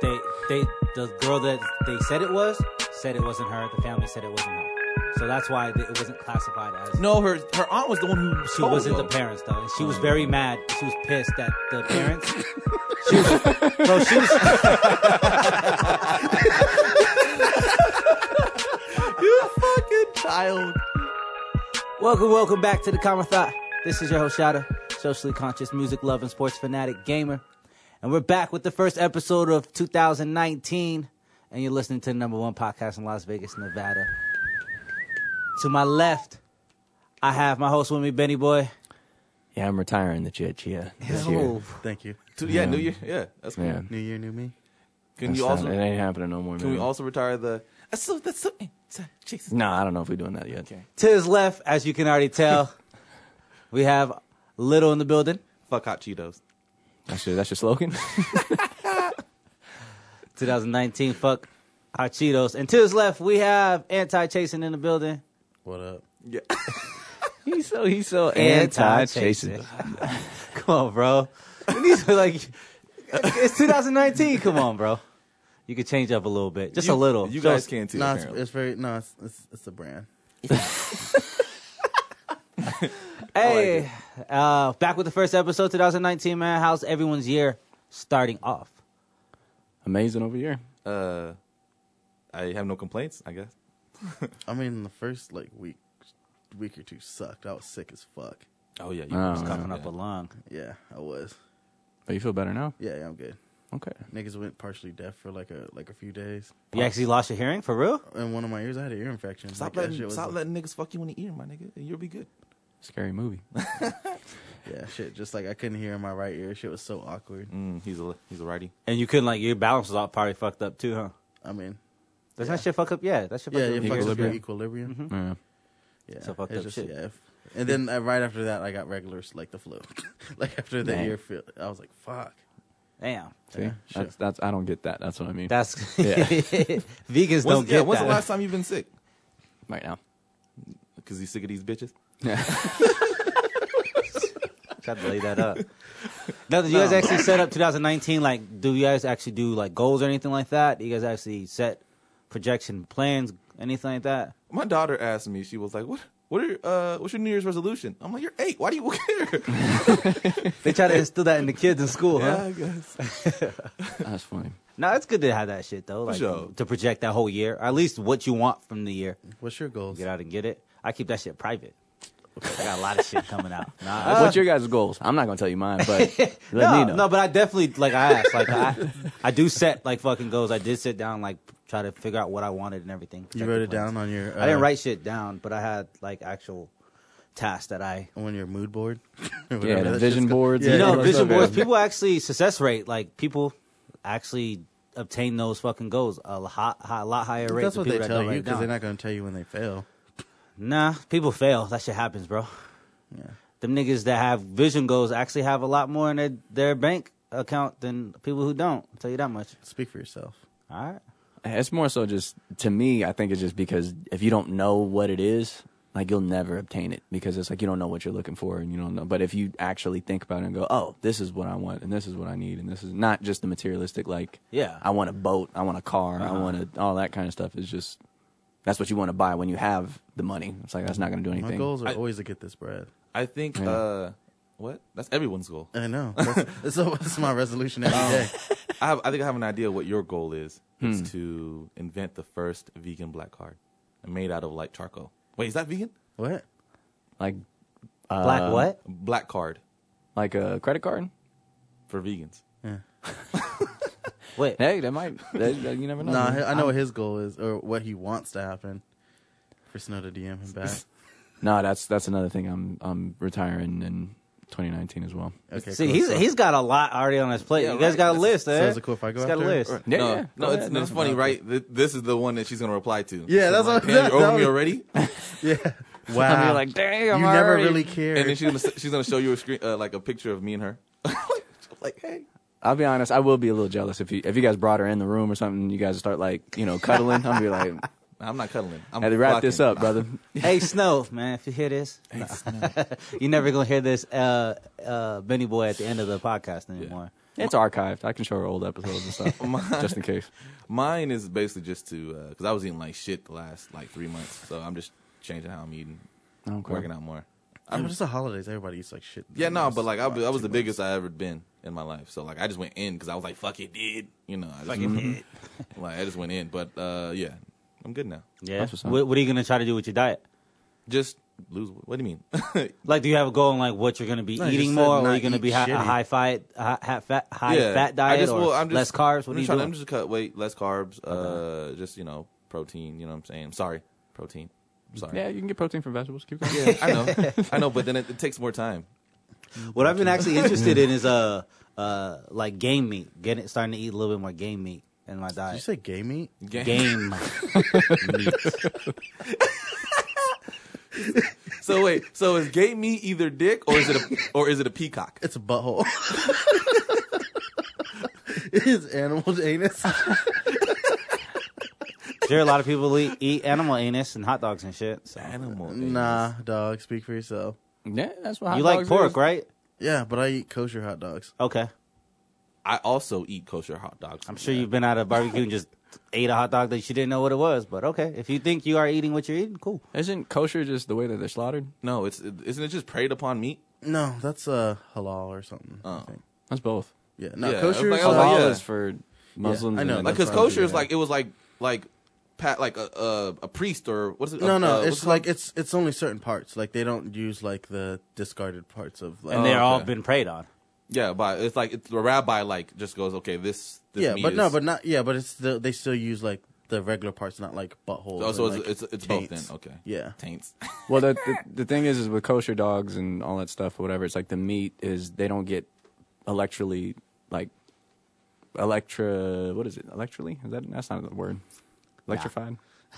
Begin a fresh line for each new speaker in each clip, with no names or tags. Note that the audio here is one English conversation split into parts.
they the girl that they said it was said it wasn't her. The family said it wasn't her. So that's why th- it wasn't classified as.
No, her her aunt was the one who
She
told,
wasn't
though.
the parents though, and she
Oh.
was very mad. She was pissed that the parents. she was, bro. She was.
You fucking child.
Welcome, welcome back to the Common Thought. This is your host Shada, socially conscious music love and sports fanatic gamer, and we're back with the first episode of 2019. And you're listening to the number one podcast in Las Vegas, Nevada. To my left, I have my host with me, Benny Boy.
Yeah, I'm retiring the church. Yeah, this year.
Oh,
Thank you.
To- yeah, New Year. Yeah, that's cool.
Yeah,
New year, new me.
Can
That's
you
not-
also
it ain't happening no more.
can we
man.
also retire the? That's so. That's so. eh, Jesus.
No, I don't know if we're doing that yet.
Okay.
To his left, as you can already tell, we have Little in the building.
Fuck hot Cheetos.
That's your that's your slogan.
2019, fuck our Cheetos. And to his left, we have Anti Chasing in the building.
What up?
Yeah.
he's so he's so
Anti-chasing. Come on, bro. These are like, it's 2019. Come on, bro. You could change up a little bit, just a
You-
little.
You
Show
guys
us-
can too.
No, it's,
apparently.
it's very no. It's it's, it's a brand.
Hey, uh, back with the first episode, 2019, man. How's everyone's year starting off?
Amazing over here.
uh, I have no complaints. I guess.
I mean, the first like week, week or two sucked. I was sick as fuck.
Oh yeah. You
Oh,
just
yeah.
coughing
Coming up a lung.
Yeah, I was.
But Oh, you feel better now?
Yeah, yeah, I'm good.
Okay.
Niggas went partially deaf for like a like a few days.
You actually lost your hearing for real?
In one of my ears, I had an ear infection. Like,
Stop
that
letting
shit was-
stop letting niggas fuck you in the ear, my nigga. and You'll be good.
Scary movie.
Yeah, shit. Just like I couldn't hear in my right ear. Shit was so awkward.
Mm, he's a he's a righty.
And you couldn't like your balance was all probably fucked up too, huh?
I mean,
Does that shit fuck up? Yeah, that shit fuck
yeah,
up.
it
your
fucks
ears.
up your
Equilibrium. Mm-hmm.
equilibrium.
Yeah.
Yeah,
So fucked
it's
up shit.
Yeah, if- and then uh, right after that, I got regular like the flu. like after the
Dang.
ear feel, I was like, fuck.
Damn,
See,
Yeah, sure.
that's that's I don't get that. That's what I mean.
that's
Yeah.
vegans
When's-
don't
yeah,
get
when's
that.
the last time you've been sick?
right now.
Because he's sick of these bitches.
Try to lay that up. Now, did you guys actually set up 2019? Like, do you guys actually do like goals or anything like that? Do you guys actually set projection plans, anything like that?
My daughter asked me. She was like, "What? What are? Uh, what's your New Year's resolution?" I'm like, "You're eight. Why do you care?"
They try to instill that in the kids in school,
yeah,
huh?
I guess.
That's funny.
No, it's good to have that shit though, like
sure.
to project that whole year, or at least what you want from the year.
What's your goals?
Get out and get it. I keep that shit private. I got a lot of shit coming out. Nah,
What's your guys' goals? I'm not gonna tell you mine, but let
no,
me know.
no, but I definitely like I asked, like I, I do set like fucking goals. I did sit down, like try to figure out what I wanted and everything.
You wrote
projected
it
plans.
down on your. Uh,
I didn't write shit down, but I had like actual tasks that I.
uh, on your mood board.
yeah, the vision boards.
Yeah,
You
and all
know,
that
vision
stuff, yeah.
boards. People actually success rate like people actually obtain those fucking goals a lot, a lot higher rate.
That's
than
what they
people that
tell
don't
you
write
because they're
down.
not going to tell you when they fail.
Nah, people fail. That shit happens, bro.
Yeah,
Them niggas that have vision goals actually have a lot more in their, their bank account than people who don't. I'll tell you that much.
speak for yourself.
All right.
It's more so just to me. I think it's just because if you don't know what it is, like you'll never obtain it because it's like you don't know what you're looking for and you don't know. But if you actually think about it and go, oh, this is what I want and this is what I need and this is not just the materialistic like,
Yeah.
I want a boat, I want a car,
Uh-huh.
I want a, all that kind of stuff. Is just that's what you want to buy when you have the money. It's like that's not going to do anything.
My goals are
I-
always to get this bread.
I think.
Yeah.
uh What? That's everyone's goal.
I know. That's, so that's my resolution
Oh.
every day.
I have. I think I have an idea what your goal is.
Hmm.
It's to invent the first vegan black card, made out of like charcoal. Wait, is that vegan?
What?
Like
Black
uh,
what?
Black card
Like a credit card?
for vegans.
Yeah.
Wait.
Hey, that might. That, that- you never know.
No, I
man.
I know what his goal is or what he wants to happen. For Snow to DM him back.
No, that's that's another thing. I'm I'm retiring in 2019 as well.
Okay,
See,
cool.
he's
So-
he's got a lot already on his plate.
Yeah,
you guys
right.
got a
That's-
list,
so
eh?
is it cool if I go
He's got
after
a
it?
list.
Or-
no,
Yeah,
no,
yeah. Go
it's,
ahead,
no, it's
no.
funny, right? Th- This is the one that she's gonna reply to.
Yeah,
She's
that's
like,
what-
Damn,
that-
you're
that
over me
was-
already,
yeah. Wow.
I'll be like, damn,
you
I
never
already-
really cared.
and then she's gonna s- she's gonna show you a screen uh, like a picture of me and her. like, hey,
I'll be honest. I will be a little jealous if you if you guys brought her in the room or something. You guys start like you know cuddling. I'll be like,
I'm not cuddling. I'm
hey, wrap this
fucking-
up, brother.
hey, Snow, man, if you hear this, you never gonna hear this, uh, uh, Benny Boy at the end of the podcast anymore.
It's archived. I can show her old episodes and stuff, just in case.
Mine is basically just to because I was eating like shit the last like three months, so I'm just changing how I'm eating,
Okay.
working out more.
I'm just the holidays. Everybody eats like shit.
Yeah, no, but like I, was- I was the
Too
biggest I ever been in my life, so like I just went in because I was like, "Fuck it, did you know?" I just,
Mm-hmm.
Like I just went in, but uh, yeah, I'm good now.
Yeah.
That's what's up.
What, what are you gonna try to do with your diet?
Just lose. What do you mean?
Like, do you have a goal on like what you're gonna be
No, you
eating
just said
more, or are
not
you gonna be
eat
hi- a
shitty.
high fat, high, high fat, high fat diet, or
well,
less carbs?
I'm
What are you
just trying,
doing?
I'm just cut weight, less carbs, uh, just you know, protein. You know what I'm saying? Sorry, protein. Sorry.
Yeah, you can get protein from vegetables. Keep going.
Yeah, I know, I know, but then it, it takes more time.
What I've been actually interested in is uh uh like game meat. Getting starting to eat a little bit more game meat in my
Did you
diet.
say gay meat?
Game.
Game meat.
So wait, so is gay meat either dick or is it a or is it a peacock?
It's a butthole. it is animal's anus.
There are a lot of people who eat, eat animal anus and hot dogs and shit. So
Animal.
nah, dog. Speak for yourself.
Yeah, that's what hot
you like
dogs
pork,
is.
right?
Yeah, but I eat kosher hot dogs.
Okay.
I also eat kosher hot dogs.
I'm sure you've been at a barbecue and just ate a hot dog that you didn't know what it was, but okay. If you think you are eating what you're eating, cool.
Isn't kosher just the way that they're slaughtered?
No, it's isn't it just preyed upon meat?
No, that's uh, halal or something. I
Oh.
think.
That's both.
Yeah, no,
Yeah,
kosher
like,
is
I was
halal.
Halal
yeah.
is for Muslims.
I know,
and-
Like,
That's
cause
what I'm
kosher is
doing.
like it was like like pat like a a, a priest or what's it?
No,
uh,
no,
what's
it's
it
like it's it's only certain parts. Like they don't use like the discarded parts of like. Oh.
And they're all
okay.
been preyed on.
Yeah, but it's like it's, the rabbi like just goes, okay, this, this
yeah,
meat
but no,
is-
but not yeah, but it's the, they still use like the regular parts, not like buttholes.
oh, so
and,
it's
like,
it's, it's both then.
taints.
Okay,
Yeah.
taints.
Well, the, the the thing is, is with kosher dogs and all that stuff, or whatever. It's like the meat is they don't get electrically like electra. What is it? Electrically? Is that that's not the word? Electrified.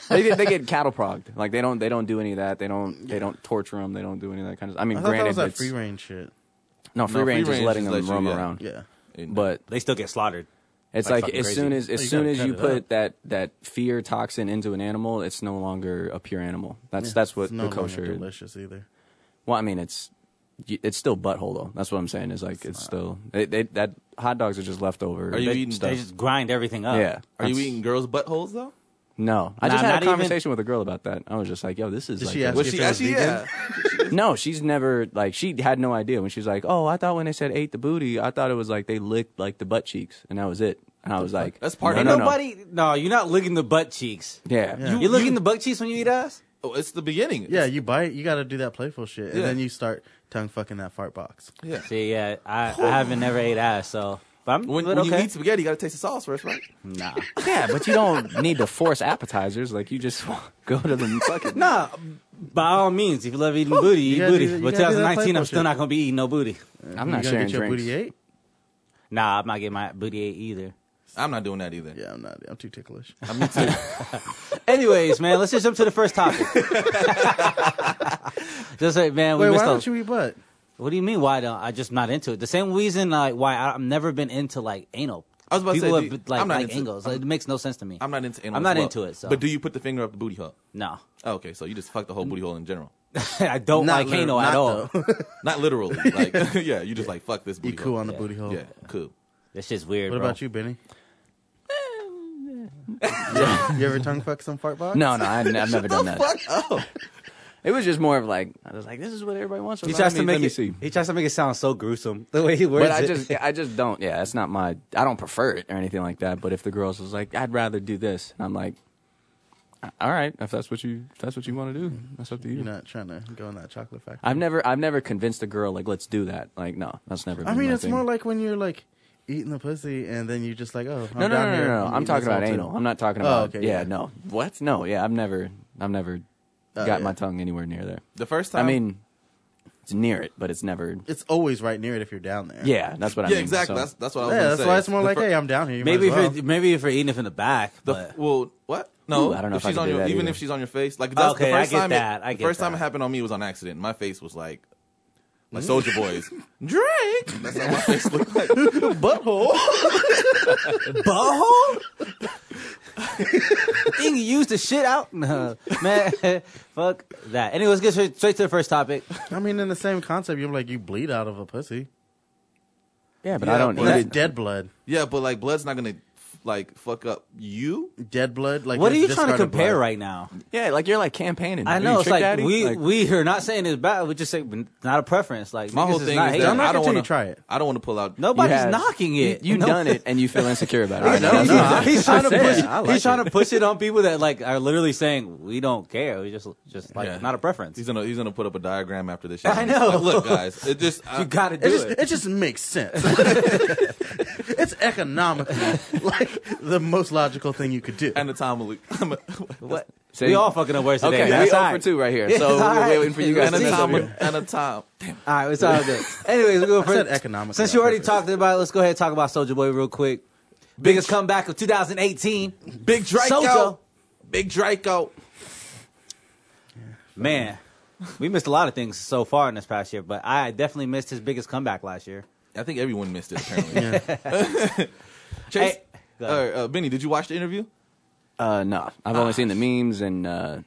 they get they get cattle progged. Like they don't they don't do any of that. They don't they don't torture them. They don't do any of that kind of. I mean,
I thought
granted,
that was that
it's,
free range shit.
no free
No, free
range is
range
letting
is
them
let you-
roam
yeah.
around.
Yeah,
But
They still get slaughtered.
it's
Like
like
fucking
as
crazy.
soon as
Oh,
as
you
soon
gotta
as
cut
you
it
put
up.
that that fear toxin into an animal, it's no longer a pure animal. That's that's what
it's no
the
longer
kosher.
delicious either.
Well, I mean, it's y- it's still butthole though. That's what I'm saying. Is like it's, still they, they, that hot dogs are just leftover.
Are you
They,
eating
they
stuff?
just grind everything up.
yeah.
Are you
That's-
eating girls' buttholes though?
No, I
Nah,
just had
not
a
even-
conversation with a girl about that. I was just like, "Yo, this is
Did
like."
she
a-
ask
Was
if
she
it was
actually? Yeah.
vegan?
no, she's never like she had no idea when she was like, "Oh, I thought when they said ate the booty, I thought it was like they licked like the butt cheeks, and that was it." And I was like,
That's part
no,
of
no,
Ain't
no.
nobody. No. you're not licking the butt cheeks.
Yeah,
Yeah.
You're licking the butt cheeks when you eat ass.
Oh, it's the beginning.
Yeah, you bite. You got to do that playful shit, and
Yeah.
then you start tongue fucking that fart box.
yeah.
See, yeah, I, I haven't never ate ass, so but I'm
When,
but
when
okay.
you eat spaghetti, you gotta taste the sauce first, right?
nah,
yeah, but you don't need to force appetizers. Like you just go to the fucking.
nah. By all means, if you love eating booty, eat
gotta do
booty.
that- you
But
gotta do that
2019, I'm
playful
still
shit.
not gonna be eating no booty.
I'm not
you gonna
sharing
get your
drinks.
booty ate?
Nah, I'm not getting my booty ate either.
I'm not doing that either.
Yeah, I'm not. I'm too ticklish.
Anyways, man, let's just jump to the first topic. just like man, we
Wait, why
missed a-
don't you eat butt?
What do you mean? Why don't I just not into it? The same reason like why I- I've never been into like anal.
I was about to
People
say,
have,
the-
like
I'm not
like
into-
angles. Like, it makes no sense to me.
I'm not into. Animals
I'm not
as well.
into it. So,
But do you put the finger up the booty hole?
no,
Oh, okay, so you just fuck the whole booty hole in general,
I don't
Not
like
liter-
anal
not
at all.
though.
not literally. Like, yeah, you just like fuck this
you
booty
cool
hole.
on the booty hole.
Yeah, cool.
That's just weird.
What
bro.
about you, Benny? yeah. You ever tongue fuck some fart box?
No, no, I, I've never done that.
Oh.
It was just more of like I was like, this is what everybody wants.
He
Let
tries
me-
to make
let me
it.
see.
He tries to make it sound so gruesome the way he words
But I
it.
just, I just don't. Yeah, it's not my. I don't prefer it or anything like that. But if the girls was like, I'd rather do this, and I'm like, all right, if that's what you, if that's what you want to do, that's up to you.
You're not trying to go in that chocolate factory.
I've never, I've never convinced a girl like, let's do that. Like, no, that's never. Been
I mean,
my
it's
thing.
more like when you're like eating the pussy and then you're just like, oh, I'm
No, no,
down
no, no,
here.
no, no. I'm
eating
talking
this
about
all too. Oh,
anal. I'm not talking about.
okay,
yeah,
yeah.
no. What? No. Yeah, I've never, I've never
Oh,
got
yeah.
my tongue anywhere near there.
The first
I
time.
mean, it's near it, but it's never.
It's always right near it if you're down there.
Yeah, that's what I
yeah,
mean.
exactly.
so-
That's that's what I was.
Yeah,
gonna
that's
say.
why it's more
The
like,
fir-
hey, I'm down here. You
maybe
might as
if
well.
you're, maybe if you're eating it from the back,
The,
but
well, what? No,
Ooh, I don't know
if
if I
she's
could
on
do
your,
that
even
either.
if she's on your face, like that's
Okay,
the
I
first
get
time
that,
It,
I
the
get
first time
that.
it happened on me was on accident. My face was like, like Soldier Boys, drink. That's how my face looked like.
butthole. Thing you used to shit out, no, man. fuck that. Anyway, let's get straight, straight to the first topic.
I mean, in the same concept, you're like, you bleed out of a pussy.
Yeah, but
Yeah,
I don't
but
eat
That's
it.
dead blood.
Yeah, but like blood's not gonna f- like fuck up you.
Dead blood. Like
What are
it's
you trying to
discarded
compare
blood.
right now?
Yeah, like you're like campaigning.
I
Are you
know it's
Trick
like
Daddy?
we
Like,
we are not saying it's bad. We just say not a preference. Like
My
niggas
whole thing
not
is
hating.
that
I'm not
I
gonna
don't
tell you
want to
try it.
I don't want to pull out.
you
nobody's
have-
knocking
you-
it.
You,
No-
done it and you feel insecure about it.
I know.
He's,
no,
Nah.
I-
he's trying to
I
push.
said, I like
he's trying
it.
to push it on people that like are literally saying we don't care. We just just like
Yeah.
not a preference.
He's gonna he's gonna put up a diagram after this. Shit.
I know.
Like, Look, guys, it just I,
you got to do
It just
it.
it just makes sense. it's economically like the most logical thing you could do.
anatomically.
What?
Say-
we all fucking up worse today.
Okay,
That's
we
all
over
right.
two right here.
Yeah,
So
it's all
we're
right.
waiting for you guys to mess up.
anatom
here.
anatom. Damn.
All right, it's all good. Anyways, we're going for
said economic
Since you already
purpose.
talked about, it, let's go ahead and talk about Soldier Boy real quick. Biggest comeback of 2018.
Big Draco.
Sojo.
Big Draco.
Man, we missed a lot of things so far in this past year, but I definitely missed his biggest comeback last year.
I think everyone missed it apparently.
Yeah.
Chase,
Hey, go ahead.
uh, uh, Benny, did you watch the interview?
Uh, no, I've
Ah.
only seen the memes and uh,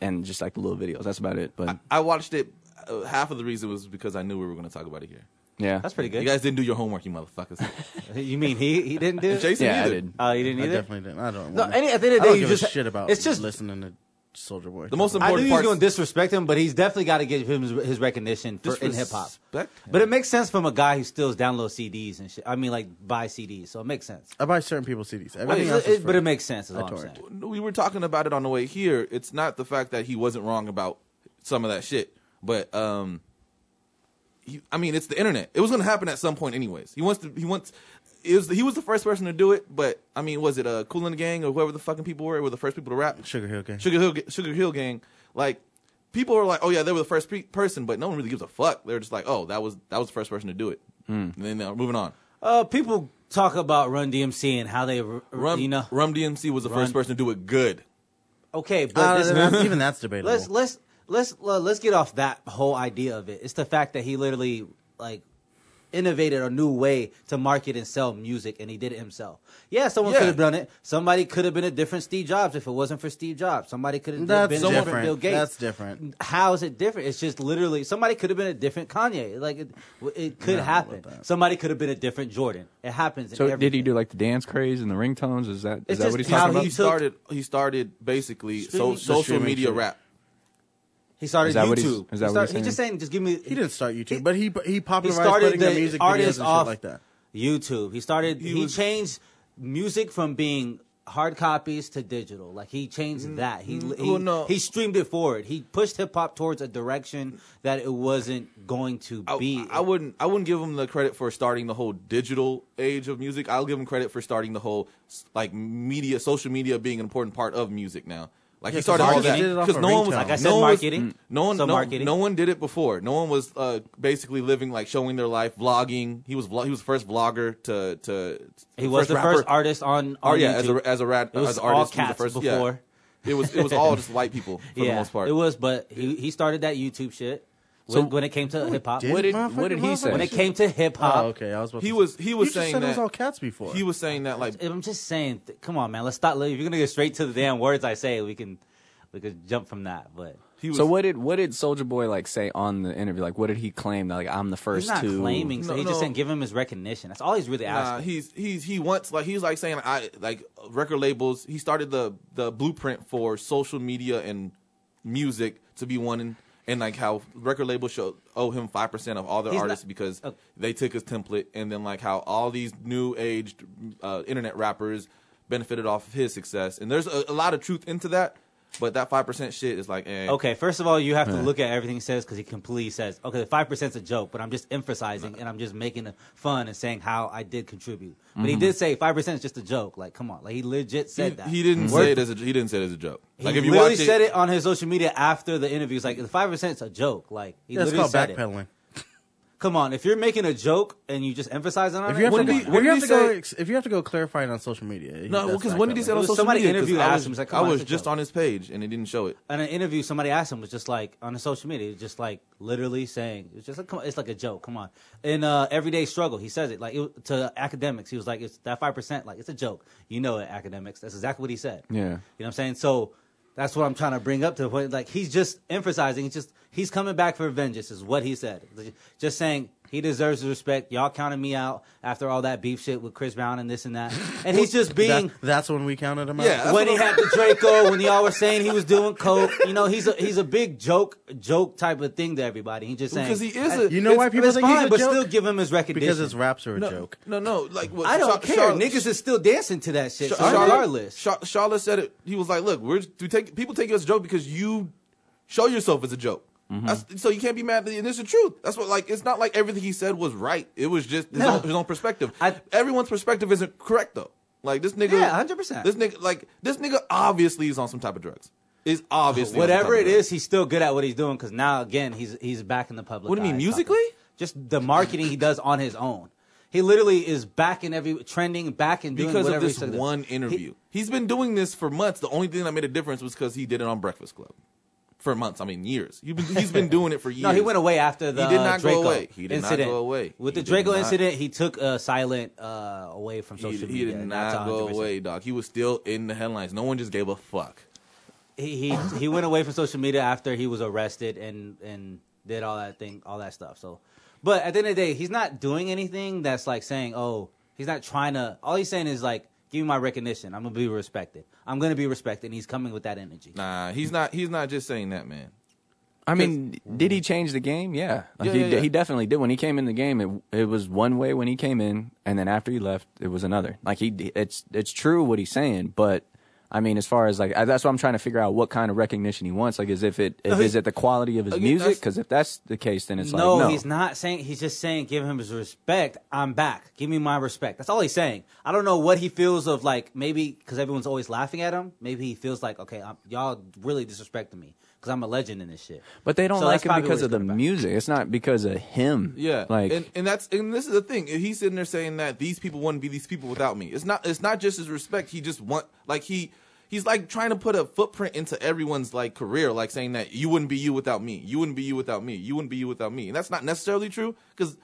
and just like the little videos. That's about it.
Ah,
But
I watched it. Uh, half of the reason was because I knew we were going to talk about it here.
yeah,
That's pretty
You
good.
guys didn't do your homework, you motherfuckers.
You mean he he didn't do it?
Jason
Yeah, I
either.
did.
Oh, you didn't
I
either.
definitely didn't. I don't.
No,
wanna-
any at the end of
I
the
don't
day, you
give a
just
shit about.
It's just
listening to Soldier Boy.
The most
I knew
important
he was
parts-
going to disrespect him, but he's definitely got to give him his, his recognition for, in hip hop.
Disrespect?
But it makes sense from a guy who steals download CDs and shit. I mean, like buy CDs, so it makes sense.
I buy certain people's CDs.
But
Everything
it,
else is
it-
free.
but it makes sense. Is
I
all I'm
torrent.
saying.
we were talking about it on the way here. It's not the fact that he wasn't wrong about some of that shit, but um, he, I mean, it's the internet. It was going to happen at some point, anyways. He wants to. He wants. It was, he was the first person to do it, but I mean, was it uh, Cool and the Gang or whoever the fucking people were? Were the first people to rap?
Sugar Hill Gang.
Sugar Hill, Sugar Hill Gang. Like people were like, oh yeah, they were the first pe- person, but no one really gives a fuck. They're just like, oh, that was that was the first person to do it.
Hmm.
And then uh, moving on.
Uh, people talk about Run DMC and how they, r-
Rum,
you know,
Rum DMC was the first person to do it good.
okay, but
Uh,
this-
that's- even that's debatable.
let's let's let's le- let's get off that whole idea of it. It's the fact that he literally like innovated a new way to market and sell music, and he did it himself. Yeah, someone
Yeah.
could have done it. Somebody could have been a different Steve Jobs if it wasn't for Steve Jobs. Somebody could have
That's
been a
different.
different Bill Gates.
That's different.
How is it different? It's just literally somebody could have been a different Kanye. Like it, it could
know
happen.
about that.
Somebody could have been a different Jordan. It happens.
So
in everything.
did he do like the dance craze and the ringtones? Is that
It's
is that
just
what he's
how
talking
he
about?
he
took-
started he started basically so,
Streaming- The
social
streaming
media
shit.
rap.
He started
Is that
YouTube.
what he's- is that
he
what
started,
he's saying?
just saying, just give me.
He didn't start YouTube, but he he
He
popularized
started
putting
the
up music videos and
artists
shit
off
like that.
YouTube. He started. He,
He was-
changed music from being hard copies to digital. Like he
Mm,
changed that. He he,
well, no.
he streamed it forward. He pushed hip hop towards a direction that it wasn't going to
I,
be.
I wouldn't I wouldn't give him the credit for starting the whole digital age of music. I'll give him credit for starting the whole s- like media, social media being an important part of music now. Like he
Yeah, 'cause
started all
artists
that
did it off
because
of
no one was
ringtone.
Like I said,
no one was-
marketing.
Mm. no one
So
no,
marketing.
no one did it before. No one was uh, basically living like showing their life, vlogging. He was vlog, he was the first vlogger to to
he was the
rapper.
first artist on.
Oh
on
yeah,
YouTube.
as a as a rat
It was
as an
all
artist, he was
cats
the first,
before.
Yeah. It was it was all just white people for the most part.
It was, but he he started that YouTube shit.
So-
when, when it came to hip hop,
did?
what did
Motherfucker,
what did he
when
say?
it came to hip hop,
Oh, okay. I was. About
Uh, He
to
was-
say-
he was
you just
saying
said it was
that-
all cats before.
he was saying that like
I'm just saying, th- come on, man. Let's stop. If you're gonna get straight to the damn words I say, we can, we could jump from that. But
he was
So what did what did Soldier Boy like say on the interview? Like what did he claim? That, like I'm the first
he's not
to
claiming. So
No,
he's just
no.
saying, give him his recognition. That's all he's really
Nah,
asking.
he's he's he wants like he's like saying I like record labels. He started the the blueprint for social media and music to be one and and like how record labels show owe him five percent of all their
He's not- Oh.
artists because
Okay.
they took his template and then like how all these new aged uh, internet rappers benefited off of his success and there's a, a lot of truth into that, but that five percent shit is like eh.
okay, first of all, you have to look at everything he says because he completely says, okay, the five percent's a joke, but I'm just emphasizing and I'm just making it fun and saying how I did contribute. But he did say five percent is just a joke. Like, come on, like he legit
He,
said that.
he didn't
Word-
say it as a he didn't say it as a joke.
He
like if you
literally
watch
said it on his social media after the interview. He's like, the five percent's a joke. Like, he
That's
literally
called
said it.
backpedaling.
Come on, if you're making a joke and you just emphasize it on
If
it,
you have to,
When
go,
did he-
if
when
you
did
have
he
to go,
say-
ex- if you have to go clarifying on social media,
No,
that's
because when did he
backpedaling.
say it on
was
social
somebody
media? 'Cause
interviewed
I
asked
was-
him, he's like,
I
"Come on,
was
it's a
just
joke."
on his page and it didn't show it.
in an interview, somebody asked him was just like on his social media, just like literally saying it's just like come on, it's like a joke. Come on, in uh, everyday struggle, he says it like it, to academics. He was like, it's that five percent, like it's a joke. You know it, academics. That's exactly what he said.
Yeah.
you know what I'm saying. So That's what I'm trying to bring up to the point. Like he's just emphasizing, it's just he's coming back for vengeance, is what he said. Just saying he deserves the respect. Y'all counted me out after all that beef shit with Chris Brown and this and that. And he's just being
That- that's when we counted him out.
Yeah. that's
when he
what
had the Draco, when y'all were saying he was doing coke. You know, he's a he's a big joke joke type of thing to everybody. He's just saying
because he is a
You know why
it's-
people
It's
think he's
fine,
a
but
joke?
still give him his recognition.
because his raps are a
no,
joke.
No, no, like what
I don't
Char-
care.
Charlotte-
Niggas is still dancing to that shit, so
Charlotte-
regardless.
Char- Charlotte said it. He was like, "Look, we're we take people take you as a joke because you show yourself as a joke."
Mm-hmm.
That's, so you can't be mad. And it's the truth. That's what like. It's not like everything he said was right. It was just his,
No.
own, his own perspective.
I-
Everyone's perspective isn't correct though. Like this nigga.
Yeah, 100%.
This nigga like this nigga obviously is on some type of drugs. Is obviously on some
Whatever
type
it
of
is, he's still good at what he's doing because now again he's he's back in the public.
What do you mean,
eye.
musically?
Just the marketing he does on his own. He literally is back in every trending, back and doing
because
whatever
of this
he said.
one interview. He, has been doing this for months. The only thing that made a difference was because he did it on Breakfast Club. For months, I mean years. He's been, he's been doing it for years.
No, he went away after the
He did not
Draco
go away. He did not
incident.
go away.
With
He
the
did
Draco
not-
incident, he took uh, silent uh, away from
He,
social
he
media.
did
and that's
not go
100%.
away, dog. He was still in the headlines. No one just gave a fuck.
He he he went away from social media after he was arrested and and did all that thing, all that stuff. So, but at the end of the day, he's not doing anything that's like saying, oh, he's not trying to. All he's saying is like, give me my recognition. I'm gonna be respected. I'm gonna be respected. And he's coming with that energy.
Nah, he's not. He's not just saying that, man.
I mean, did
Mm-hmm.
he change the game? Yeah, Like,
Yeah,
he,
yeah, yeah.
he definitely did. When he came in the game, it it was one way when he came in, and then after he left, it was another. Like he, it's it's true what he's saying, but I mean, as far as like I, that's what I'm trying to figure out what kind of recognition he wants. Like, is if it if,
he-
is it the quality of his
Again,
music?
that's-
Because if that's the case, then it's
no,
like no,
he's not saying. He's just saying, give him his respect. I'm back. Give me my respect. That's all he's saying. I don't know what he feels of like maybe because everyone's always laughing at him. Maybe he feels like, okay, I'm, y'all really disrespecting me because I'm a legend in this shit.
But they don't
So
like
that's
him
probably
because
where
of the
he's coming back.
music. It's not because of him.
Yeah,
like
and, and that's and this is the thing. He's sitting there saying that these people wouldn't be these people without me. It's not. It's not just his respect. He just want like he he's like trying to put a footprint into everyone's like career, like saying that you wouldn't be you without me. You wouldn't be you without me. You wouldn't be you without me. And that's not necessarily true because.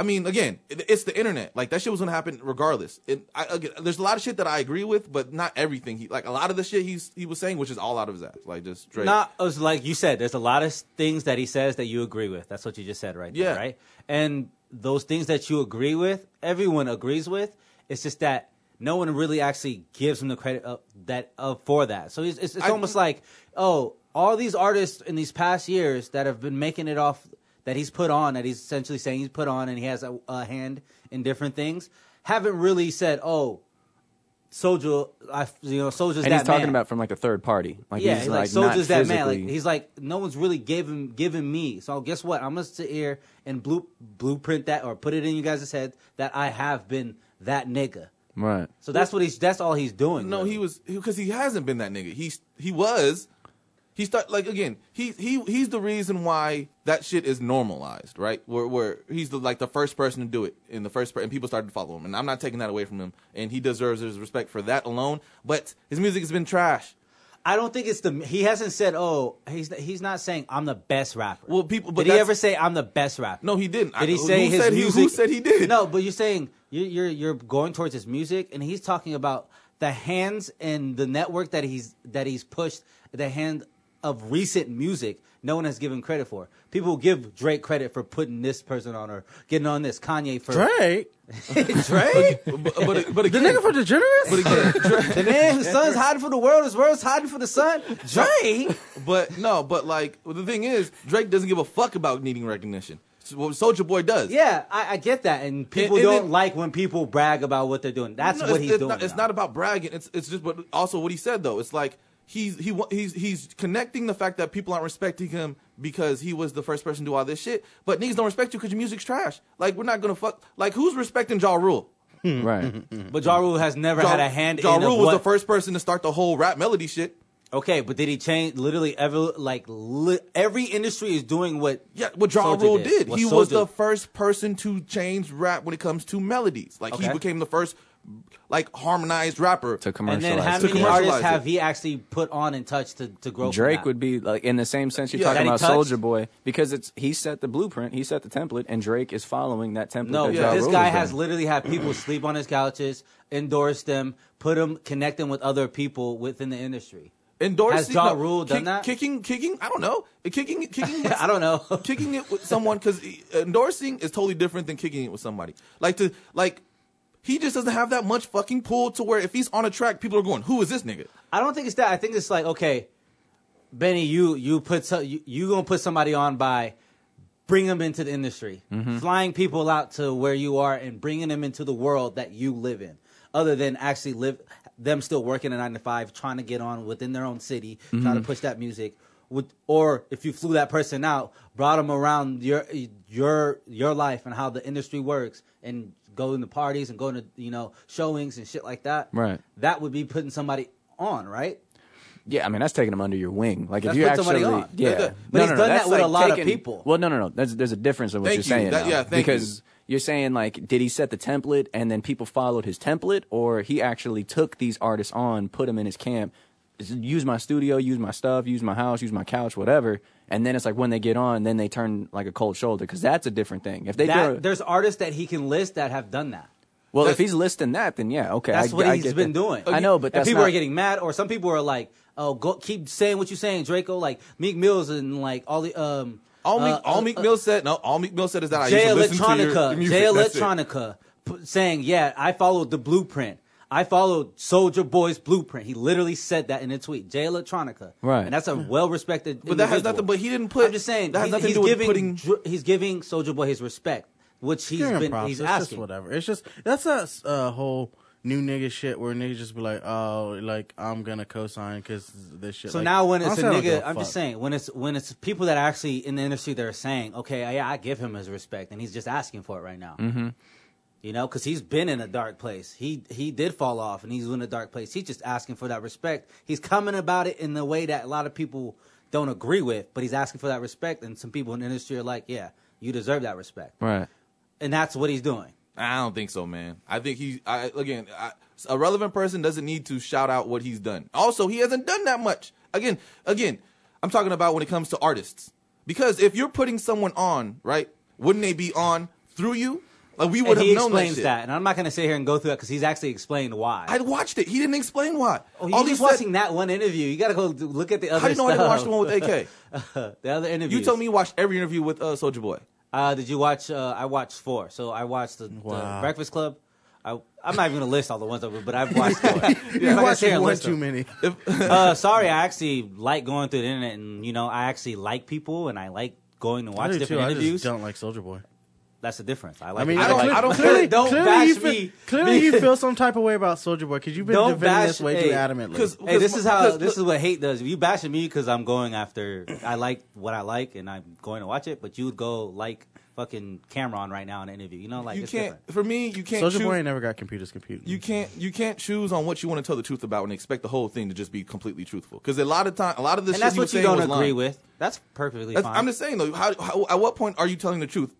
I mean, again, it- it's the internet. Like that shit was gonna happen regardless. And I, again, there's a lot of shit that I agree with, but not everything. He like a lot of the shit he's he was saying, which is all out of his ass. Like just straight.
Not it was like you said. There's a lot of things that he says that you agree with. That's what you just said right there,
Yeah.
right? And those things that you agree with, everyone agrees with. It's just that no one really actually gives him the credit of, that of for that. So it's, it's, it's
I-
almost like oh, all these artists in these past years that have been making it off that he's put on that he's essentially saying he's put on and he has a, a hand in different things haven't really said oh. Soldier, I you know, soldier's
and
that
he's talking
man.
about from like a third party. Like
Yeah,
he's,
he's like,
like not
soldiers that man. Like
physically-
he's like no one's really given given me. So guess what? I'm gonna sit here and blue, blueprint that or put it in you guys' head that I have been that nigga.
right.
So that's what he's. That's all he's doing.
No,
really.
he was because he hasn't been that nigga. He's he was. He start like again. He he he's the reason why that shit is normalized, right? Where where he's the like the first person to do it, and the first per- and people started to follow him. And I'm not taking that away from him, and he deserves his respect for that alone. But his music has been trash.
I don't think it's the. He hasn't said. Oh, he's he's not saying I'm the best rapper.
Well, people- but
did he
that's-
ever say I'm the best rapper?
No, he didn't. I-
Did he say
who
his
said he- who
music?
said he did?
No, but you're saying you're, you're you're going towards his music, and he's talking about the hands and the network that he's that he's pushed. The hand of recent music, no one has given credit for. People give Drake credit for putting this person on or getting on this Kanye for
Drake,
Drake,
But but, but
the
again,
nigga from Degenerates.
but again,
the man whose son's hiding from the world, his world's hiding from the sun. Drake.
But no, but like well, the thing is, Drake doesn't give a fuck about needing recognition. Soldier Boy does.
Yeah, I, I get that, and people
and
don't
it-
like when people brag about what they're doing. That's
No,
what
it's,
he's
it's
doing.
Not, it's
now.
not about bragging. It's it's just but also what he said though. It's like he's he wa- he's he's connecting the fact that people aren't respecting him because he was the first person to do all this shit. But niggas don't respect you because your music's trash. Like we're not gonna fuck. Like who's respecting Ja Rule?
Mm-hmm.
Right.
But Ja Rule has never
Ja,
had a hand.
Ja
in
Rule
of
was
what-
the first person to start the whole rap melody shit.
Okay, but did he change? Literally, ever like li- every industry is doing what?
Yeah, what Ja
Soulja
Rule
did.
did.
What
He
Soulja
was the
did.
first person to change rap when it comes to melodies. Like he
Okay.
became the first like harmonized rapper
To
And
commercialize.
then how
it.
To
many
commercialize
artists
it.
have he actually put on and touched to, to grow? from
Drake
that?
would be like in the same sense you're
Yeah.
That
talking
he
about
touched.
Soldier Boy because it's he set the blueprint, he set the template, and Drake is following that template.
No,
that
Yeah.
Ja
this
Rule
guy
is
has
doing.
literally had people sleep on his couches, endorse them, put them, connect them with other people within the industry.
endorsing
Has Ja Rule done that?
Kicking, kicking. I don't know. Kicking, kicking.
I don't know.
kicking it with someone because endorsing is totally different than kicking it with somebody. Like to like, he just doesn't have that much fucking pull to where if he's on a track, people are going, "Who is this nigga?"
I don't think it's that. I think it's like okay, Benny, you you put so, you, you gonna put somebody on by bring them into the industry, flying people out to where you are and bringing them into the world that you live in. Other than actually live them still working a nine to five, trying to get on within their own city, trying to push that music. Would, or if you flew that person out, brought them around your your your life and how the industry works, and going to parties and going to you know showings and shit like that.
Right.
That would be putting somebody on, right?
Yeah, I mean that's taking them under your wing. Like
That's
if you
put
actually,
somebody on.
yeah,
But he's done
that's
that with a lot of
taking-
people.
Well, no, no, no. That's, there's a difference in what
Thank
you're
you.
saying.
That-
now.
yeah, thank you.
because you're saying like, did he set the template and then people followed his template, or he actually took these artists on, put them in his camp, s- use my studio, use my stuff, use my house, use my couch, whatever. And then it's like when they get on, then they turn like a cold shoulder because that's a different thing. If they
That-
throw,
there's artists that he can list that have done that.
well,
that-
if he's listing that, then yeah, okay,
That's
I,
what
I
he's
get
been
that.
doing.
I know, but
and
that's
people
not,
are getting mad, or some people are like, "Oh, go, keep saying what you're saying, Draco." Like Meek Mill's and like all the um,
All Meek,
uh,
all Meek Mill said, no, all Meek Mill said is that I
Jay
used to listen to your
Electronica,
music.
Jay
That's it.
Electronica, p- saying, "Yeah, I followed the blueprint. I followed Soldier Boy's blueprint." He literally said that in a tweet. Jay Electronica,
Right.
And that's a well-respected.
But that has
individual.
nothing. But he didn't put.
I'm just saying
that has
he's,
nothing
he's
to do with
giving
putting.
Dr- he's giving Soldier Boy his respect, which he's
Give him
been
props.
he's
It's
asking.
just whatever. It's just that's that uh, whole new nigga shit where niggas just be like, oh, like I'm gonna co-sign because this shit.
So
Like,
now when it's
honestly,
a
I don't give
nigga, I'm
fuck.
just saying when it's when it's people that are actually in the industry that are saying, okay, I, I give him his respect, and he's just asking for it right now. Mm-hmm. You know, because he's been in a dark place. He he did fall off, and he's in a dark place. He's just asking for that respect. He's coming about it in the way that a lot of people don't agree with, but he's asking for that respect. And some people in the industry are like, yeah, you deserve that respect,
right.
and that's what he's doing.
I don't think so, man. I think he. I again, I, a relevant person doesn't need to shout out what he's done. Also, he hasn't done that much. Again, again, I'm talking about when it comes to artists, because if you're putting someone on, right, wouldn't they be on through you? Like we
And
would have
he
known
explains
that. Shit.
and I'm not going to sit here and go through that because he's actually explained why.
I watched it. He didn't explain why.
Oh, you're just
said-
watching that one interview. You got to go do- look at the other.
How do you know I didn't watch the one
stuff.
with AK?
the other interview.
you told me you watched every interview with uh, Soldier Boy.
Uh, did you watch? Uh, I watched four. So I watched the, the
Wow.
Breakfast Club. I, I'm not even gonna list all the ones of it, but I've watched four. yeah,
you watch one too many.
Uh, sorry, I actually like going through the internet, and you know, I actually like people, and I like going to watch
I do too.
different
I
interviews.
just don't like Soldier Boy.
That's the difference. I like.
I mean,
it.
don't-
clearly,
I don't-
clearly,
don't
clearly
bash
you feel,
me.
Clearly, you feel some type of way about Soldier Boy because you've been
Don't
defending
bash-
this way
hey,
too adamantly.
'cause-
Hey, this is how
look,
this is what hate does. You bashing me because I'm going after I like what I like and I'm going to watch it, but you would go like fucking Cameron right now in an interview. You know, like
you
it's
can't.
different.
For me, you can't.
Soldier
choose-
Boy ain't never got computers computing.
you can't you can't choose on what you want to tell the truth about and expect the whole thing to just be completely truthful. Because a lot of time, a lot of this
and that's
shit he was
what you
saying
don't
was
agree
lying.
with. That's perfectly
That's-
fine.
I'm just saying though, how, how at what point are you telling the truth?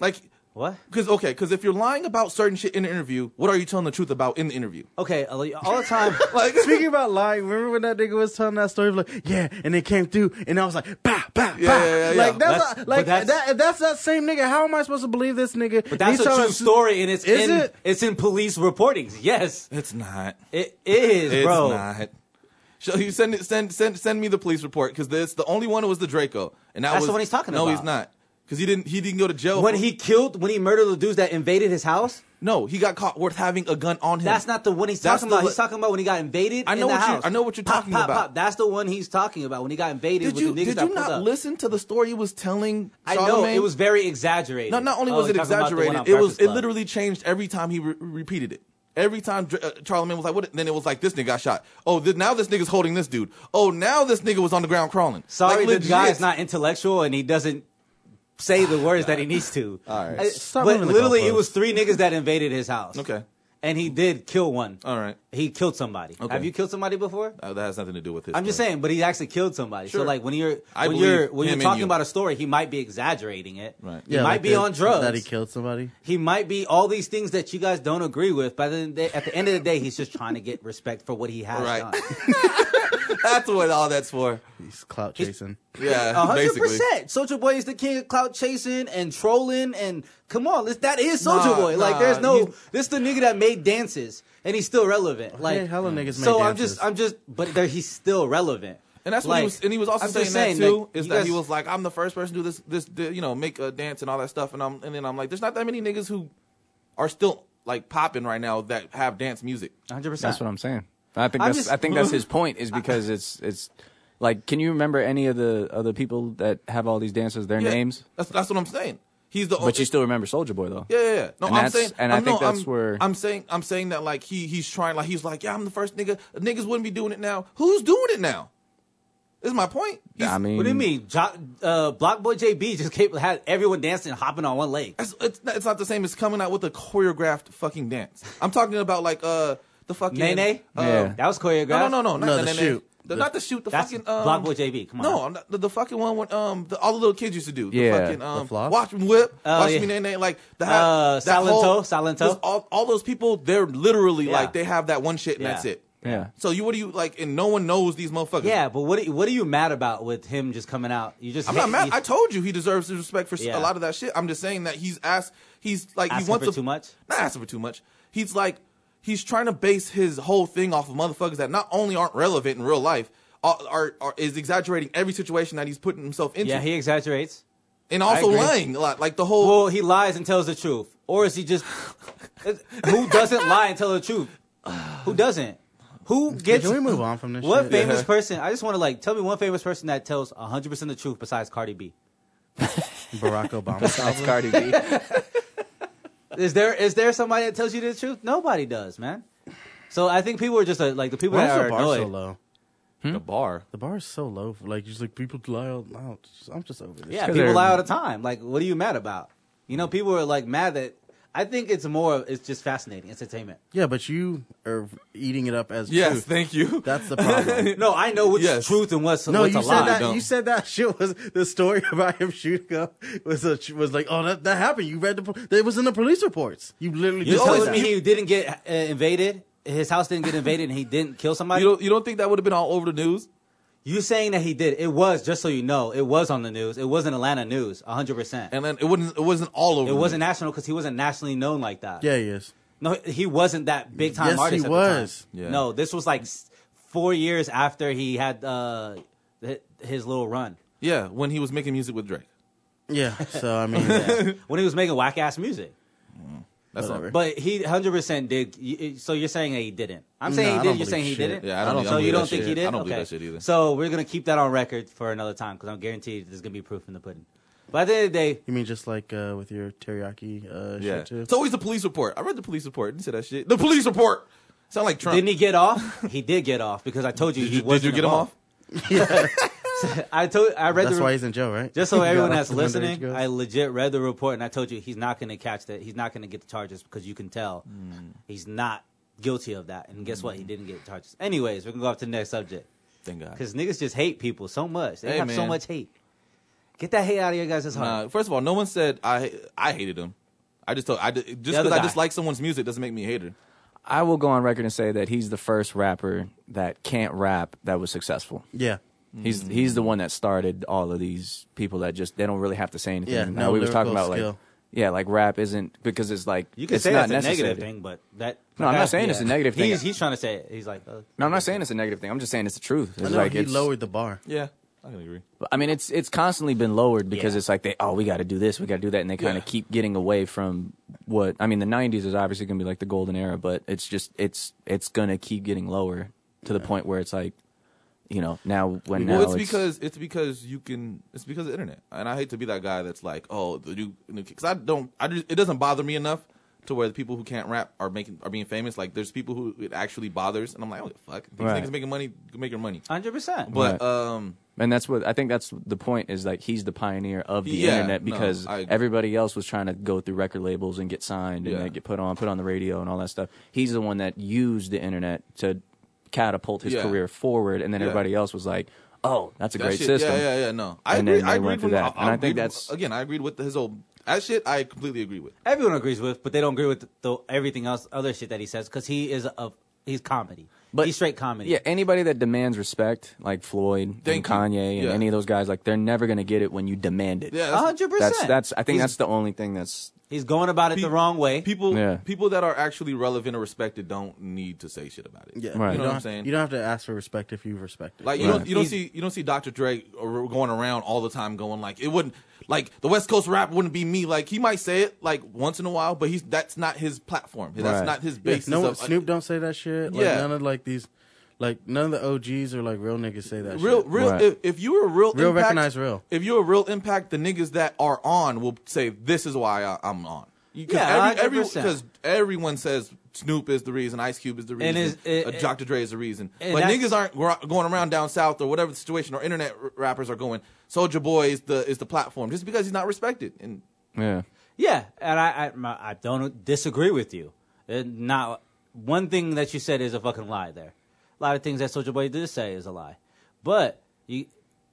Like,
what?
because okay, because if you're lying about certain shit in an interview, what are you telling the truth about in the interview?
Okay, all the time.
Like,
Speaking about lying, remember when that nigga was telling that story? of Like, yeah, and it came through, and I was like, bah, bah, bah.
Yeah, yeah, yeah,
like
yeah.
that's,
That's-
not-
but
like
that's-
that. That's that same nigga. How am I supposed to believe this nigga?
But that's
He's
a
telling-
true story, and it's
Is
in
it?
it's in police reportings. Yes,
it's not.
it is,
It's
bro.
not. So you send it, send send send me the police report because this the only one was the Draco, and that
That's
was
the one he's talking
no,
about.
No, he's not because he didn't he didn't go to jail
When
for-
he killed, when he murdered the dudes that invaded his house,
no he got caught with having a gun on him.
that's not the one he's
Hmm. That's
talking
the
about.
le-
he's talking about when he got invaded.
I
in
know
the
what you-
house.
I know what you're
Pop,
talking
pop,
about.
Pop. That's the one he's talking about when he got invaded.
Did
with
you
the niggas
did
that
you
pulled
not
up.
listen to the story he was telling?
I know
Charlemagne?
it was very exaggerated.
Not, not only
Oh,
was it
you're talking about the one
exaggerated,
on
it was
Breakfast
it
Club.
literally changed every time he re- repeated it. Every time Dr- uh, Charlemagne was like, "What?" Then it was like, "This nigga got shot." Oh, th- now this nigga's holding this dude. Oh, now this nigga was on the ground crawling.
Sorry,
like,
the
legit.
guy's not intellectual and he doesn't say the words that he needs to. All
right.
Stop
but
moving the
literally, it
goalposts.
was three niggas that invaded his house.
Okay.
And he did kill one.
All right.
He killed somebody.
Okay.
Have you killed somebody before?
Uh, that has nothing to do with his.
I'm just
story.
saying, but he actually killed somebody. So
Sure.
like when you're
I
when
believe
you're when you're
him and
talking
you.
about a story, he might be exaggerating it.
Right.
He
Yeah,
might
like
be
the-
on drugs.
That he killed somebody.
He might be all these things that you guys don't agree with, but then they, at the end of the day, he's just trying to get respect for what he has
Right.
done.
That's what all that's for.
He's clout chasing.
Yeah,
A hundred
basically.
percent. Soldier Boy is the king of clout chasing and trolling and come on, this, that is Soldier
Nah,
Boy. Like
nah,
there's no
you-
this the nigga that made dances. and he's still relevant. Like
hella niggas
So
made
I'm
dances.
just, I'm just, but there he's still relevant.
And that's what
Like,
he was, and he was also
I'm
saying,
just
that too,
like,
is
you
that he
guys-
was like, I'm the first person to do this, this, di- you know, make a dance and all that stuff, and I'm, and then I'm like, there's not that many niggas who are still like popping right now that have dance music.
100%.
That's what I'm saying. I think
I'm
that's
just-
I think that's his point is because it's it's like can you remember any of the other people that have all these dances their
Yeah.
names?
That's that's what I'm saying. He's the
But you still remember Soldier Boy though.
Yeah, yeah, yeah. No,
And
I'm
that's-
saying,
and I
I'm,
think
no,
that's
I'm-
where-
I'm saying, I'm saying that like he he's trying, like he's like, yeah, I'm the first nigga. Niggas wouldn't be doing it now. Who's doing it now? Is my point. He's-
I mean,
What do you mean? Jo- uh, Block Boy JB just came, had everyone dancing and hopping on one leg.
it's, it's not, it's not the same as coming out with a choreographed fucking dance. I'm talking about like uh the fucking
Nene? Oh,
Uh,
Yeah.
That was choreographed.
No, no, no, no,
No,
not
the
Nene.
shoot.
The,
The-
not the shoot. The
That's
fucking um,
Block Boy JB. Come on.
No, I'm not, the, the fucking one when um the, all the little kids used to do. The
Yeah.
fucking
The
um
floss?
watch me whip,
Oh,
watch
yeah.
me nene like the
Uh,
that
Silent
whole-
Toe, Silent Toe?
this- All, all those people, they're literally
Yeah.
like they have that one shit and
Yeah.
that's it.
Yeah.
So you what do you like? And no one knows these motherfuckers.
Yeah, but what are, you- what are you mad about with him just coming out? You just
I'm not
hate-
mad.
you-
I told you he deserves his respect for s-
Yeah.
a lot of that shit. I'm just saying that he's asked. He's like
Asking
he wants
for
to-
too much?
Not asking for too much. He's like he's trying to base his whole thing off of motherfuckers that not only aren't relevant in real life, are, are, are is exaggerating every situation that he's putting himself into,
yeah, he exaggerates.
and also
agree.
lying a lot. Like the whole
Well, he lies and tells the truth, or is he just who doesn't lie and tell the truth? Who doesn't? Who gets?
Can we move on from this
What
shit?
famous person? I just want to like tell me one famous person that tells 100 percent the truth besides Cardi B.
Barack Obama.
That's Cardi B.
Is there is there somebody that tells you the truth? Nobody does, man. So I think people are just uh, like the people
Why is
that
the
are
bar so
annoyed.
low?
Hmm?
the bar.
The bar is so low. For, like, just like people lie out loud. Just- I'm just over this.
Yeah,
'cause
people
they're-
lie all the time. Like, what are you mad about? You know, people are like mad that. I think it's more. of- It's just fascinating entertainment.
Yeah, but you are eating it up as
Yes,
truth.
thank you.
That's the problem.
No, I know what's
Yes.
truth and what's
No,
what's
you
a
said
lie.
that.
don't.
You said that shit was the story about him shooting up was a, was like, oh, that, that happened. You read the po- that was in the police reports. You literally
You
just
always
told
telling
that.
me he didn't get uh, invaded? His house didn't get invaded, and he didn't kill somebody.
You
You
don't you don't think that would have been all over the news?
saying that he did? It was just so you know, it was on the news. It was in Atlanta news, hundred percent.
And then it wouldn't. It wasn't all over.
It
the
wasn't
news.
national because he wasn't nationally known like that.
yeah, he is.
No, he wasn't that big time
Yes, he
artist. at
was.
The time.
Yeah.
No, this was like s- four years after he had uh, hi- his little run
Yeah, when he was making music with Drake.
Yeah. So I mean, uh, yeah.
when he was making whack ass music.
That's all
Whatever.
right.
But he hundred percent did. y- y- So you're saying that he didn't. I'm
No,
saying
I
he
don't
did. You're saying he
believe shit.
didn't. Oh,
Yeah, I don't- I don't
so you
believe
don't
that
think
shit.
he did?
I don't
okay.
believe that shit either.
So we're gonna keep that on record for another time because I'm guaranteed there's gonna be proof in the pudding. But at the end of the day,
you mean just like uh, with your teriyaki uh,
Yeah,
shit too?
it's always the police report. I read the police report. Didn't say that shit. The police report. Sound like Trump.
didn't he get off? he did get off because I told you
Did
he
you, did
wasn't
you get him
involved.
off?
I told. I read
That's
the.
why he's in jail, right?
just so
He got
everyone
off
that's
the underage
listening,
girls.
I legit read the report and I told you he's not going to catch that. He's not going to get the charges because you can tell
Mm.
he's not guilty of that. And guess what? He didn't get charges. Anyways, we're gonna go off to the next subject.
Thank God.
Because niggas just hate people so much. They
Hey,
have so
man.
much hate. Get that hate out of your guys' heart.
Uh, first of all, no one said I I hated him. I just told I did- just
other
because I
guy.
dislike someone's music doesn't make me a hater.
I will go on record and say that he's the first rapper that can't rap that was successful.
yeah.
He's
Mm.
he's the one that started all of these people that just they don't really have to say anything.
Yeah,
Like
no
we was talking
lyrical
about like
skill.
yeah, like rap isn't because it's like
you could
it's
say
not
that's a
necessary.
negative thing, but that.
No, I'm not saying it's a negative thing.
He's, he's trying to say it. He's like, uh,
No, I'm not saying it's a negative thing. I'm just saying it's the truth.
I
It's
know
like
he
it's,
lowered the bar.
Yeah, I can agree.
I mean, it's it's constantly been lowered because
Yeah.
it's like they oh we got to do this, we got to do that, and they kind
Yeah.
of keep getting away from what I mean. The '90s is obviously going to be like the golden era, but it's just it's it's going to keep getting lower to the point where it's like you know now when
well,
now
it's, because it's because you can. It's because of the internet, and I hate to be that guy that's like, oh, the new because I don't. I just it doesn't bother me enough to where the people who can't rap are making are being famous. Like there's people who it actually bothers, and I'm like, oh fuck, these
Right.
niggas making money, make your money.
100%.
But
Right.
um,
and that's what I think that's the point is like he's the pioneer of the
Yeah,
internet
no,
because
I-
everybody else was trying to go through record labels and get signed and
Yeah.
like, get put on put on the radio and all that stuff. He's the one that used the internet to catapult his
Yeah.
career forward, and then
Yeah.
everybody else was like. Oh, that's a
that
great
shit,
system.
Yeah, yeah, yeah. No, I
And
agree.
then
I
they
agree
went
with
through that.
I,
And I
agreed
think
with-
that's-
again, I agreed with his whole that shit. I completely agree with.
Everyone agrees with, but they don't agree with the, everything else, other shit that he says, because he is a. He's comedy.
But-
he's straight comedy.
Yeah, anybody that demands respect, like Floyd
Thank you.
and Kanye and
Yeah.
any of those guys, like they're never gonna get it when you demand it.
Yeah, that's-
hundred percent.
that's that's. I think
He's-
that's the only thing that's
He's going about it the
Pe-
wrong way.
People,
Yeah.
people that are actually relevant or respected don't need to say shit about it.
Yeah,
Right.
You
You know
don't
what I'm
have-
saying?
You don't have to ask for respect if you respect it.
Like you
Right.
don't you don't
He's-
see you don't see Dr. Dre or- going around all the time going like it wouldn't like the West Coast rap wouldn't be me like he might say it like once in a while but he's that's not his platform that's
Right.
not his
Yeah,
basis
no
of, uh,
Snoop don't say that shit. Like,
Yeah.
none of like these, like none of the OGs or like real niggas say that.
real
shit.
real
Right.
if, if you were a real
Real
impact,
recognize real.
if you're a real impact the niggas that are on will say this is why I, I'm on
Yeah,
every,
100%.
cause everyone says Snoop is the reason Ice Cube is the reason
And is- it-
uh,
it-
Dr. Dre is the reason
and
but
that's-
niggas aren't gro- going around down south or whatever the situation or internet r- rappers are going Soldier Boy is the is the platform just because he's not respected and
Yeah.
Yeah, and I I, my, I don't disagree with you. Uh, Not one thing that you said is a fucking lie. There, a lot of things that Soldier Boy did say is a lie, but you,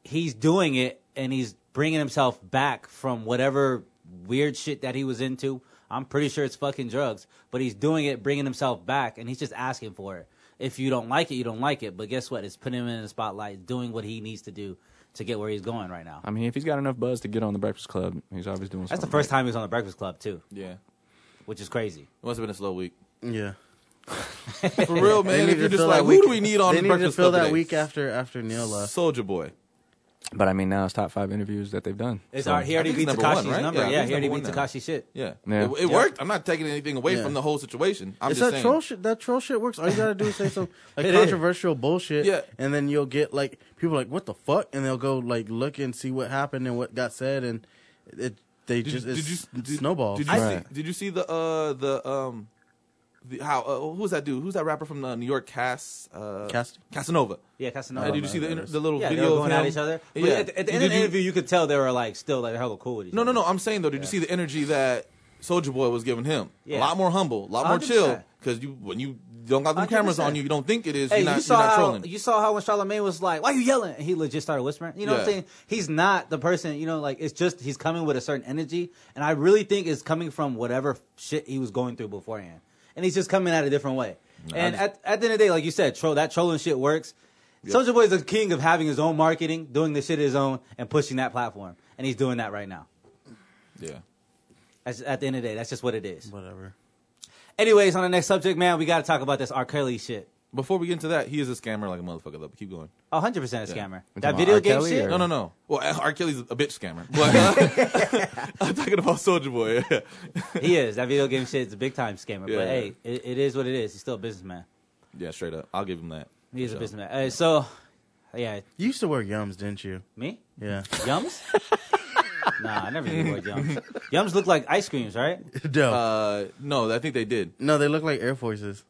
he's doing it and he's bringing himself back from whatever weird shit that he was into. I'm pretty sure it's fucking drugs, but he's doing it, bringing himself back, and he's just asking for it. If you don't like it, you don't like it. But guess what? It's putting him in the spotlight, doing what he needs to do to get where he's going right now.
I mean, if he's got enough buzz to get on the Breakfast Club, he's always doing.
That's the
something
first time he was on the Breakfast Club too,
yeah
which is crazy.
It must have been a slow week.
Yeah.
For real,
They
man.
need
If
to
you're just
fill
like,
that
who
week-
do we need on the
They need to
Breakfast
fill
Club
that
today?
week after after Neil left.
Soldier Boy.
Right. But I mean, now it's top five interviews that they've done.
It's
So-
our, he already
I think
beat
it's number one,
Takashi's
right?
number.
Yeah, I
Yeah,
think
he
it's
already beat
number one now.
Takashi shit.
Yeah,
Yeah.
it, it worked. I'm not taking anything away
Yeah.
from the whole situation. I'm
it's
just
that
saying.
troll shit. That troll shit works. All you gotta do is say some like
It is.
controversial bullshit,
Yeah.
and then you'll get like people like, "What the fuck?" and they'll go like look and see what happened and what got said, and it they just it's snowballs.
Did you,
Right.
see, did you see the uh, the um the how uh, who was that dude? Who's that rapper from uh, New York? Cass uh,
Cass-
Casanova.
Yeah,
Uh,
Casanova.
did you see the inter- the little
yeah,
video
they were
of
going
him?
at each other. But
Yeah.
At the, at the
Did
end of the
you-
interview, you could tell they were like still like hella cool with each
No,
other.
no, no. I'm saying though, did you see the energy that Soldier Boy was giving him?
Yeah.
A lot more humble, a lot more
100%.
chill. Because you when you don't got them cameras on
100%.
you, you don't think it is.
Hey,
you're not,
you saw
you're not
how
trolling.
you saw how when Charlamagne was like, "Why you yelling?" and he legit started whispering. You know what I'm
Yeah.
saying? He's not the person. You know, like it's just he's coming with a certain energy, and I really think it's coming from whatever shit he was going through beforehand, and he's just coming at a different way. and
just-
at, at the end of the day, like you said, troll that trolling shit works. Soldier Boy is the king of having his own marketing, doing the shit his own, and pushing that platform, and he's doing that right now.
yeah.
That's, at the end of the day, that's just what it is.
Whatever.
Anyways, on the next subject, man, we got to talk about this R. Kelly shit.
Before we get into that, he is a scammer like a motherfucker. Though, but keep going.
A 100% a scammer.
We
That
talking
video
about R.
game
Kelly
shit?
or-
No, no, no. Well, R. Kelly's a bitch scammer. But, uh, I'm talking about Soldier Boy. yeah.
He is. That video game shit is a big time scammer.
Yeah.
But hey, it, it is what it is. He's still a businessman.
yeah, straight up. I'll give him that.
He is
So,
a businessman. Hey, so, yeah,
You used to wear yums, didn't you?
me?
Yeah.
Yums? nah, I never used the word yums. Yums look like ice creams, right?
no.
Uh, no, I think they did.
no, they look like Air Forces.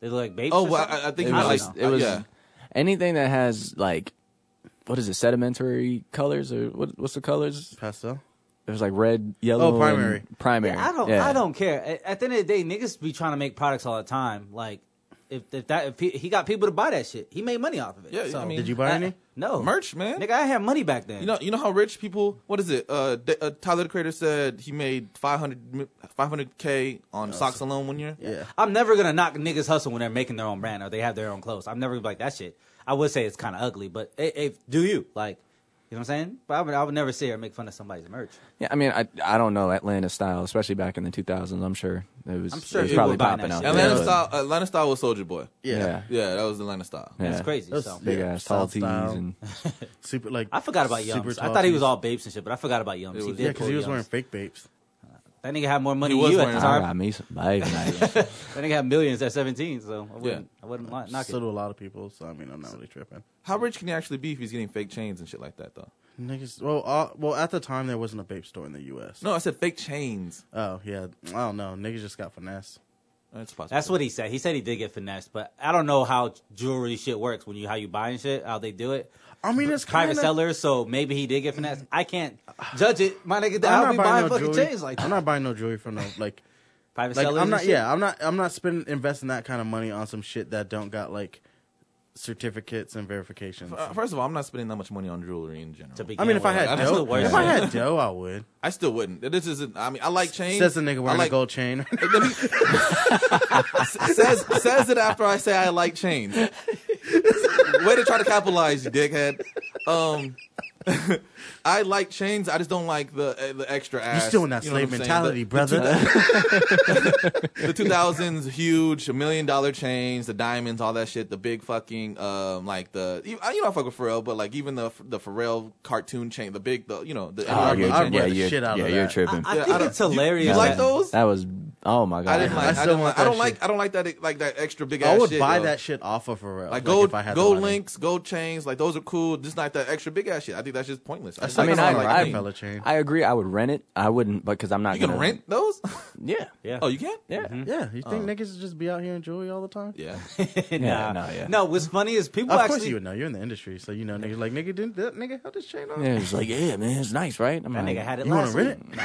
They look like babes.
Oh,
or
well,
something?
I, I think
It
I
was
don't
like
just,
know.
it was
yeah.
anything that has like, what is it? Sedimentary colors or what, what's the colors?
Pastel.
It was like red, yellow. and
primary.
Primary.
I don't.
Yeah.
I don't care. At, at the end of the day, niggas be trying to make products all the time. Like, if, if that if he, he got people to buy that shit, he made money off of it.
Yeah,
so,
I mean-
Did you buy
I-
any?
no
Merch, man.
Nigga, I had money back then.
You know, you know how rich people. What is it? Uh, the- uh Tyler the Creator said he made 500 k on socks alone one year.
Yeah.
I'm never gonna knock niggas hustle when they're making their own brand or they have their own clothes. I'm never gonna be like that shit. I would say it's kind of ugly, but hey, hey, do you like? You know what I'm saying? But I would, I would never sit here and make fun of somebody's merch.
Yeah, I mean, I I don't know Atlanta style, especially back in the 2000s. I'm sure it was.
I'm sure
it was
people
probably
were buying
popping
that
up.
shit.
Atlanta
Yeah.
style. Atlanta style was Soldier Boy.
Yeah.
Yeah.
Yeah, that was Atlanta style.
Yeah.
It's crazy.
That's-
so.
Big
Yeah.
ass tall
South
tees
style.
and
Super like
I forgot about Yums.
super
I
tall
thought he was
tees.
all babes and shit, but I forgot about Yums.
It
he
was-
did
Yeah, because
pull
he was
Yums.
wearing fake babes.
That nigga had more money
He
than
was
you at the
wearing-
I
time.
got me some Oh, babe, mate.
That nigga had millions at 17, so I wouldn't, I wouldn't li- knock
So
it.
do a lot of people. So I mean, I'm not really tripping.
How rich can he actually be if he's getting fake chains and shit like that though?
Niggas. Well, uh, well, at the time there wasn't a vape store in the U.S.
No, I said fake chains.
Oh yeah. I don't know. Niggas just got finesse.
That's possible.
That's what he said. He said he did get finessed, but I don't know how jewelry shit works when you how you buying shit, how they do it.
I mean, it's
private
kinda-
sellers, so maybe he did get finessed. I can't judge it. My nigga,
I'm
I'll
not
be
buying
buying
no
fucking
jewelry.
chains like
I'm
that.
not buying no jewelry from no like.
Private
like
sellers.
I'm not.
and shit?
Yeah, I'm not. I'm not spending investing that kind of money on some shit that don't got like certificates and verifications.
Uh, first of all, I'm not spending that much money on jewelry in general.
To begin
I mean, if I
with,
had
like, that's the
dough,
worst
if I
shit.
had dough, I would.
I still wouldn't. This isn't. I mean, I like chains.
Says the nigga
I
wearing
like,
a gold chain.
Let me- says says it after I say I like chains. Way to try to capitalize, you dickhead. Um, I like chains. I just don't like the uh, the extra ass.
You're still in that
You know
slave
what I'm saying?
mentality,
The-
brother.
the 2000s huge a million dollar chains the diamonds all that shit the big fucking um like the you, I- you know I fuck with Pharrell but like even the the Pharrell cartoon chain the big the you know the
Oh,
I'd
you're,
rip
yeah,
the
you're,
shit out
yeah,
of
you're
that.
tripping.
I,
Yeah,
think
don't-
it's
you-
hilarious.
You, like
that-
those?
That was oh my god.
I didn't like. I,
still
didn't
want
like, I
that
don't like.
shit.
I don't like that. Like that extra big ass.
I would
shit,
buy
though.
that shit off of Pharrell.
Like gold,
if I had the
gold
money.
links, gold chains. Like those are cool. Just not that extra big ass shit. I think that's just pointless. I, just
I
I
like
mean,
something
I,
like
I-
Rockefeller chain.
I agree. I would rent it. I wouldn't, but because I'm not
you can
gonna
rent those.
Yeah,
Yeah.
oh, you can.
yeah.
Mm-hmm.
Yeah, you think niggas just be out here in jewelry all the time?
Yeah.
Yeah, no, yeah.
No, what's funny is people
of course
actually
you would know. You're in the industry, so you know niggas like nigga didn't that nigga held this chain on.
Yeah, it's like, yeah, man, it's nice, right? I'm
that
like,
nigga had it
You want
last
to
week.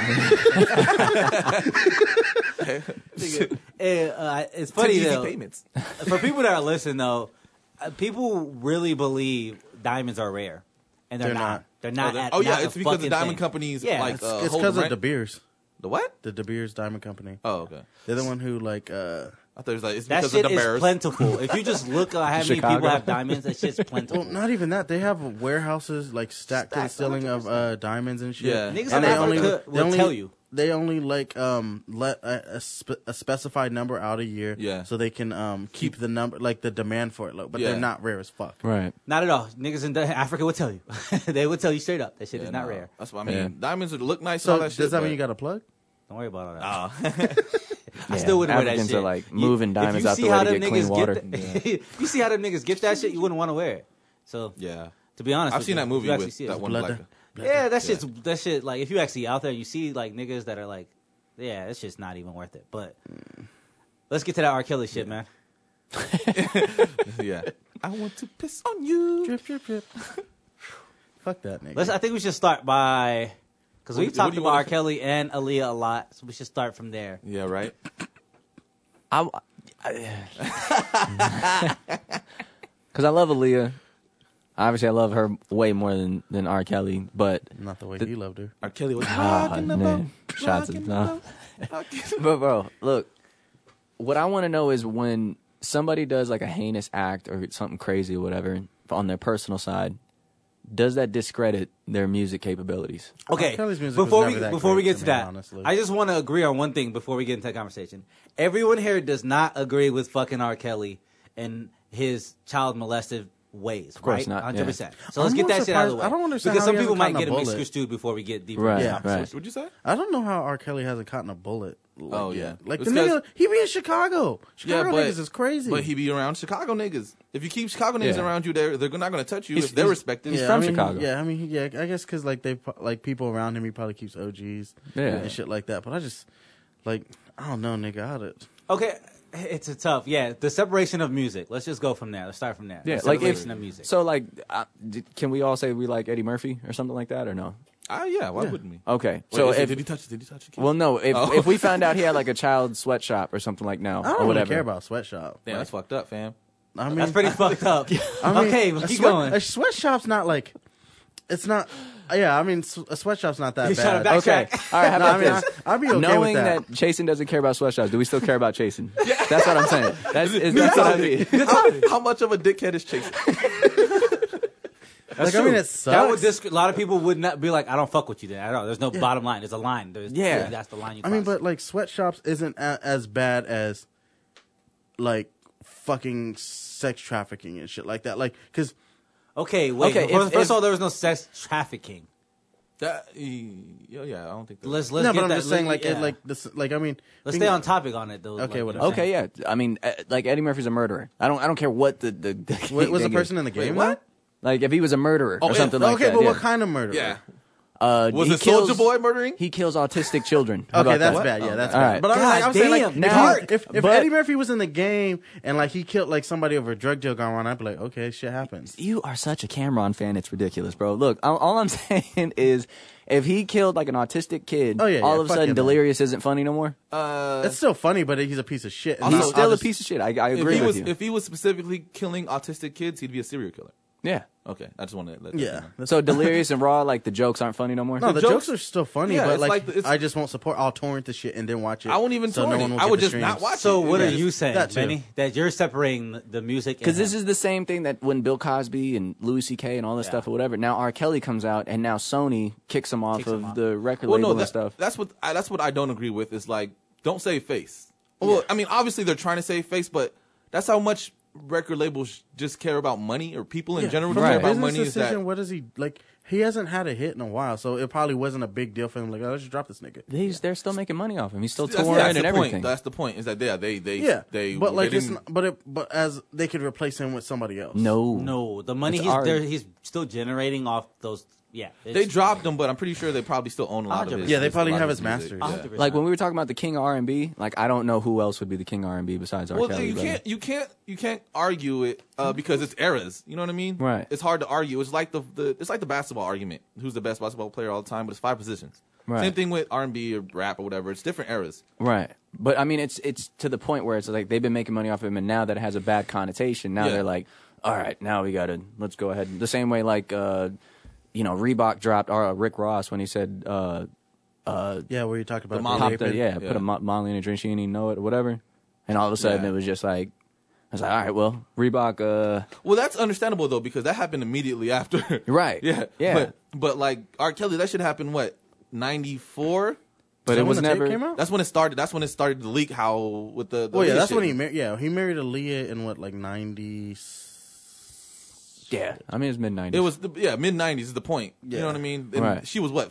rent it?
Eh, uh, it's funny
Easy
though.
payments.
for people that are listening though, uh, people really believe diamonds are rare, and they're,
They're
not.
not.
They're not.
Oh, they're-
at-
oh, yeah,
not a
it's because the
fucking
diamond
thing.
companies,
Yeah,
like,
it's-
uh,
It's
hold
because
the
of
rent.
De Beers,
The what?
the De Beers Diamond Company.
Oh, okay.
They're the one who like uh
I thought it was like it's
that
because
shit
of the
is
bears.
plentiful. if you just look at how many people
Chicago.
have diamonds, that shit's
well,
plentiful.
not even that. They have warehouses like stacked to the
Stacked,
ceiling of uh, diamonds and shit.
Yeah. Niggas
in
they
Africa will
they only-
tell you.
They only like um let a, a, spe- a specified number out a year.
Yeah.
So they can um keep the number like the demand for it low, but
Yeah.
they're not rare as fuck.
right.
Not at all. Niggas in di- Africa will tell you. they will tell you straight up. That shit is not
No,
rare.
That's what I mean.
Yeah.
Diamonds would look nice. and
So
all that
does
shit,
that mean
but-
you got a plug?
Don't worry about all that.
Ah.
I still wouldn't wear that
Oh. Africans
shit.
are like
You-
moving
if
diamonds
you
out
see
the
how
way to
them
get
niggas
clean water.
that- you see how them niggas get that shit, you wouldn't want to wear it. So
yeah.
to be honest,
I've
with
seen
you,
that movie
you actually
with
see it.
that one
Blood-
black.
Yeah, that shit's that shit. Like if you actually out there, you see like niggas that are like, yeah, that's just not even worth it. But let's get to that R. Kelly shit, man.
yeah. I want to piss on you.
Drip drip drip. fuck that nigga.
Let's. I think we should start by because we've
What do
talked
you
about
wanna
R.
say?
Kelly and Aaliyah a lot, so we should start from there.
Yeah. Right.
I, because I love Aaliyah. Obviously, I love her way more than than R. Kelly, but
not the way
The-
you loved her.
R. Kelly was
Ah,
rocking the boat.
man. shots
rocking
of
the
no.
boat, rocking the
But bro, look, what I want to know is when somebody does like a heinous act or something crazy or whatever on their personal side, does that discredit their music capabilities?
Okay,
Kelly's music was
before
never
we
that
before we
great
get
to
to,
me,
that,
honestly.
I just want to agree on one thing before we get into that conversation. Everyone here does not agree with fucking R. Kelly and his child molested ways. Of right?
course not, yeah.
100%. So let's
I'm
get
more
that shit out of the
surprised-
way.
I don't understand
because
how
some
he
people
hasn't
might
gotten
get
a
him
bullet.
excused before we get deeper.
Right,
into
Yeah.
that
right.
What'd you say?
I don't know how R. Kelly hasn't gotten a bullet. Like,
Oh,
yet.
yeah.
like
It's
the
'cause-
nigga, he be in Chicago. Chicago niggas is crazy.
But he be around Chicago niggas. If you keep Chicago niggas
Yeah.
around you, they're they're not going to touch you
He's-
if they're
he's-
respected.
he's
yeah,
from
I mean,
Chicago.
Yeah, I mean, he- yeah, I guess because like they pro- like people around him, he probably keeps OGs,
Yeah.
and shit like that. But I just like I don't know, nigga. I'd have-
Okay, it's a tough. Yeah, the separation of music. Let's just go from there. Let's start from there.
Yeah,
the
like
separation
if,
of music.
So like, uh, d- can we all say we like Eddie Murphy or something like that or no?
Ah, yeah. Why wouldn't we?
Okay,
Wait,
Uh, so
is it-
if
did he touch it? Did he touch it?
well, no, if
Oh.
if we found out he had like a child sweatshop or something like now
I don't
or
really
whatever,
care about sweatshop.
Damn,
Like,
that's fucked up, fam.
I mean,
that's pretty fucked up.
I mean,
okay,
a
but keep
sweat-
going.
A sweatshop's not like it's not. Yeah, I mean, s- a sweatshop's not that
He's trying to
bad.
back-
okay,
Backtrack.
all right, how
No, I
about
mean,
this?
I, would be okay
Knowing
with that.
that. Jason doesn't care about sweatshops, do we still care about Jason? That's what I'm saying. That's, is, that's what I mean.
how, how much of a dickhead is Chase?
like, I mean, it sucks.
That would disc- a lot of people would not be like, I don't fuck with you then at all. There's no bottom line. There's a line. There's,
Yeah.
that's the line you.
I mean,
cross.
but like sweatshops isn't a- as bad as like fucking sex trafficking and shit like that. Like, cause
okay, wait.
Okay,
first,
if-
first
if-
of all, there was no sex trafficking.
That, yeah, yeah, I don't think that.
Let's let's
no,
get
but I'm
that.
just saying like
yeah.
it, like this like I mean,
let's
being-
stay on topic on it though.
Okay,
like,
whatever.
Okay, yeah. I mean, uh, like Eddie Murphy's a murderer. I don't. I don't care what the the. the
Wait, was the
thing
person
is.
in the game?
what?
Like if he was a murderer
Oh,
or
yeah.
something
though?
like
okay,
that.
but
yeah.
what kind of murder?
yeah.
Uh,
Was
he
it Soldier
kills-
Boy murdering?
He kills autistic children. How
Okay,
about
that's
that?
bad. Yeah, that's
All
bad.
right.
But I'm like,
God
I'm saying
damn,
like
now-
if, if, if
but-
Eddie Murphy was in the game and like he killed like somebody over a drug deal gone wrong, I'd be like, okay, shit happens.
You are such a Cameron fan. It's ridiculous, bro. Look, all, all I'm saying is, if he killed like an autistic kid,
Oh, yeah,
all
yeah,
of a
fuck
sudden
him, man.
delirious isn't funny no more.
Uh,
It's still funny, but he's a piece of shit. And
He's
I'll-
still
I'll
a
just-
piece of shit. I, I
if
agree
he
with
was
you.
if he was specifically killing autistic kids, he'd be a serial killer.
Yeah.
Okay, I just wanted to let that
Yeah.
know.
So delirious and raw, like the jokes aren't funny no more.
No, the, jokes,
jokes-
are still funny,
Yeah,
but
it's
like,
like the- it's-
I just won't support. I'll torrent the shit and then watch it.
I won't even
so
torrent
no
it.
one will
I
get
would
the
just
streams.
not watch
So
it.
what
Yeah,
are you saying,
that too.
Benny? That you're separating the- the music
Because
and
this
him.
is the same thing that when Bill Cosby and Louis C.K. and all this
Yeah.
stuff or whatever. Now R. Kelly comes out, and now Sony kicks him off
Kicks
of
him off.
the record
Well,
label
no,
and
that-
stuff.
that's what I, that's what I don't agree with. Is like don't save face. Well, I mean, obviously they're trying to save face, but that's how much record labels just care about money or people in general
From
care
a
Right.
about
business
money. Is
decision,
that
what is he like? He hasn't had a hit in a while, so it probably wasn't a big deal for him. Like, oh, let's just drop this nigga.
He's, They're still making money off him. He's still
that's, that's
touring and
the
everything.
point. That's the point. Is that they they they
Yeah,
they
but like
they
it's
didn't-
not, but it but as they could replace him with somebody else.
No,
no the money
It's
he's
art.
there, he's still generating off those. Yeah,
they dropped him, but I'm pretty sure they probably still own a lot of
100%.
it.
Yeah, they
probably have his masters.
Like when we were talking about the king of R and B, like I don't know who else would be the king of R and B besides R.
Well,
Kelly.
you
brother. Mm-hmm.
can't, you can't, you can't argue it uh, because it's eras. You know what I mean?
Right.
It's hard to argue. It's like the, the it's like the basketball argument. Who's the best basketball player all the time? But it's five positions.
Right.
Same thing with R and B or rap or whatever. It's different eras.
Right. But I mean, it's it's to the point where it's like they've been making money off of him, and now that it has a bad connotation, now
Yeah.
they're like, all right, now we gotta let's go ahead. and-" The same way like, uh, you know, Reebok dropped uh, Rick Ross when he said, uh,
Yeah, where you talking about
Molly.
the
pop the
raping?
yeah,
Yeah.
put a mo- Molly in a drink, she didn't even know it, or whatever. And all of a sudden,
Yeah.
it was just like, I was like, all right, well, Reebok, uh,
Well, that's understandable though because that happened immediately after.
Right.
yeah.
Yeah.
But, but like R. Kelly, that should happen what ninety four.
but
that
it
when
was
the tape
never.
came out?
That's when it started. That's when it started to leak. How with the, the
Well, yeah, that's
leadership.
when he married. Yeah, he married Aaliyah in what like ninety.
Yeah, I mean, it's mid nineties.
It was the, yeah mid nineties is the point. You know what I mean? And
Right.
She was what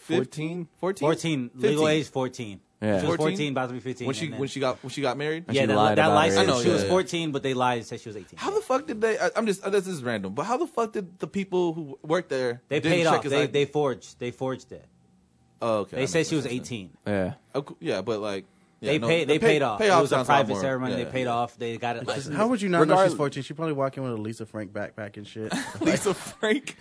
15? 14?
14 legal age 14.
Yeah.
She was
14?
14, about to be 15.
when she
and then-
when she got when she got married.
yeah,
she
that,
lied
that
about her
license.
age. I know,
she
yeah,
was
yeah.
14, but they lied and said she was 18.
How the fuck did they? I, I'm just this is random, but how the fuck did the people who worked there
they
didn't
paid
check
off.
his
They,
ID?
they forged. They forged it.
oh, okay. I
They
know
said she was
what you're saying.
18.
yeah.
Oh, cool. yeah, but like yeah,
they
no,
paid.
the
They
pay-
paid off.
payoff
it was a
sounds lot
private
more-
ceremony.
yeah,
they paid
yeah.
off. They got it. licensed.
How would you not know
Regardless-
she's fourteen? She probably walking with a Lisa Frank backpack and shit.
Lisa Frank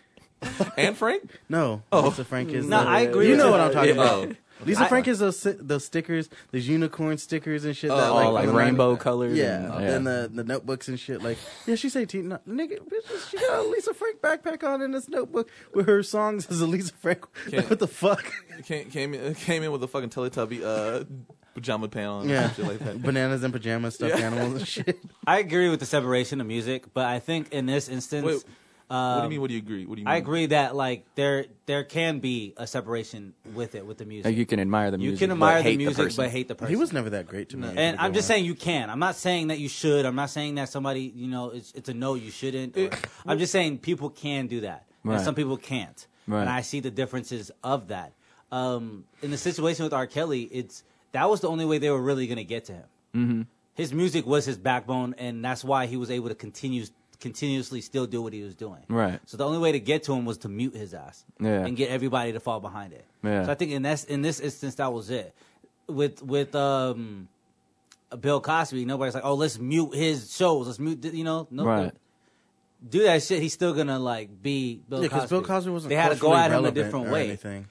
and Frank.
No, Lisa Frank is.
No,
the-
I agree
You
with
know
you.
what I'm talking
Oh. Yeah.
about.
Oh.
Lisa
I-
Frank is those si- those stickers, those unicorn stickers and shit. that,
Oh,
like,
All like
on the-
rainbow colored.
Yeah,
and,
and the, the notebooks and shit. Like, yeah, she's 18. No, nigga, bitch, she got a Lisa Frank backpack on in this notebook with her songs as a Lisa Frank.
Can't-
what the fuck?
Came came in, came in with a fucking Teletubby uh, pajama pants and
Yeah.
shit like that.
Bananas and pajamas, stuffed
Yeah.
animals and shit.
I agree with the separation of music, but I think in this instance,
Wait,
um,
what do you mean? What do you agree? What do you mean?
I agree that like there there can be a separation with it with the music.
Like you can admire the
You
music.
can
but
admire
hate
the music,
person.
but hate the person.
He was never that great to me.
And I'm just saying you can. I'm not saying that you should. I'm not saying that somebody, you know, it's, it's a no, you shouldn't. or-
It-
I'm just saying people can do that.
Right.
And some people can't.
Right.
And I see the differences of that. Um, in the situation with R. Kelly, it's that was the only way they were really going to get to him. Mm-hmm. His music was his backbone, and that's why he was able to continue continuously still do what he was doing.
Right.
So the only way to get to him was to mute his ass
Yeah.
and get everybody to fall behind it.
Yeah.
So I think in this in this instance that was it. With with um Bill Cosby, nobody's like, oh, let's mute his shows. Let's mute, th- you know, no,
Right.
do that shit. He's still gonna like be Bill
Yeah,
Cosby.
because Bill Cosby wasn't.
They had to go
culturally
at him a
relevant
different
or
way.
Anything.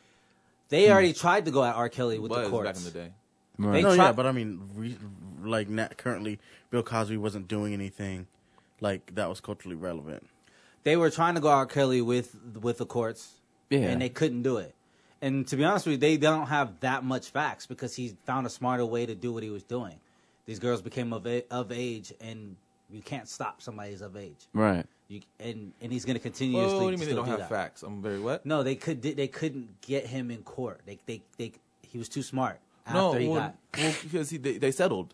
They already
Mm.
tried to go at R. Kelly with
Was
the
back
courts.
in the day.
They
no,
tried,
yeah, but I mean, re- like not currently, Bill Cosby wasn't doing anything like that was culturally relevant.
they were trying to go R. Kelly with with the courts,
Yeah.
and they couldn't do it. And to be honest with you, they don't have that much facts because he found a smarter way to do what he was doing. These girls became of a- of age, and you can't stop somebody's of age.
Right.
You, and and he's gonna
Well,
continuously
what do you mean
still
they don't
do
have
that.
facts? I'm very what?
No, they could. They couldn't get him in court. They, they, they. He was too smart. After
No,
he
well,
got.
well, because he, they, they settled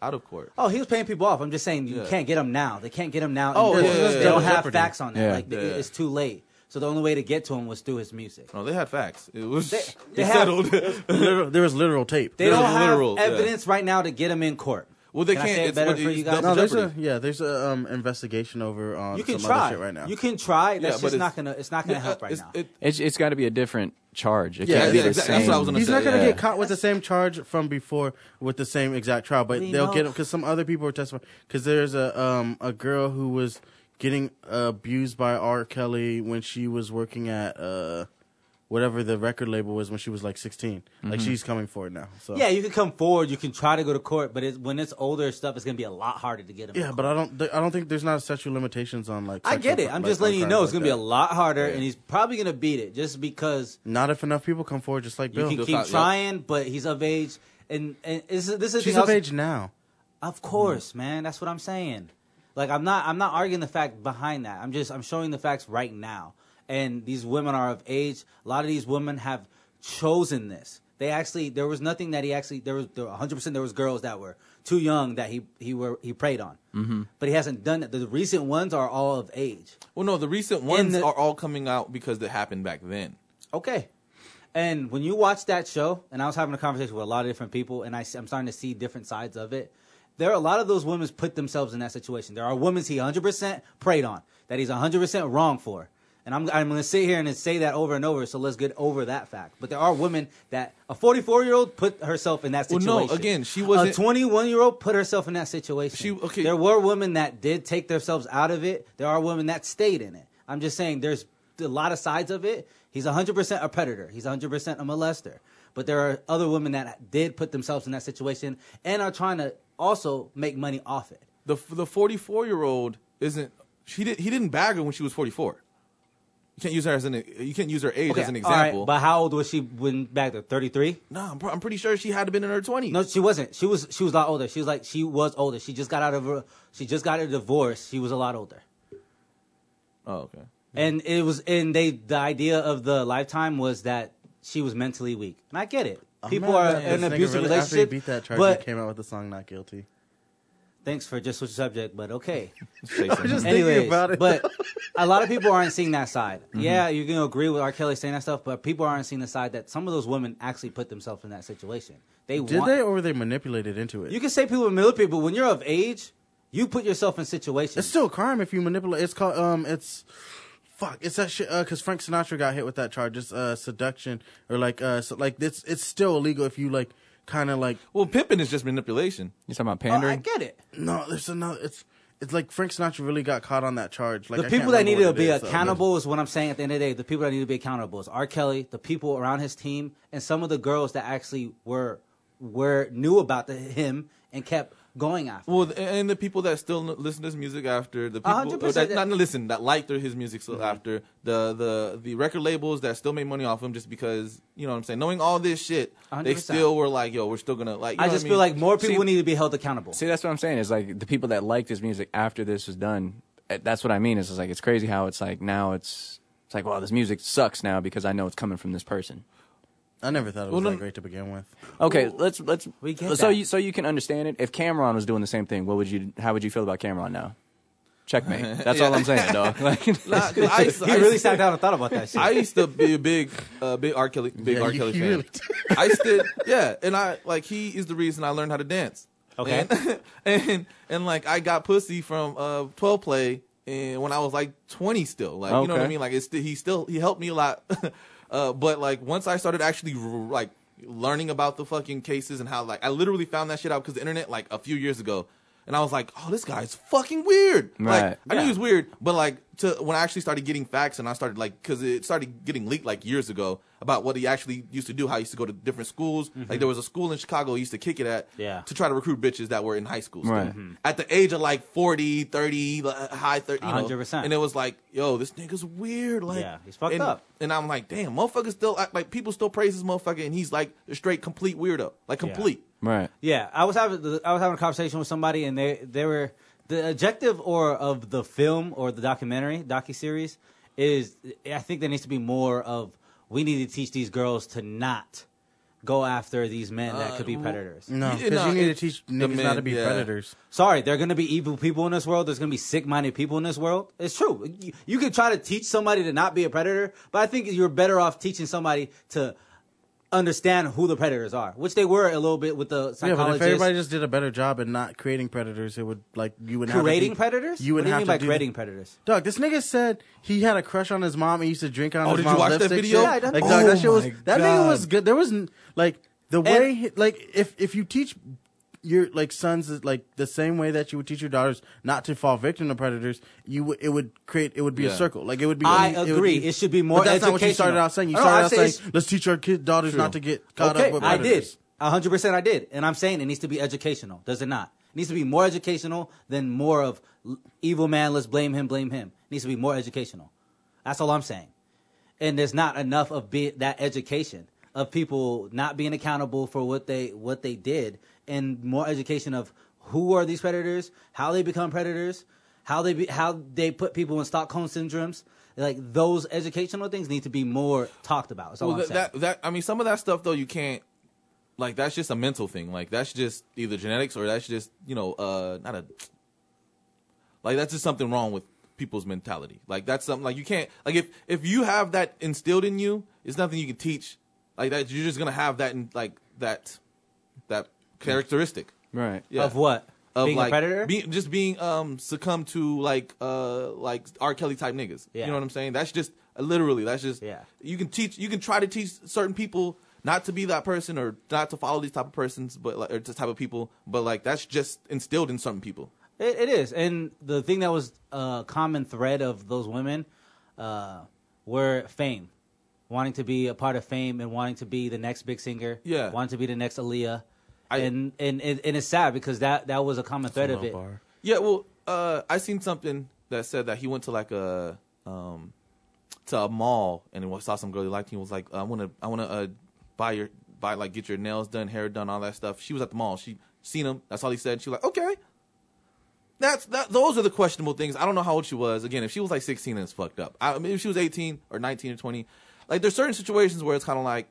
out of court.
Oh, he was paying people off. I'm just saying you
Yeah.
can't get them now. They can't get him now. in
Oh,
court.
yeah, yeah,
they
yeah,
don't
yeah.
have
Jeopardy.
facts on that.
Yeah.
Like they,
Yeah.
it's too late. So the only way to get to him was through his music.
No, they had facts. It was
They-
they,
they have-
settled.
Literal, there was literal tape.
They don't
There's
have
literal, yeah.
evidence right now to get him in court.
Well, they
Can I
can't.
say it
It's
better
what-
for
it's
you guys?
double
no, there's a
jeopardy.
yeah, there's a um, investigation over on
You can
some
try
other shit right now.
You can try.
Yeah,
That's
but
just not
it's- uh,
gonna. It's not gonna help right
It's-
now.
it-
It's it's got to be a different charge. It
Yeah,
can't be
yeah,
the
exactly. That's
same-
what I was gonna
He's
say,
not going to
yeah.
get caught with the same charge from before with the same exact trial, but
We
they'll
know.
get him because some other people were testifying. Because there's a um a girl who was getting abused by R. Kelly when she was working at uh whatever the record label was when she was like 16. Like
Mm-hmm.
she's coming forward now.
uh.
So
Yeah, you can come forward. You can try to go to court, but it's, when it's older stuff, it's gonna be a lot harder to get them.
Yeah, but I don't. th- I don't think there's not sexual limitations on like.
I get
sexual-
it. I'm
like,
just
on
letting you
crimes
know
like
it's gonna be a
that.
lot harder, and he's probably gonna beat it just because
Not if enough people come forward, just like
you
Bill.
can
Bill
keep
Cosby.
trying. But he's of age, and and this is this is the
She's
thing I
of
was-
age now.
Of course, man. That's what I'm saying. Like I'm not I'm not arguing the fact behind that. I'm just I'm showing the facts right now. And these women are of age. A lot of these women have chosen this. They actually there was nothing that he actually there was there, 100% there was girls that were too young that he he were he preyed on. Mm-hmm. But he hasn't done it. The recent ones are all of age.
Well, no, the recent ones
the-
are all coming out because they happened back then.
Okay. And when you watch that show, and I was having a conversation with a lot of different people, and I, am starting to see different sides of it. There are a lot of those women put themselves in that situation. There are women he 100% preyed on, that he's 100% wrong for. And I'm, I'm going to sit here and say that over and over, so let's get over that fact. But there are women that a 44 year old put herself in that
Well,
situation.
no, again, she wasn't-
A 21 year old put herself in that situation.
She- okay.
There were women that did take themselves out of it. There are women that stayed in it. I'm just saying there's a lot of sides of it. He's 100% a predator. He's 100% a molester. But there are other women that did put themselves in that situation and are trying to also make money off it.
The the 44 year old isn't. She did. He didn't bag her when she was 44. You can't use her as an. You can't use her age as an
all right,
example.
but how old was she when back there? 33?
no, I'm, pr- I'm pretty sure she had to been in her 20s.
No, she wasn't. She was she was a lot older. She was like she was older. She just got out of her she just got a divorce. She was a lot older.
Oh, okay.
And it was, and they the idea of the lifetime was that she was mentally weak, and I get it. People
mad
are
that
in an
this nigga
abusive
really- After he
relationship.
beat that charge,
but
he came out with the song "Not Guilty."
thanks for just switching subject, but okay.
Jason.
just- thinking
Anyways,
about it, Mm-hmm.
but a lot of people aren't seeing that side. Yeah, you can agree with R. Kelly saying that stuff, but people aren't seeing the side that some of those women actually put themselves in that situation. They
Did
want,
they, or were they manipulated into it?
You can say people are middle people, but when you're of age, you put yourself in situations.
It's still a crime if you manipulate. It's called um. It's fuck. It's that shit because Frank Sinatra got hit with that charge. It's uh seduction or like uh so, like it's it's still illegal if you like kind of like
well, Pippin is just manipulation.
You talking about
Oh, I
pandering?
get it.
no. There's another. It's it's like Frank Sinatra really got caught on that charge. Like
the
I
people
can't
that need
remember
to
what it
be
is, so-
accountable is what I'm saying at the end of the day. The people that need to be accountable is R. Kelly, the people around his team, and some of the girls that actually were were knew about the, him and kept going after.
Well, th- and the people that still n- listen to his music after the people
A hundred
or that,
percent. Mm-hmm.
not listen that liked their- his music still after the the the record labels that still made money off him just because you know what I'm saying. Knowing all this shit,
A hundred
they
percent.
still were like, "Yo, we're still gonna like." You
I
know
just
what
feel
mean?
like more people
See-
need to be held accountable.
See, that's what I'm saying. Is like the people that liked his music after this was done. eh, That's what I mean. Is it's like it's crazy how it's like now it's it's like wow this music sucks now because I know it's coming from this person.
I never thought it was
Well, no-
that great to begin with.
Okay, let's let's
We get
so
that.
you so you can understand it. If Cameron was doing the same thing, what would you how would you feel about Cameron now? Checkmate. That's all I'm saying, dog. Like,
Nah, 'cause I, used to-
he
I
really
used to-
sat down and thought about that shit.
I used to be a big, uh, big R. Kelly, big
Yeah,
R.
you-
Kelly
you
fan.
really
I used to, yeah, and I like he is the reason I learned how to dance.
Okay.
and and, and, like I got pussy from uh, twelve play, and when I was like twenty, still like you know what I
Okay.
mean. Like it's st- he still he helped me a lot, uh, but like once I started actually r- like learning about the fucking cases and how like I literally found that shit out because the internet like a few years ago. And I was like, "Oh, this guy's fucking weird."
Right.
Like, I knew
Yeah.
he was weird, but like to when I actually started getting facts and I started like because it started getting leaked like years ago about what he actually used to do, how he used to go to different schools. Like there was a school in Chicago he used to kick it at
Mm-hmm. Yeah.
to try to recruit bitches that were in high school. still. Mm-hmm.
Right. Mhm.
At the age of like 40, 30, li- high 30, you know.
100%.
And it was like, yo, this nigga's weird. Like,
Yeah, he's fucked
and,
up.
And I'm like, damn, motherfucker still act like people still praise this motherfucker and he's like a straight complete weirdo. Like complete.
right.
Yeah, I was having I was having a conversation with somebody, and they they were the objective or of the film or the documentary docu series is I think there needs to be more of we need to teach these girls to not go after these men that could be
Uh,
predators.
No,
Yeah,
because
no,
you need to
it-
teach
the
niggas not
men,
to be
yeah.
predators.
Sorry, there are going to be evil people in this world. There's going to be sick minded people in this world. It's true. You, you can try to teach somebody to not be a predator, but I think you're better off teaching somebody to understand who the predators are, which they were a little bit with the
Yeah, but
psychologist.
if everybody just did a better job at not creating predators, it would like you would have to
creating
be-
predators?
You would
what do you
have
mean
to
by
do-
creating predators?
Dog, this nigga said he had a crush on his mom and used to drink on
Oh,
his
did you
mom's
watch that
lipstick
video?
shit.
Yeah, I done-
like, dog,
Oh
that shit was
my
that nigga
God.
was good. There was n- like the way he- like if if you teach your like sons is like the same way that you would teach your daughters not to fall victim to predators. You would it would create it would be a
Yeah.
circle. Like it would be.
I
it would
agree.
be-
It should be more
But that's not what you started
educational.
out saying. You
No, no, I
started out
say
saying
it's-
let's teach our kid daughters not to get caught
Okay,
up with
I
predators.
did. A hundred percent, I did, and I'm saying it needs to be educational. Does it not? It needs to be more educational than more of l- evil man. Let's blame him, blame him. It needs to be more educational. That's all I'm saying. And there's not enough of be- that education of people not being accountable for what they what they did, and more education of who are these predators, how they become predators, how they be- how they put people in Stockholm syndromes. Like those educational things need to be more talked about. That's all
Well,
I'm
that,
saying.
that that I mean, some of that stuff though, you can't. Like that's just a mental thing. Like that's just either genetics or that's just you know uh not a. Like that's just something wrong with people's mentality. Like that's something like you can't like if if you have that instilled in you, it's nothing you can teach. Like that you're just gonna have that in like that that characteristic.
Right.
Yeah.
Of what?
Of
being
like
a predator?
be- just being um succumb to like uh like R. Kelly type niggas.
Yeah.
You know what I'm saying? That's just uh, literally that's just
Yeah.
You can teach you can try to teach certain people not to be that person or not to follow these type of persons, but like, or this type of people. But like that's just instilled in certain people.
It, it is, and the thing that was a common thread of those women uh, were fame, wanting to be a part of fame and wanting to be the next big singer.
Yeah.
wanting to be the next Aaliyah.
I-
and, and and and it's sad because that that was a common thread of it.
Yeah, well, uh, I seen something that said that he went to like a um, to a mall and he saw some girl he liked. And he was like, I want to, I want to uh, buy your, buy like get your nails done, hair done, all that stuff. She was at the mall. She seen him. That's all he said. She was like, okay. That's that. Those are the questionable things. I don't know how old she was. Again, if she was like 16, and it's fucked up. I, I mean, if she was 18 or 19 or 20, like there's certain situations where it's kind of like,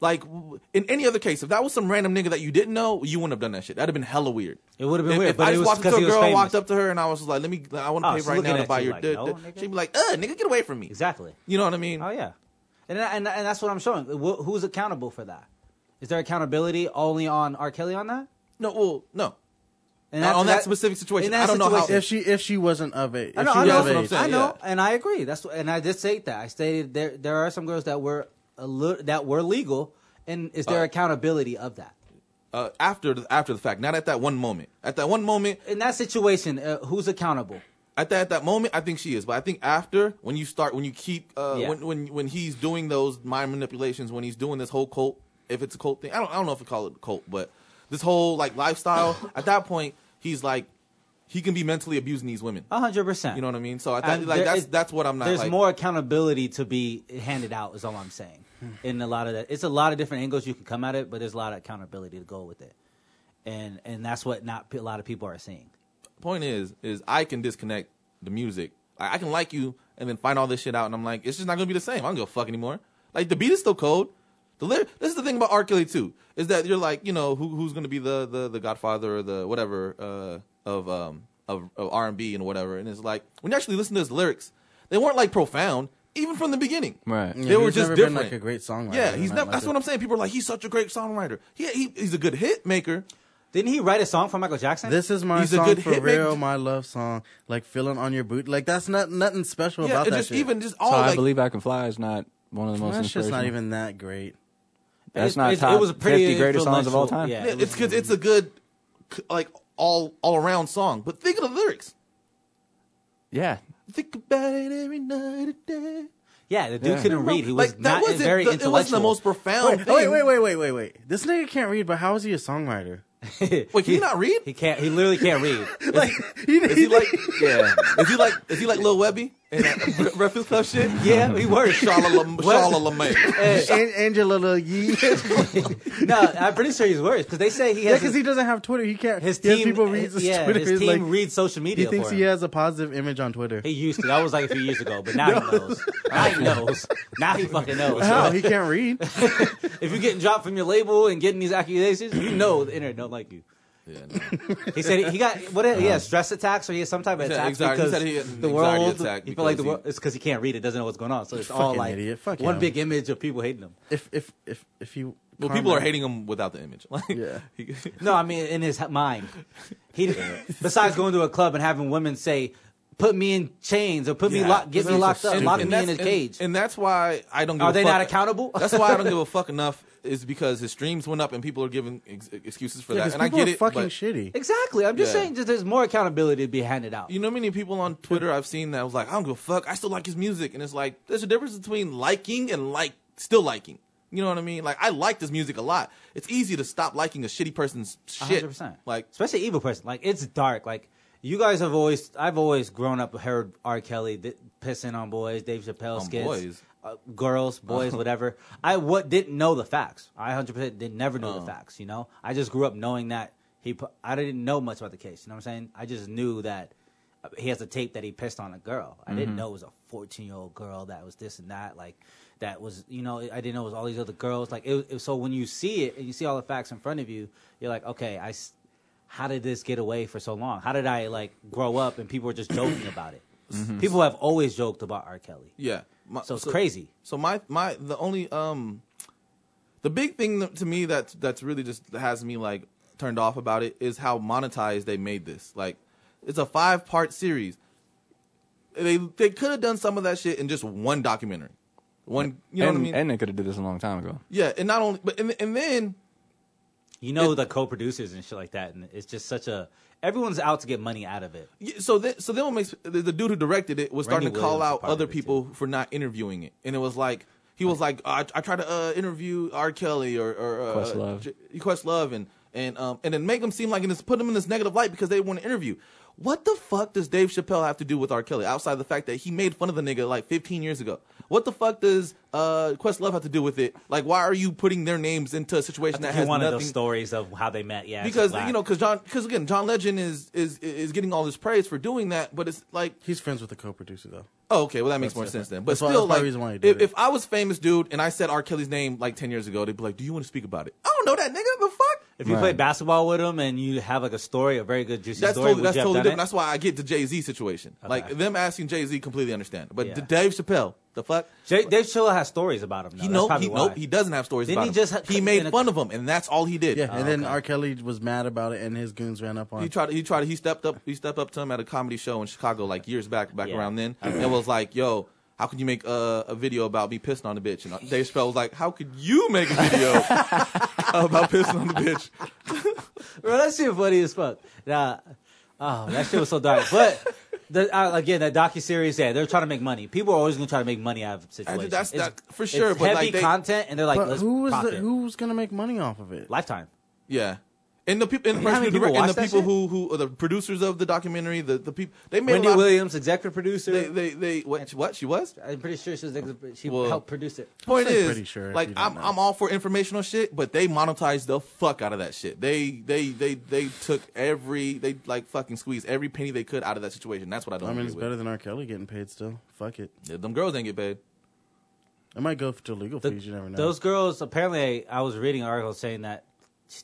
like w- in any other case, if that was some random nigga that you didn't know, you wouldn't have done that shit. That'd have been hella weird.
It would've been
If-
weird,
If
but
I
it
just
was
walked up
'cause
to a
he was
girl,
famous.
walked up to her, and I was just like, "Let me, I want to
Oh,
pay
she's
right
looking
now to
at
buy
you
your."
like,
d-
no,
d-
nigga.
She'd be like, "Uh, nigga, get away from me."
Exactly.
You know what I mean?
Oh yeah, and that- and that- and that's what I'm showing. Wh- Who's accountable for that? Is there accountability only on R. Kelly on that?
No, well, no.
And
Not
that's-
on that specific situation.
in that
I don't know how-
situation-
If she if she wasn't of age,
I
if
know,
she
I
was
know,
of
that's what I'm
age.
saying.
I know,
yeah.
and I agree. That's what, and I did say that. I stated there there are some girls that were a little, that were legal, and is there
Uh,
accountability of that
Uh, after the, after the fact, not at that one moment. At that one moment,
in that situation? Uh, who's accountable?
at that at that moment, I think she is. But I think after, when you start, when you keep, uh,
Yeah.
when when when he's doing those mind manipulations, when he's doing this whole cult, if it's a cult thing, I don't I don't know if we call it a cult, but this whole like lifestyle. at that point, he's like, he can be mentally abusing these women.
A hundred percent.
You know what I mean? So I
Uh,
th- like
there
that's
is-
that's what I'm not.
There's
like,
more accountability to be handed out. Is all I'm saying.
Hmm.
In a lot of that, it's a lot of different angles you can come at it, but there's a lot of accountability to go with it, and and that's what not a lot of people are seeing.
point is is I can disconnect the music. I, I can like you and then find all this shit out, and I'm like, it's just not gonna be the same. I don't give a fuck anymore. Like the beat is still cold. The lyric. This is the thing about R. Kelly too, is that you're like, you know, who who's gonna be the the, the Godfather or the whatever uh, of um of, of R and B and whatever, and it's like when you actually listen to his lyrics, they weren't like profound even from the beginning.
Right.
They
Yeah,
were
he's
just
never been,
different.
like, a great songwriter.
Yeah, he's
Not
never.
like
that's
a-
what I'm saying. People are like, he's such a great songwriter. He, he he's a good hit maker.
Didn't he write a song for Michael Jackson?
This is my
He's a
song
good
for
hit man.
real, my love song. Like feeling on your boot. Like that's not nothing special
Yeah,
about
it
that
just
shit.
even just
So
all
I
like
believe I can fly is not one of the most.
that's just
inspirational-
not even that great.
That's
It-
not
it-
top
it was pretty
50 greatest songs of all
influential.
time.
Yeah,
Yeah,
it
it's because it's a good, c- like all all around song. But think of the lyrics.
Yeah.
Think about it every night and day.
Yeah, the dude
Yeah.
couldn't read. He was
like
not
that wasn't
very
the, it
intellectual.
wasn't the most profound.
Wait,
thing.
Oh, wait, wait, wait, wait, wait, wait. This nigga can't read, but how is he a songwriter?
Wait, can you not read?
He can't. He literally can't read.
Like he,
Is he like yeah? Is he like is he like Lil Webby and that Breakfast Club shit?
yeah, he works.
Charlamagne. Charlamagne.
An- Angela Lil Yee. yeah,
No, I'm pretty sure he's worse because they say he has
because he doesn't have Twitter. He can't.
his, his
he has
team. eh,
people reads his
yeah,
Twitter.
his
He's
team
like,
reads social media.
he thinks
for
he
him.
has a positive image on Twitter.
He used to. That was like a few years ago, but now he knows. Now he knows. Now he fucking knows.
How he can't read?
if you're getting dropped from your label and getting these accusations, you know the internet don't like you.
Yeah, no.
He said he got what? He had stress attacks or he had some type of
said
attack
anxiety- he
because
said he had an
the
anxiety
world.
attack
he felt like the
because
world.
he-
It's because he can't read it, doesn't know what's going on. So it's all
Fucking
like
idiot. Fuck
one
him.
big image of people hating him.
if if if if he
Well, people are
Carmen.
hating him without the image. Like,
Yeah.
he-
No, I mean in his mind. He besides going to a club and having women say put me in chains or put me
Yeah.
lock, get me
That's
locked up,
stupid.
lock
And
me in a
that's-
cage.
And, and that's why I don't. Give
Are
a
they
fuck.
not accountable?
that's why I don't give a fuck enough. Is because his streams went up and people are giving ex- excuses for that,
because
and I
people
get
are
it.
fucking
but
shitty.
exactly. I'm just
Yeah.
saying that there's more accountability to be handed out.
you know, how many people on Twitter I've seen that was like, I don't give a fuck. I still like his music, and it's like there's a difference between liking and like still liking. You know what I mean? Like I liked his music a lot. It's easy to stop liking a shitty person's shit.
100%.
Like
especially evil person. Like it's dark. Like you guys have always, I've always grown up heard R. Kelly th- pissing on boys, Dave Chappelle
On
skits,
boys?
Uh, girls, boys, whatever. I what didn't know the facts. I hundred percent did never knew
Oh.
the facts. You know, I just grew up knowing that he. pu- I didn't know much about the case. You know what I'm saying? I just knew that uh, he has a tape that he pissed on a girl. I didn't know it was a 14 year old girl that was this and that. Like that was, you know, I didn't know it was all these other girls. Like it, was- it was- so when you see it and you see all the facts in front of you, you're like, okay, I. s- How did this get away for so long? How did I like grow up and people were just joking about it? People have always joked about R. Kelly,
yeah, My-
so it's crazy.
So my my the only um the big thing that- to me that that's really just has me like turned off about it is how monetized they made this. Like it's a five part series. They they could have done some of that shit in just one documentary. One you know
and,
what I mean?
and they could have did this a long time ago.
yeah, and not only but and, and then
You know the co-producers and shit like that, and it's just such a everyone's out to get money out of it.
Yeah, so then, so then what makes the, the dude who directed it was starting
Randy
to call
Williams was
out
part of
other
it,
people for not interviewing it, and it was like he was like, I, I tried to uh, interview R. Kelly or, or uh,
Questlove.
J- Questlove, and and um and then make him seem like and just put him in this negative light because they want to interview. What the fuck does Dave Chappelle have to do with R. Kelly outside the fact that he made fun of the nigga like 15 years ago? What the fuck does uh, Questlove have to do with it? Like, why are you putting their names into a situation that
He
has
wanted
nothing?
those stories of how they met, yeah, it's
because
black.
you know because John because again John Legend is is is getting all this praise for doing that, but it's like
He's friends with the co-producer though.
oh okay, well that makes more
different.
sense then. But
That's why-
still,
that's probably
like
the reason why he did
if,
it.
if I was famous dude and I said R Kelly's name like ten years ago, they'd be like, "Do you want to speak about it?" I don't know that nigga. The fuck.
If you
Right.
play basketball with them and you have like a story, a very good juicy
That's
story,
totally,
would
that's
you have
totally
done
different.
it?
That's why I get the Jay Z situation. Like them asking Jay Z, completely understand. But
Yeah.
D- Dave Chappelle, the fuck,
Jay, Dave Chappelle has stories about him. Though.
he
That's
nope,
probably
he
why.
nope, he doesn't have stories
Didn't
about
he
him.
just ha-
he
in
made
a-
fun of him, and that's all he did.
Yeah,
Oh,
and then R. Kelly was mad about it, and his goons ran up on.
He
him.
tried. He tried. He stepped up. He stepped up to him at a comedy show in Chicago like years back, back
Yeah.
around then, and was like, "Yo, how could you make uh, a video about me pissing on a bitch?" And Dave Chappelle was like, "How could you make a video about pissing on the bitch?"
Bro, that shit funny as fuck. Nah, oh, that shit was so dark. But the, uh, again, that docu series, yeah, they're trying to make money. People are always gonna try to make money out of situations.
that's-
It's-
that- for sure,
It's
but,
heavy
like, they-
content, and they're like,
But
let's
who was
profit.
the, who was gonna make money off of it?
Lifetime.
Yeah, and the people, and the,
You know how
person
many people
who direct- and
watch
the
that
people
shit?
who who are the producers of the documentary, the the people they made
Wendy
a lot. Of,
Williams, executive producer.
they they they what, what she was.
I'm pretty sure she was executive, she
Well-
helped produce it.
Point
I'm
is,
pretty sure if
like
you don't
I'm,
know.
I'm all for informational shit, but they monetized the fuck out of that shit. They, they, they, they took every, they like fucking squeezed every penny they could out of that situation. That's what I don't.
I mean,
agree
it's
with.
better than R. Kelly getting paid still. Fuck it.
Yeah, them girls ain't get paid.
It might go to legal
The-
fees. You never know.
Those girls, apparently, I was reading an article saying that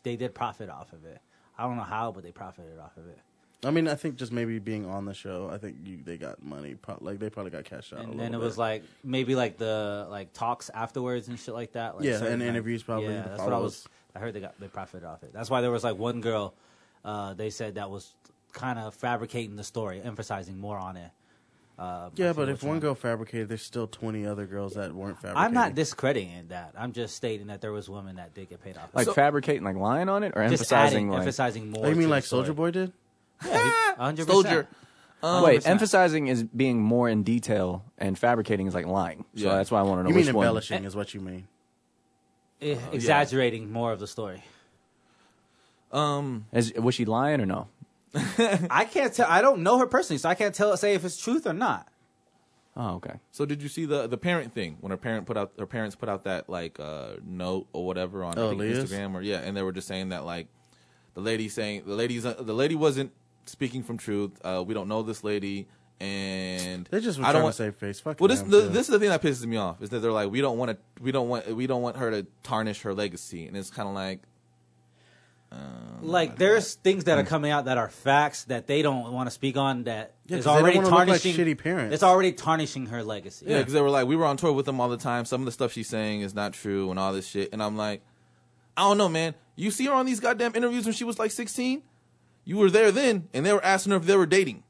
they did profit off of it. I don't know how, but they profited off of it.
I mean, I think just maybe being on the show, I think you, they got money. Pro- like they probably got cashed out. a
And
little
then it
bit.
was like maybe like the like talks afterwards and shit like that. Like
Yeah,
certain,
and
like-
interviews probably,
Yeah,
the
that's what I was.
follow-ups.
I heard they got they profited off it. That's why there was like one girl. Uh, they said that was kind of fabricating the story, emphasizing more on it. Uh, I
yeah,
forget
but if
which
one girl fabricated, there's still 20 other girls that weren't fabricated.
I'm not discrediting that. I'm just stating that there was women that did get paid off.
Like
Like
fabricating, like lying on it, or
just
emphasizing,
adding,
like
emphasizing more.
Oh, you
to
mean
the
like
story.
Soldier Boy did?
hundred
Soldier. um,
percent.
wait,
100%.
emphasizing is being more in detail, and fabricating is like lying. So
Yeah.
that's why I want to know
You
which
mean
one.
embellishing is what you mean.
Eh, exaggerating more of the story.
Um,
Is, was she lying or no?
I can't tell. I don't know her personally, so I can't tell say if it's truth or not.
Oh, okay.
so did you see the the parent thing when her parent put out her parents put out that like uh note or whatever on I
Oh,
think,
Leah's?
Instagram or yeah, and they were just saying that like the lady saying the lady's uh, the lady wasn't speaking from truth. Uh, we don't know this lady, and
They just were
I
trying
don't
to
want-
save face. Fuck
Well, this
them,
the,
too.
this is the thing that pisses me off is that they're like we don't want to we don't want we don't want her to tarnish her legacy, and it's kind of like Oh,
Like there's things
Hmm.
that are coming out that are facts that they don't want to speak on that is
'cause they don't
already
wanna look like
tarnishing
shitty parents.
It's already tarnishing her legacy.
Yeah, because they were like, we were on tour with them all the time. Some of the stuff she's saying is not true and all this shit. And I'm like, I don't know, man. You see her on these goddamn interviews when she was like 16? You were there then, and they were asking her if they were dating.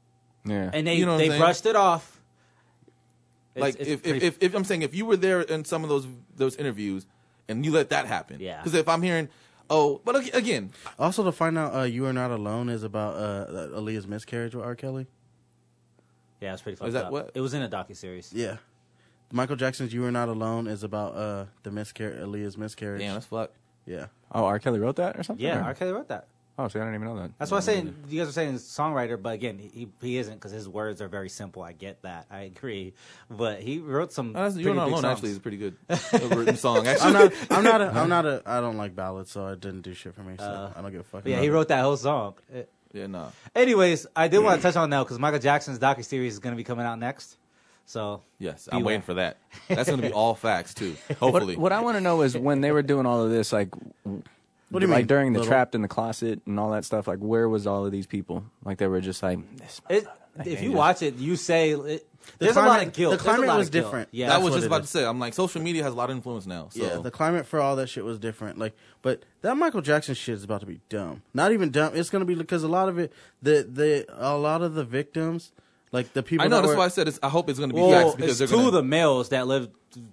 Yeah.
and they
You know what I'm
they
saying?
brushed it off. It's-
Like
it's
if,
pretty-
if, if if I'm saying if you were there in some of those those interviews and you let that happen,
Yeah.
Because if I'm hearing, oh, but ag- again,
Also, to find out uh, you are not alone is about uh, Aaliyah's miscarriage with R. Kelly.
yeah, it's pretty fucked
that
up.
what-
It was in a docu series.
Yeah, Michael Jackson's "You Are Not Alone" is about uh, the miscarriage, Aaliyah's miscarriage.
damn, that's fucked.
Yeah,
Oh, R. Kelly wrote that or something?
Yeah,
Or-
R. Kelly wrote that.
Oh, see, I didn't even know that.
That's why I'm saying you guys are saying he's a songwriter, but again, he he isn't because his words are very simple. I get that, I agree, but he wrote some.
Oh, that's-
pretty
You're not
big
alone.
songs.
Actually, is a pretty good written song. Actually,
I'm not. I'm not. A, I'm not a. I don't like ballads, so it didn't do shit for me. So
Uh,
I don't give a fuck.
But yeah,
about
he
it.
wrote that whole song. Uh,
yeah, nah.
Anyways, I did want to touch on that because Michael Jackson's docu series is going to be coming out next. So
Yes, I'm
Beware.
waiting for that. That's going to be all facts too. Hopefully,
What, what I want to know is when they were doing all of this, like, what
do you
like
mean,
during the
little?
trapped in the closet and all that stuff? Like, where was all of these people? Like, they were just like, this
it,
Like,
if
they
you
just-
watch it, you say it, there's a lot
climate-
of guilt.
the
There's a
climate
lot
was
of guilt.
different.
Yeah,
that
That's
was
what
just
it
about
is.
to say. I'm like, social media has a lot of influence now. So
Yeah, the climate for all that shit was different. Like, but that Michael Jackson shit is about to be dumb. Not even dumb. It's gonna be because a lot of it, the the a lot of the victims, like the people.
I know
that
that's
were,
why I said it's, I hope it's going to be
well,
facts because
it's 2
they're going
of the males that live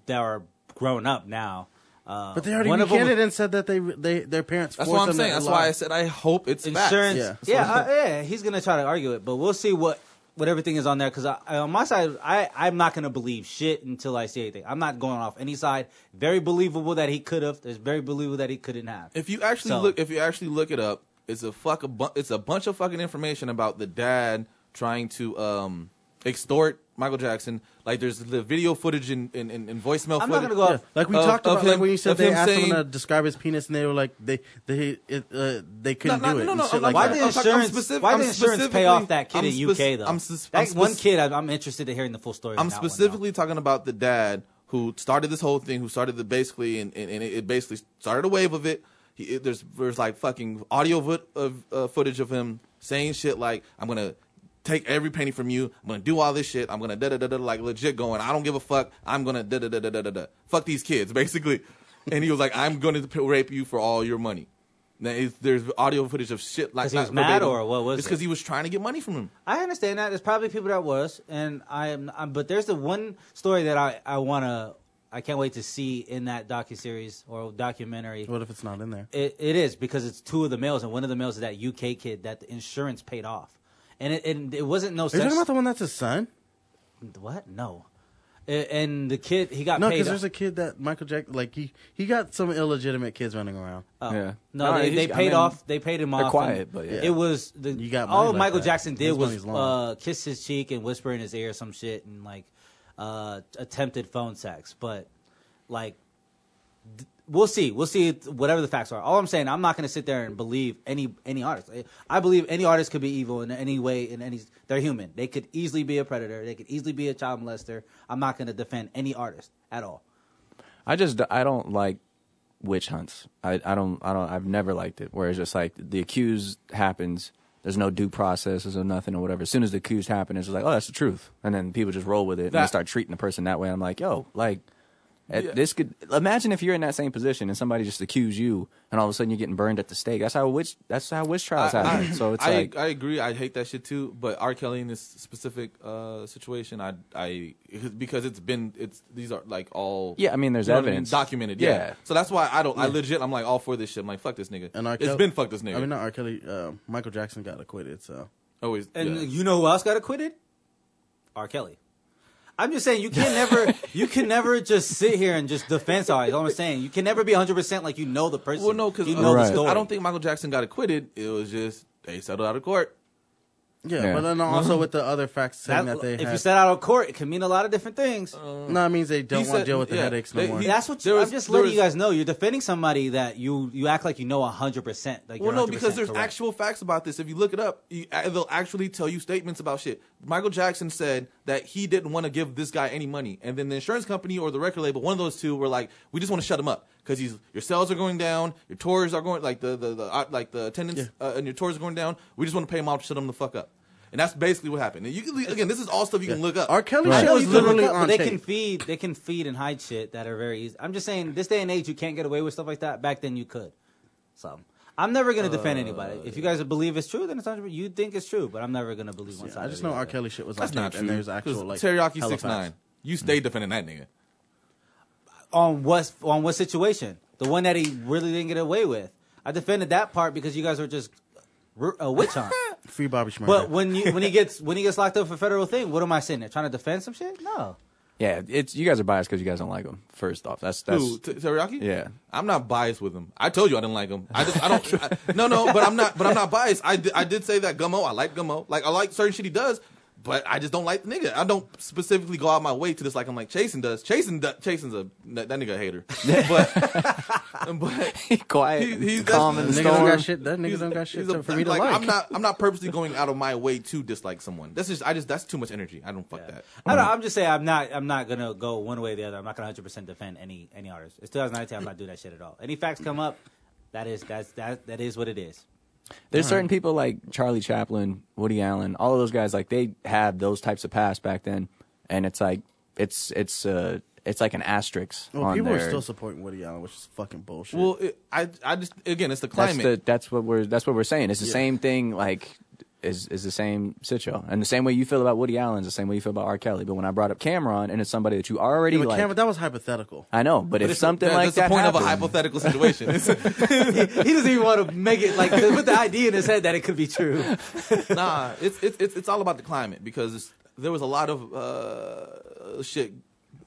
that are grown up now. Uh,
But they already
one of 'em-
recanted and said that they they their parents.
That's
forced
what I'm
them to
saying. That's
lie.
why I said I hope it's
insurance.
Facts.
Yeah.
Yeah, yeah, uh, yeah, he's gonna try to argue it, but we'll see what what everything is on there. Because on my side, I I'm not gonna believe shit until I see anything. I'm not going off any side. Very believable that he could have. There's very believable that he couldn't have.
If you actually
So-
look, if you actually look it up, it's a fuck a bu- it's a bunch of fucking information about the dad trying to um extort Michael Jackson. Like there's the video footage and and, and, and voicemail.
I'm not
footage.
gonna go
Yeah,
off.
like we
Of-
talked
of
about, like
him-
when you said
of
they
him
asked
saying-
someone to describe his penis, and they were like they they it, uh, they couldn't
No, no,
do it.
no,
and
no,
shit
I'm
like
why
like
that. Oh,
did
I'm
insurance?
talking- I'm specific-
why
I'm
did insurance pay off
specifically-
that kid
I'm
in UK
spec-
though?
I'm s-
that
I'm
one
spec-
kid, I'm, I'm interested to hearing the full story. on
I'm
that one, though.
specifically talking about the dad who started this whole thing, who started the basically, and, and, and it basically started a wave of it. He, it there's there's like fucking audio vo- of uh, footage of him saying shit like, "I'm gonna take every penny from you. I'm gonna do all this shit. I'm gonna da da da da like legit going. I don't give a fuck. I'm gonna da da da da da da da. Fuck these kids, basically." and he was like, "I'm gonna p- rape you for all your money." Now, it's, there's audio footage of shit like
'Cause he
not
was mad
verbatim.
or what was
It's
it?
because he was trying to get money from him.
I understand that. There's probably people that was, and I am. I'm, but there's the one story that I I wanna I can't wait to see in that docu series or documentary.
What if it's not in there?
It, it is because it's two of the males, and one of the males is that UK kid that the insurance paid off, and it and it wasn't no
Are you
sex.
talking about the one that's his son?
what? No. A- And the kid he got
No,
paid.
because there's
off-
a kid that Michael Jackson, like he he got some illegitimate kids running around.
oh.
Yeah.
No,
No,
they,
he's-
they
I
paid
mean,
off. They paid him
they're
off.
quiet,
and
but yeah.
it was the
You got money
all
like
Michael
that.
Jackson did
His
was
money's long.
uh, kiss his cheek and whisper in his ear some shit and like uh, attempted phone sex, but like we'll see. We'll see whatever the facts are. All I'm saying, I'm not going to sit there and believe any any artist. I believe any artist could be evil in any way. In any, they're human. They could easily be a predator. They could easily be a child molester. I'm not going to defend any artist at all.
I just d- I don't like witch hunts. I, I don't I don't I've never liked it. Where it's just like the accused happens. There's no due process. There's no nothing or whatever. As soon as the accused happen, it's just like oh that's the truth, and then people just roll with it and they
That-
start treating the person that way. I'm like yo like. eh, This could imagine if you're in that same position and somebody just accused you, and all of a sudden you're getting burned at the stake. That's how witch. That's how witch trials happen. so it's
I,
like
I agree. I hate that shit too. But R. Kelly in this specific uh, situation, I I because it's been it's these are like all
Yeah, I mean, there's
you know what
evidence.
documented. Yeah.
Yeah.
so that's why I don't. I legit. I'm like all for this shit. I'm like fuck this nigga.
And R.
it's
Kelly-
been fuck this nigga.
I mean, not R. Kelly. Uh, Michael Jackson got acquitted, so
Always.
And
yeah.
you know who else got acquitted? R. Kelly. I'm just saying you can never you can never just sit here and just defend artists. All I'm saying you can never be 100 percent like you know the person.
well, no, because
you know
Right.
the story.
I don't think Michael Jackson got acquitted. It was just they settled out of court.
yeah.
Yeah.
But then
Uh-huh.
also with the other facts saying that, they
if
had,
you set out of court, it can mean a lot of different things.
no, it means they don't
He
want to
said-
deal with the
yeah,
headaches no
they-
more.
he-
Yeah, That's what
Uh, There
you,
was-
I'm just
there
letting you
was-
guys know. You're defending somebody that you you act like you know hundred percent. Like
Well,
you're
no, because
100%
there's
correct.
actual facts about this. If you look it up, you, uh, they'll actually tell you statements about shit. Michael Jackson said that he didn't want to give this guy any money, and then the insurance company or the record label, one of those two, were like, "We just want to shut him up because he's your sales are going down, your tours are going like the the, the uh, like the attendance uh, and your tours are going down. We just want to pay him off, to shut him the fuck up." And that's basically what happened. And you can, again, this is all stuff you can look up.
R. Kelly
I
shit
know
was
you can
literally
look up, but
on
they
tape.
can feed they can feed and hide shit that are very easy. I'm just saying this day and age you can't get away with stuff like that. Back then you could. So I'm never gonna defend anybody. If you guys believe it's true, then it's hundred. You think it's true, but I'm never gonna believe one side.
Uh, I just
or the
know R.
other.
Kelly shit was
That's
on
not
tape,
true.
and there's actual
'Cause
like
teriyaki
hella
six nine.
facts. Mm-hmm.
You stayed defending that nigga.
on what on what situation? The one that he really didn't get away with. I defended that part because you guys were just r- a witch hunt.
Free Bobby Schmurda.
but when you when he gets when he gets locked up for federal thing, what am I sitting there trying to defend some shit? No.
Yeah, it's you guys are biased because you guys don't like him. First off, that's that's
Who, T- teriyaki?
Yeah.
I'm not biased with him. I told you I didn't like him. I just I don't. I- no, no, but I'm not. But I'm not biased. I di- I did say that Gummo. I like Gummo. Like I like certain shit he does. But I just don't like the nigga. I don't specifically go out my way to dislike him like Chasen does. Chasen, do- Chasen's a that, that nigga a hater. But but
quiet,
He- he's-
calm in
that's-
the
nigga don't
storm.
got shit. That nigga
He's-
don't got shit
he's a-
to- for me to
like,
like.
I'm not. I'm not purposely going out of my way to dislike someone. That's just. I just. That's too much energy. I don't fuck that.
I don't, I'm just saying I'm not I'm not gonna go one way or the other. I'm not gonna 100 percent defend any any artist. It's 2019. I'm not doing that shit at all. Any facts come up, that is that's that that is what it is.
There's certain people like Charlie Chaplin, Woody Allen, all of those guys. Like they had those types of past back then, and it's like it's it's uh it's like an asterisk
Well,
on
people are
their-
still supporting Woody Allen, which is fucking bullshit.
Well, it, I. I just. Again, it's the
that's
climate.
the that's what we're that's what we're saying. It's the same thing. Like is is the same shit show, and the same way you feel about Woody Allen is the same way you feel about R. Kelly. But when I brought up Cameron, and it's somebody that you already
yeah, but
like,
Cameron, that was hypothetical.
I know. But, if
it's-
something
that-
like
that's
that
the point
happened,
of a hypothetical situation. It's-
He doesn't even want to make it like put the idea in his head that it could be true.
nah, it's it's it's it's all about the climate because it's, there was a lot of uh, shit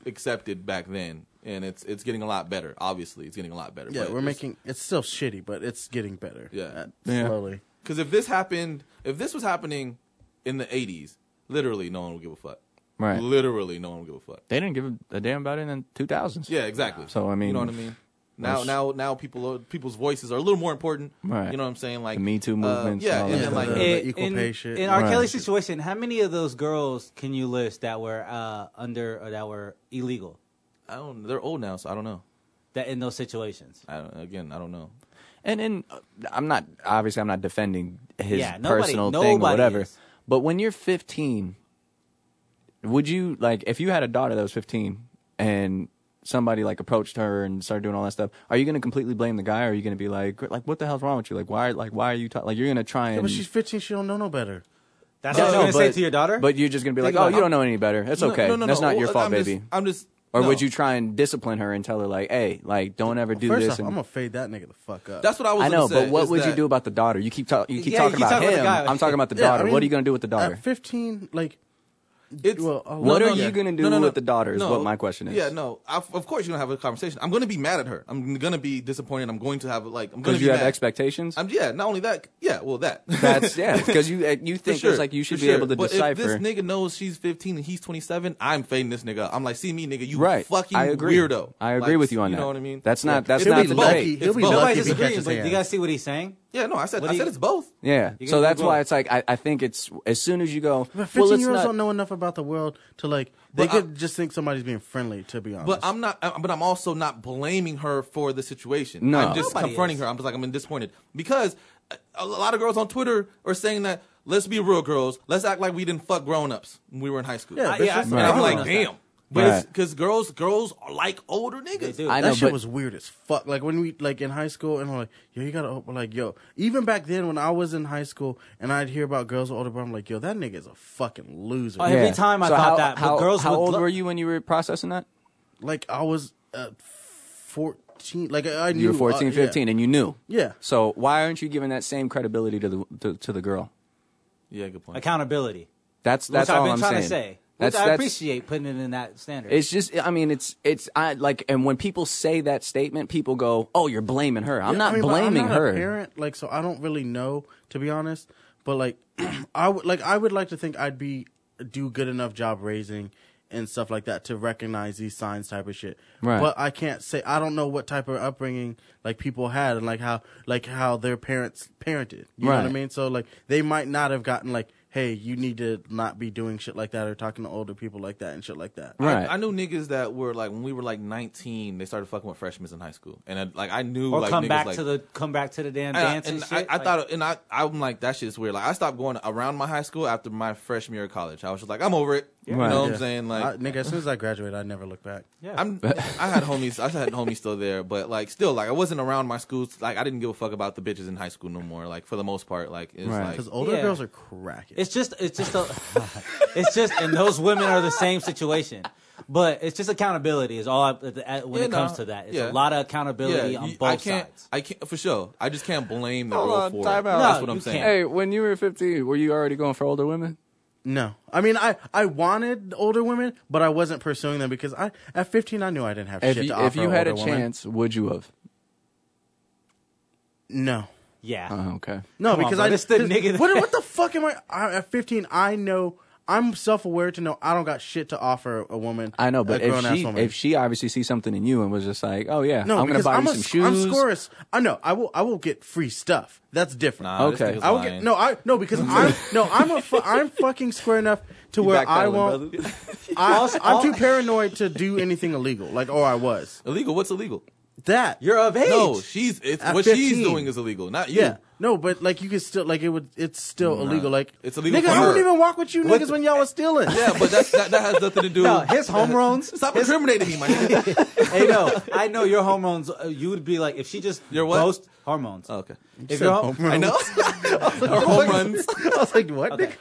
accepted back then, and it's it's getting a lot better. Obviously, it's getting a lot better.
Yeah,
but
we're
it's-
making it's still shitty, but it's getting better.
Yeah.
Uh,
Yeah.
slowly.
Because if this happened, if this was happening in the '80s, literally no one would give a fuck.
Right.
Literally, no one would give a fuck.
they didn't give a damn about it in the 2000s.
Yeah, exactly.
So, I mean,
you know what I mean. Now,
that's-
now, now, people are, people's voices are a little more important.
Right.
You know what I'm saying? Like
The Me Too
uh,
movements
yeah,
and all
and
that
then like
stuff.
Yeah.
It-
the equal
in,
pay shit.
In R.
Right.
Kelly's situation, how many of those girls can you list that were uh, under or that were illegal?
I don't. They're old now, so I don't know.
That in those situations.
I don't, again, I don't know.
And and uh, I'm not obviously I'm not defending his
Yeah, nobody-
personal thing or
nobody
whatever.
is.
But when you're 15, would you like if you had a daughter that was 15 and somebody like approached her and started doing all that stuff? Are you going to completely blame the guy, or are you going to be like like what the hell's wrong with you? Like why like why are you ta- like you're going to try and
But she's 15. She don't know no better.
That's
No,
what you're gonna
but-
say to your daughter.
But you're just going to be
Think
like, oh,
about
you
it.
don't know any better. That's okay. That's not your
Well,
fault,
I'm
baby.
Just, I'm just.
or
no.
would you try and discipline her and tell her like, hey, like don't ever do
First
this?
off,
and-
I'm gonna fade that nigga the fuck up.
That's what I was.
I know,
gonna say,
but what
is
would you
that-
do about the daughter? You keep talking. You keep
Yeah, you
talking
keep
about
talking about the
him.
guy.
I'm talking about the
Yeah, I
daughter. what are
mean, uh,
you going to do with the daughter?
At 15, like
It's,
Well, I'll-
What are you gonna do with the daughter is what my question is.
Yeah, no. I, of course, you're gonna have a conversation. I'm gonna be mad at her. I'm gonna be disappointed. I'm going to have like. I'm gonna
Because
be
you have
mad.
expectations.
I'm, yeah, not only that. Yeah, well, that.
That's yeah. Because you uh, you
For
think
sure,
it's like you should
for
be
sure.
able to
but
decipher.
If this nigga knows she's 15 and he's 27, I'm fading this nigga. up. I'm like, see me, nigga, you
right.
fucking
I agree.
weirdo.
I
Like,
agree with you on
You
that.
know what I mean?
That's
Yeah.
not. That's
He'll
not
be
the
lucky.
debate.
He'll
It's
be
both.
Nobody's
lucky if he
disagreeing,
catches
but do you
hands.
guys see what he's saying?
Yeah, no, I said,
What
I
do
said
you-
it's both.
Yeah.
You
So
can-
that's
you
why
go.
it's like I, I think it's as soon as you go.
But 15
Well, it's
years olds
not.
don't know enough about the world to like. They
But I-
could just think somebody's being friendly. To be honest,
But I'm not. I- But I'm also not blaming her for the situation.
No.
I'm just
Nobody
confronting
is.
her. I'm just like I'm disappointed because a, a lot of girls on Twitter are saying that let's be real, girls. Let's act like we didn't fuck grown ups when we were in high school.
Yeah,
I-
bitch,
yeah,
that's-
and I'm
Everyone
like,
knows that.
damn. But
Right.
because girls, girls are like older niggas.
They do.
I
that
know,
shit
but-
was weird as fuck. Like when we like in high school, and I'm like, yo, you gotta open. Like, yo, even back then when I was in high school, and I'd hear about girls with older brother, I'm like, yo, that nigga's a fucking loser.
Oh, Every time I
So
thought
how-
that, but
How,
girls
how
would
old
lo-
were you when you were processing that?
Like I was uh, fourteen. Like I, I knew
You were
uh,
14,
yeah.
15, and you knew.
Yeah.
So why aren't you giving that same credibility to the to, to the girl?
Yeah, good point.
Accountability.
That's that's
which
all
I've been
am
trying
saying.
to say.
That's,
which I
that's-
appreciate putting it in that standard.
It's just, I mean, it's, it's, I like, and when people say that statement, people go, "Oh, you're blaming her." I'm
Yeah,
not
I mean, but
blaming
I'm not
her.
A parent, like so, I don't really know to be honest. But like, I would like I would like to think I'd be do good enough job raising and stuff like that to recognize these signs type of shit.
Right.
But I can't say I don't know what type of upbringing like people had and like how like how their parents parented. You know what I
Right.
mean? So like they might not have gotten like. hey, you need to not be doing shit like that or talking to older people like that and shit like that.
I-
Right.
I, knew niggas that were like when we were like 19, they started fucking with freshmen in high school, and I, like I knew
Or
like
come
niggas
back
like,
to the come back to the damn
and I-
dance and,
and I,
shit.
I
Like,
thought, and I, I'm like, that shit's weird. Like, I stopped going around my high school after my freshman year of college. I was just like, I'm over it. You
Right.
know what
Yeah.
I'm saying? Like,
I- nigga, as soon as I graduated, I never looked back.
yeah.
I'm, I had homies. I had homies still there, but like still, like I wasn't around my schools. Like I didn't give a fuck about the bitches in high school no more. Like for the most part, like it's
Right.
like
Because older
Yeah.
girls are cracking.
It's just, it's just a, it's just, and those women are the same situation. But it's just accountability is all I, at- when
Yeah,
it comes
no,
to that. It's a
yeah.
lot of accountability on
you-
both
I can't.
sides.
I can't for sure. I just can't blame the
Hold
rule
on,
for it.
time out.
That's
No,
what I'm
you
saying.
can't.
Hey, when you were 15, were you already going for older women?
No, I mean, I I wanted older women, but I wasn't pursuing them because I at 15 I knew I didn't have
If
shit
you,
to offer.
if you had
an
a
older woman.
chance, would you have?
no.
Yeah.
Oh, okay.
No,
Come on,
because
bro.
I
This the
because-
nigga that-
What, what the fuck am I, I? At 15, I know I'm self-aware to know I don't got shit to offer a woman.
I know,
a
but if
grown-ass
she
woman.
if she obviously sees something in you and was just like, oh yeah,
no,
I'm gonna
because
buy
I'm
you
a,
some
sc- I'm
shoes.
scorous. I know. I will. I will get free stuff. That's different.
Nah, this
Okay.
nigga's
I will
lying.
get no. I no because I'm no. I'm a. Fu- I'm fucking square enough to where I won't. I,
Also-
I'm too paranoid to do anything illegal. Like, or I was
Illegal? What's illegal?
that.
You're of age.
No, she's it's,
At
what she's
15.
doing is illegal, not you.
Yeah. No, but like you could still like it would. It's still illegal. Like
It's illegal
Nigga,
for
I
her.
wouldn't even walk with you
What-
niggas when y'all was stealing.
Yeah, but that's, that that has nothing to do.
No, his homerones.
Stop incriminating me, my nigga.
hey, no, I know your hormones. uh, You would be like if she just
Your what?
boast hormones.
okay,
if your hom-
I know. Our home runs.
I was like, what? nigga?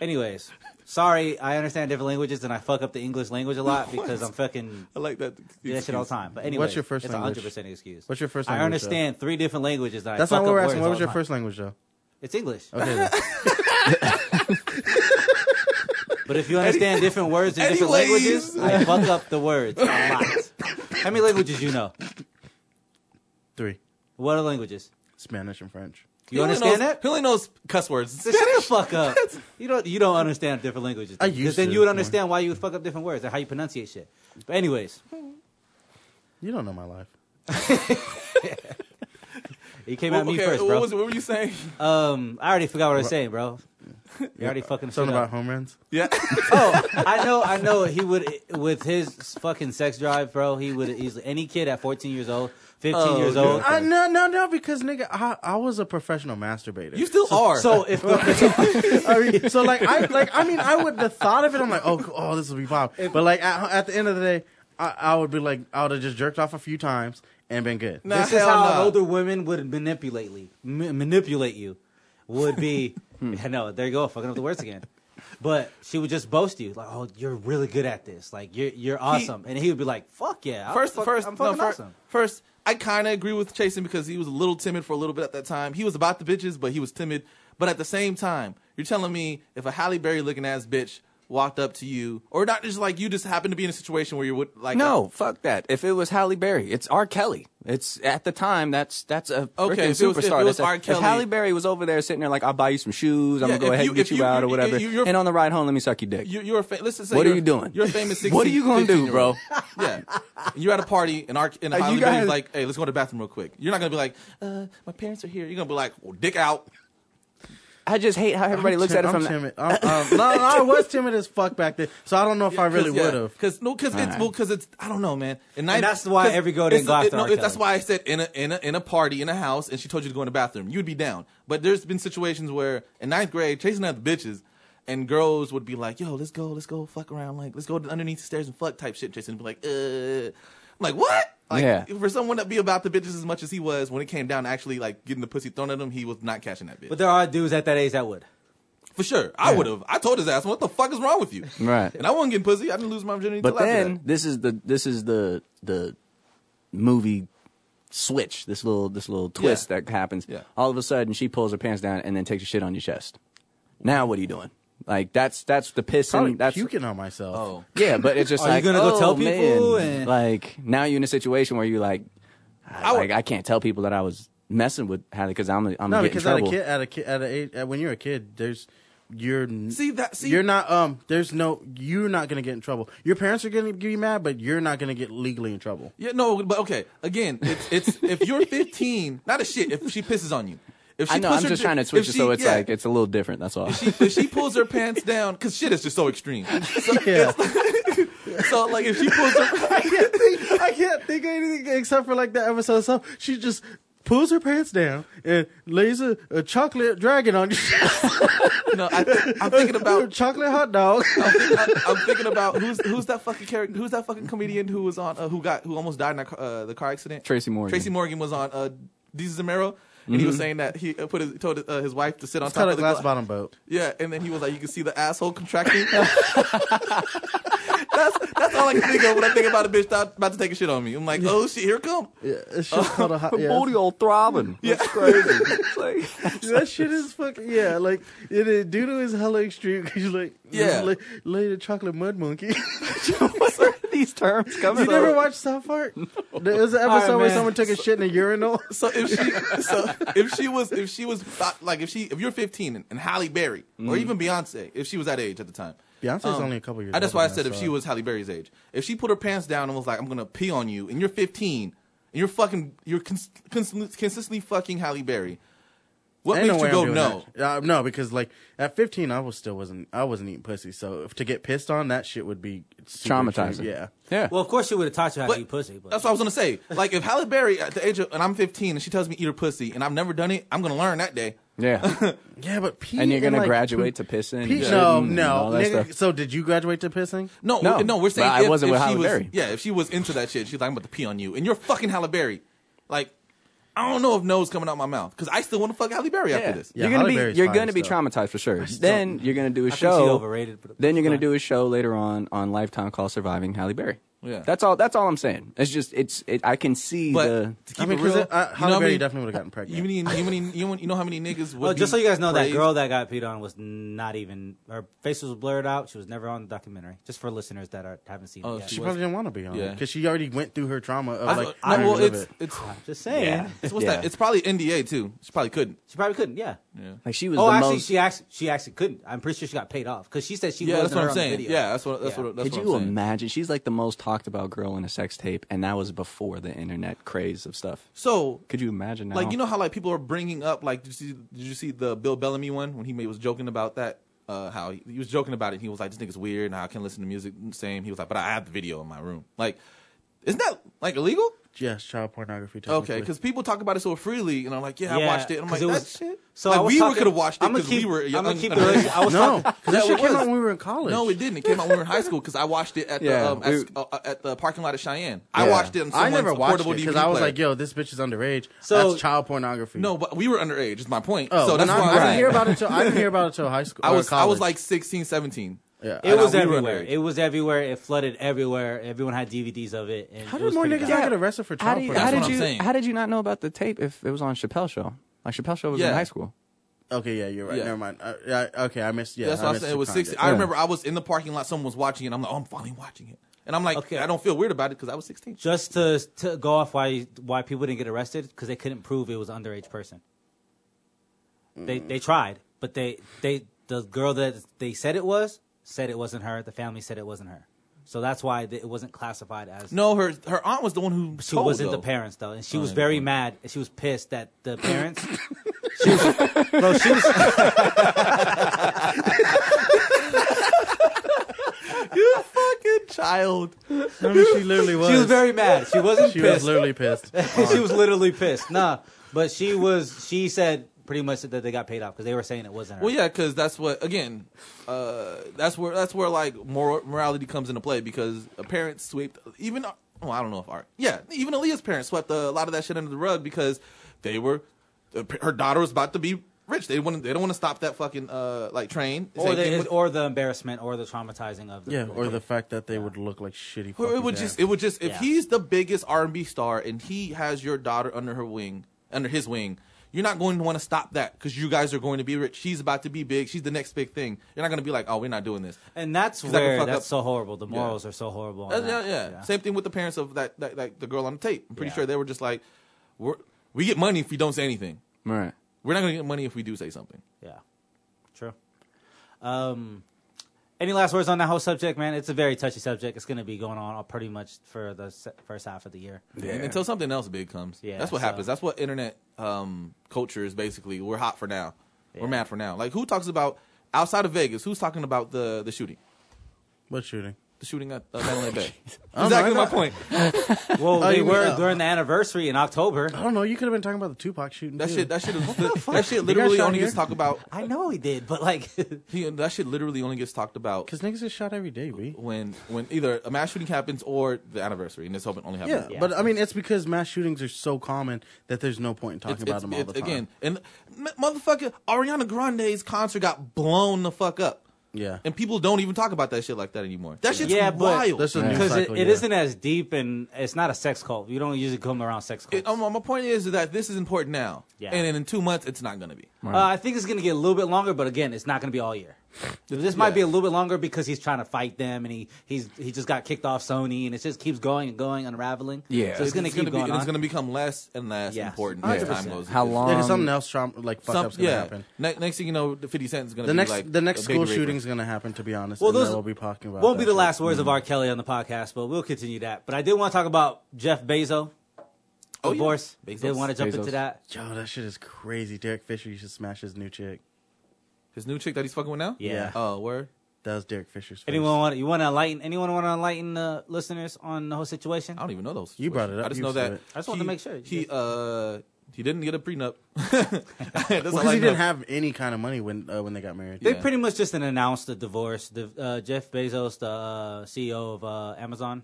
Anyways, sorry, I understand different languages and I fuck up the English language a lot because I'm fucking
I like that.
do that shit all the time. But anyway,
What's your first
it's
language?
100% excuse.
What's your first
I
language,
understand three different languages. And I
That's
fuck
not what
up
we're
words
asking. What
all
was
the
your
time.
first language though?
It's English.
Okay. then.
But if you understand different words in different
Anyways.
languages, I fuck up the words a lot. How many languages you know?
Three.
What are languages?
Spanish and French.
You understand that?
He only knows cuss words.
So shut the fuck up. You don't you don't understand different languages.
I
then. 'Cause
used
then
to,
you would
yeah.
understand why you would fuck up different words and how you pronunciate shit. But anyways,
You don't know my life.
you came
Well,
at me
okay,
first,
what,
bro.
was- what were you saying?
Um, I already forgot what I was saying, bro. You already fucking
Something
shit
about
up.
home runs.
Yeah,
Oh, I know, I know. He would with his fucking sex drive, bro. He would easily any kid at 14 years old, 15
Oh,
years
dude.
old.
I, no, no, no, because nigga, I, I was a professional masturbator.
you still are.
So if
I mean, so like I like I mean I would the thought of it I'm like oh cool, oh this will be wild but like at, at the end of the day I, I would be like I would have just jerked off a few times and been good
Nah.
this is
Hell
how
nah.
older women would manipulate you. ma- manipulate you would be.
Hmm.
I know. There you go. Fucking up the words again. But she would just boast you like, "Oh, you're really good at this. Like you're you're awesome." and he would be like, "Fuck yeah!" I'm
first,
fuck-
first,
I'm fucking
no, fir-
awesome.
First, I kind of agree with Chasen because he was a little timid for a little bit at that time. He was about the bitches, but he was timid. But at the same time, you're telling me if a Halle Berry looking ass bitch walked up to you, or not just like you just happened to be in a situation where you would like
No, fuck that. If it was Halle Berry, it's R. Kelly. It's at the time that's that's a
Okay,
freaking
if it was- if it
superstar.
was
That's a-
R. Kelly-
if Halle Berry was over there sitting there like, I'll buy you some shoes. I'm
Yeah,
gonna
if
go ahead
you-
and get
if
you,
you-
out or
you-
whatever.
you- you're-
and on the ride home, let me suck your dick.
You- You're a fa- let's just say
What are
you're-
you doing?
You're a famous. 16,
What are you gonna do,
15-year-old. yeah, you're at a party and our and
Like, you
Holly Berry's
guys-
like, "Hey, let's go to the bathroom real quick." You're not gonna be like, uh, "My parents are here." You're gonna be like, well, "Dick out."
I just hate how everybody looks at
Tim-
it
I'm
from.
timid. I'm, um, no, no, I was timid as fuck back then so I don't know if I really would have
Because no, because it's
right.
well, because it's I don't know, man. And, neither-
that's why
'cause
every girl
it's-
didn't go
it-
after
no,
R.
it- That's
Kelly.
why I said in a in a in a party in a house, and she told you to go in the bathroom. You'd be down. But there's been situations where in ninth grade, chasing out the bitches. And girls would be like, "Yo, let's go, let's go, fuck around, like let's go underneath the stairs and fuck type shit." Jason would be like, "Uh," I'm like, "What?" Like,
Yeah.
For someone to be about the bitches as much as he was, when it came down to actually like getting the pussy thrown at him, he was not catching that bitch.
But there are dudes at that age that would.
For sure, I would have. I told his ass, "What the fuck is wrong with you?"
Right.
And I wasn't getting pussy. I didn't lose my virginity.
But
till after that.
then this is the this is the the movie switch. This little this little twist
Yeah.
that happens.
Yeah.
All of a sudden, she pulls her pants down and then takes a shit on your chest. Now what are you doing? Like that's that's the pissing.
probably
that's
puking on myself
oh,
yeah, but it's just
Are you
like
gonna go
oh,
tell
man.
people and-
like now you're in a situation where you're like, I,
I would-
like I can't tell people that I was messing with Hallie because I'm I'm
no
getting in
because at a
trouble.
kid at a kid at a age at, when you're a kid there's you're n-
See, that- see-
you're not um there's no you're not gonna get in trouble your parents are gonna get you mad but you're not gonna get legally in trouble
Yeah, no, but okay. Again, it's, it's if you're 15, not a shit. If she pisses on you, If
I know.
puts
I'm
her
just
di-
trying to
if
switch it
she-
so it's
yeah.
like it's a little different. That's all.
she, if she pulls her pants down, because shit is just so extreme. So, so like if she pulls her,
I can't think. I can't think of anything except for like that episode itself. She just pulls her pants down and lays a, a chocolate dragon on you.
no, I th- I'm thinking
a
about.
chocolate hot dog.
I'm thinking, I'm thinking about who's who's that fucking character? Who's that fucking comedian who was on uh, who got who almost died in a, ca- uh, the car accident?
Tracy Morgan. Mm-hmm.
Tracy Morgan was on uh, Dizzy Zamero, and he was saying that he uh, put his, told uh, his wife to sit on
It's
top
called
of the
a glass
gla-
bottom boat.
Yeah, and then he was like, you can see the asshole contracting. that's that's all I can think of when I think about a bitch that about to take a shit on me. I'm like, oh shit, here it come.
Yeah, it's just called a hot. Yeah, it's-
all throbbing. That's crazy. It's like-
that shit is fucking yeah. Like it, it Doodoo is hella extreme because you like
Yeah.
lay, lay the chocolate mud monkey.
Where are these terms coming
you never
from?
watched South Park? There was an episode
Alright,
where
man.
someone took a shit in a urinal.
So if she, so if she was, if she was thought- like, if she, if you're 15 and, and Halle Berry or even Beyonce, if she was that age at the time,
Mm. Beyonce's
um,
only a couple years.
I, that's
older
why I
than
said if
us,
she
so-
was Halle Berry's age, if she put her pants down and was like, I'm gonna pee on you, and you're 15 and you're fucking, you're cons- cons- consistently fucking Halle Berry, what
Ain't no
makes
way
you go
I'm doing
no?
that. Uh, no, because like at 15, I was still wasn't I wasn't eating pussy. So if, to get pissed on, that shit would be super
Traumatizing.
extreme. Yeah,
Yeah.
Well, of course she would have taught you how
But-
to eat pussy. But
That's what I was gonna say. Like if Halle Berry at the age of, and I'm 15 and she tells me eat her pussy, and I've never done it, I'm gonna learn that day.
yeah.
yeah, but pee
And you're gonna
like,
graduate to pissing.
Pee,
and shitting
no,
Mm,
and
no,
all that
nigga,
stuff.
so did you graduate to pissing?
No,
No,
no, no we're saying
but I
if,
wasn't
if
with
she
Halle
was,
Berry.
Yeah, if she was into that shit, she's like, I'm about to pee on you, and you're fucking Halle Berry. Like, I don't know if no's coming out my mouth because I still want to fuck Halle Berry
Yeah.
after this.
Yeah,
you're gonna
Halle
be
Berry's
you're
fine
gonna be
still.
traumatized for sure. Then you're gonna do a
I think
show.
she overrated. But
Then you're gonna
fine.
do a show later on on Lifetime called "Surviving Halle Berry."
Yeah.
that's all. That's all I'm saying. It's just it's it, I can see
But
the
to keep
I mean,
it
because
real, you
Halle
know how
Berry
many-
definitely would have gotten pregnant.
You mean you mean you, want- you know how many niggas? Would
Oh, just so
be
you guys know, that
praised?
girl that got peed on was not even her face was blurred out. She was never on the documentary. Just for listeners that are haven't seen
Oh,
it yet.
she
was-
probably didn't want to be on
Yeah.
because she already went through her trauma of
I,
like.
no,
having
well,
to live
it's
it.
it's,
I'm just saying.
yeah.
it's what's
yeah.
that? It's probably NDA too. She probably couldn't.
She probably couldn't. Yeah.
Yeah,
like she was
Oh,
the
actually,
most.
she actually she actually couldn't. I'm pretty sure she got paid off because she said she
yeah, that's
wasn't
what
her
I'm
on the
saying.
video.
Yeah, that's what that's
Yeah.
what that's
could
what
you
I'm saying.
imagine? She's like the most talked about girl in a sex tape, and that was before the internet craze of stuff.
So
Could you imagine? Now?
Like you know how like people are bringing up like did you see did you see the Bill Bellamy one when he made, was joking about that uh how he, he was joking about it he was like this nigga's weird and I can't listen to music same he was like but I have the video in my room like isn't that like illegal
yes, child pornography.
okay
technically.
because people talk about it so freely and I'm like yeah, I
Yeah,
watched it and I'm
'cause
like
it was-
that shit
So
like
I was
we
talking,
could have watched it
I'ma
because we
keep-
were
I'm gonna
un-
keep
un-
the. I was
no,
talking.
because that
Yeah,
shit
it
came
was.
out when we were in college.
no, it didn't. It came out when we were in high school because I watched it at
Yeah,
the um,
we-
at, uh, at the parking lot at Cheyenne. I
Yeah.
watched it. On
I
someone's
never watched it
portable
because
DVD
I was
player.
like, "Yo, this bitch is underage.
So-
that's child pornography."
no, but we were underage. Is my point.
Oh,
so that's
when I,
why
I didn't
was-
hear about it till I didn't hear about it till high school.
I
or
was I
college.
was like 16, 17.
yeah.
It was
we were
everywhere.
underage.
It was everywhere. It flooded everywhere. Everyone had DVDs of it. And
How
it
did
was
more
pretty bad.
niggas not get arrested for
how
child
do you, how
That's
pornography?
what
did
I'm
you
saying.
how did you not know about the tape if it was on Chappelle's show? Like Chappelle's show was in
Yeah.
high school.
Okay, yeah, you're right.
Yeah.
Never mind. Uh, yeah, okay, I missed. Yeah,
That's
I
what I'm
missed
saying. It was
the
16.
context.
I remember I was in the parking lot. Someone was watching it. and I'm like, oh, I'm finally watching it. And I'm like,
Okay.
I don't feel weird about it because I was 16.
Just to, to go off why why people didn't get arrested because they couldn't prove it was underage person.
Mm.
They they tried, but they they the girl that they said it was said it wasn't her. The family said it wasn't her, so that's why th- it wasn't classified as.
No, her her aunt was the one who
she
told,
wasn't
though.
the parents though, and she was
yeah,
very
good point.
mad. and She was pissed that the parents. she was, bro, she was.
You fucking child.
Remember, she literally was.
She was very mad. She wasn't
She
pissed.
was literally pissed.
she was literally pissed. Nah, but she was. She said pretty much that they got paid off because they were saying it wasn't her.
Well, yeah, because that's what again. Uh, that's where that's where like moral, morality comes into play because a parent swept even. Well, I don't know if art. Yeah, even Aaliyah's parents swept a lot of that shit under the rug because they were the pa- her daughter was about to be rich. They want they don't want to stop that fucking uh like train.
Or
Same thing
the,
with-
or the embarrassment or the traumatizing of the
Yeah, or the fact that they would look like shitty.
Or it would
fucking parents.
just it would just if
Yeah.
he's the biggest R and B star and he has your daughter under her wing under his wing, you're not going to want to stop that because you guys are going to be rich. She's about to be big. She's the next big thing. You're not going to be like, oh, we're not doing this.
and that's
that could
where
fuck
that's
up-
so horrible. The morals are so horrible. on
Uh, yeah,
that.
yeah. Same thing with the parents of that that like the girl on the tape. I'm pretty
Yeah.
sure they were just like, we're, we get money if we don't say anything.
Right.
We're not going to get money if we do say something.
Yeah. True. Um, Any last words on that whole subject, man? It's a very touchy subject. It's going to be going on all pretty much for the se- first half of the year.
And until something else big comes.
Yeah,
That's what
so-
happens. That's what internet um, culture is basically. We're hot for now.
Yeah.
We're mad for now. Like who talks about outside of Vegas? Who's talking about the the shooting?
What shooting?
The shooting at uh, Mandalay Bay.
don't know,
exactly
I
my
know.
point. Oh,
Well, they
you
were
mean-
during the anniversary in October.
I don't know. You could have been talking about the Tupac shooting.
That
too.
shit. That shit. Is, that shit
You guys
literally
shot
only
here?
gets talked about.
I know he did, but like,
he- That shit literally only gets talked about
Cause niggas is shot every day, b.
when when either a mass shooting happens or the anniversary, and this hoping only happens.
Yeah,
Yeah.
but I mean, it's because mass shootings are so common that there's no point in talking
It's,
about
it's,
them all
it's-
the time.
again, and m- motherfucker, Ariana Grande's concert got blown the fuck up,
yeah,
and people don't even talk about that shit like that anymore. That shit's
yeah, but
wild.
That's a new
because it,
cycle,
it
yeah.
not as deep and it's not a sex cult. You don't usually come around sex cults.
It- um, my point is that this is important now,
Yeah.
and in two months, it's not gonna be.
Uh, I think it's going to get a little bit longer, but again, it's not going to be all year. This might be a little bit longer because he's trying to fight them, and he he's he just got kicked off Sony, and it just keeps going and going, unraveling.
Yeah.
so it's, going to keep
gonna
going
be, and
on.
It's gonna become less and less
Yes.
important as
100%.
time goes.
How
It's-
long?
yeah, 'cause something else traum- like fuck
um, Some-
up's gonna
yeah.
happen.
Ne- next thing you know, the Fifty Cent is gonna
The
be
next,
like
the next
a big
school
rapist.
shooting's gonna happen. To be honest,
Well,
and
those-
then we'll be talking about.
Won't be
that
the
shit. Mm-hmm.
last words of R. Kelly on the podcast, but we'll continue that. But I did want to talk about Jeff Bezos.
Oh, yeah.
divorce.
Bezos.
Did want to jump
Bezos.
into that.
Yo, that shit is crazy. Derek Fisher, you should smash his new chick.
His new chick that he's fucking with now.
Yeah.
Yeah.
Oh, word.
That was Derek Fisher's. Face.
Anyone want you want to enlighten? Anyone want to enlighten the listeners on the whole situation?
I don't even know those.
You brought
situations.
it up.
I just
You
know
said
that.
it.
I just wanted to
he-
make sure. You
he
just-
uh he didn't get a prenup.
Because he didn't have any kind of money when uh, when they got married.
They
Yeah.
pretty much just announced the divorce. The, uh, Jeff Bezos, the uh, CEO of uh, Amazon,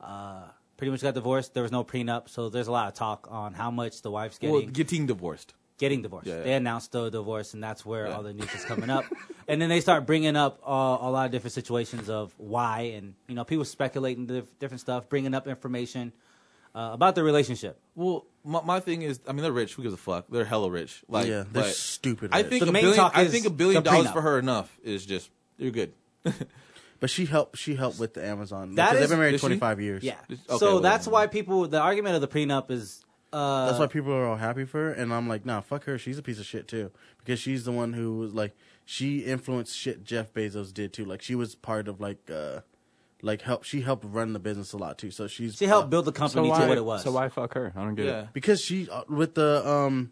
uh, pretty much got divorced. There was no prenup, so there's a lot of talk on how much the wife's getting
well, getting divorced.
getting divorced.
Yeah, yeah.
They announced the divorce, and that's where
Yeah.
all the news is coming up. and then they start bringing up uh, a lot of different situations of why, and you know, people speculating diff- different stuff, bringing up information uh, about the relationship.
Well, my, my thing is, I mean, they're rich. Who gives a fuck? They're hella rich. Like,
yeah, they're
but
stupid.
I
rich.
think
The
a
main
billion.
talk
I
is
think a billion
the
dollars
prenup.
for her enough is just you're good.
but she helped. She helped with the Amazon.
That
That
is-
they've been married
Is she?
twenty five years.
Yeah.
Just- okay,
so
well,
that's
then.
why people. The argument of the prenup is. Uh,
That's why people are all happy for her, and I'm like, nah, fuck her. She's a piece of shit too, because she's the one who was like, she influenced shit Jeff Bezos did too. Like she was part of like, uh like help. She helped run the business a lot too. So she's
she helped build the company to what it was.
So why fuck her? I don't get
yeah.
it.
because she uh, with the um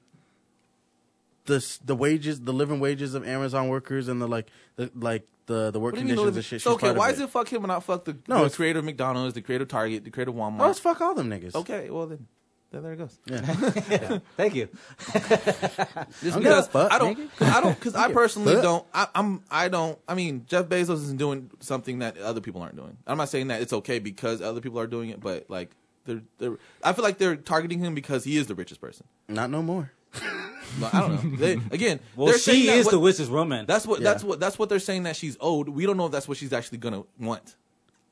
the s- the wages, the living wages of Amazon workers, and the like, the, like the the work
What do you mean?
conditions and shit.
So,
she's
okay,
part of
why is it fuck him and not fuck the,
No,
the
it's-
creator of McDonald's, the creator of Target, the creator of Walmart?
Oh, it's fuck all them niggas.
okay, well then, then there it goes.
Thank you.
Just
I'm
because
gonna fuck,
I don't, cause I don't, because I personally
fuck.
don't. I, I'm, I don't. I mean, Jeff Bezos isn't doing something that other people aren't doing. I'm not saying that it's okay because other people are doing it, but like, they're, they're. I feel like they're targeting him because he is the richest person.
Not no more.
But I don't know. They, again,
Well,
they're saying
she
that
is
what-
the richest woman.
That's what.
Yeah.
That's what. That's what they're saying that she's owed. We don't know if that's what she's actually gonna want.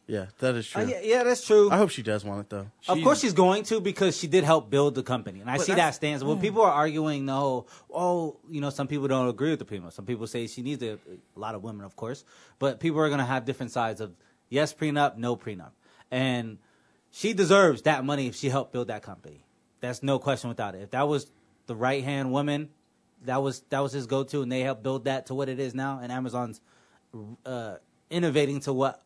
Yeah, that is
Uh,
true.
yeah, yeah, that's true.
I hope she does want it though.
Of course, she's going to because she did help build the company, and I
But
see that
that's-
stance. When people are arguing, no, oh, you know, some people don't agree with the primo. Some people say she needs a, a lot of women, of course, but people are going to have different sides of yes prenup, no prenup, and she deserves that money if she helped build that company. That's no question without it. If that was the right hand woman, that was that was his go to, and they helped build that to what it is now, and Amazon's uh, innovating to what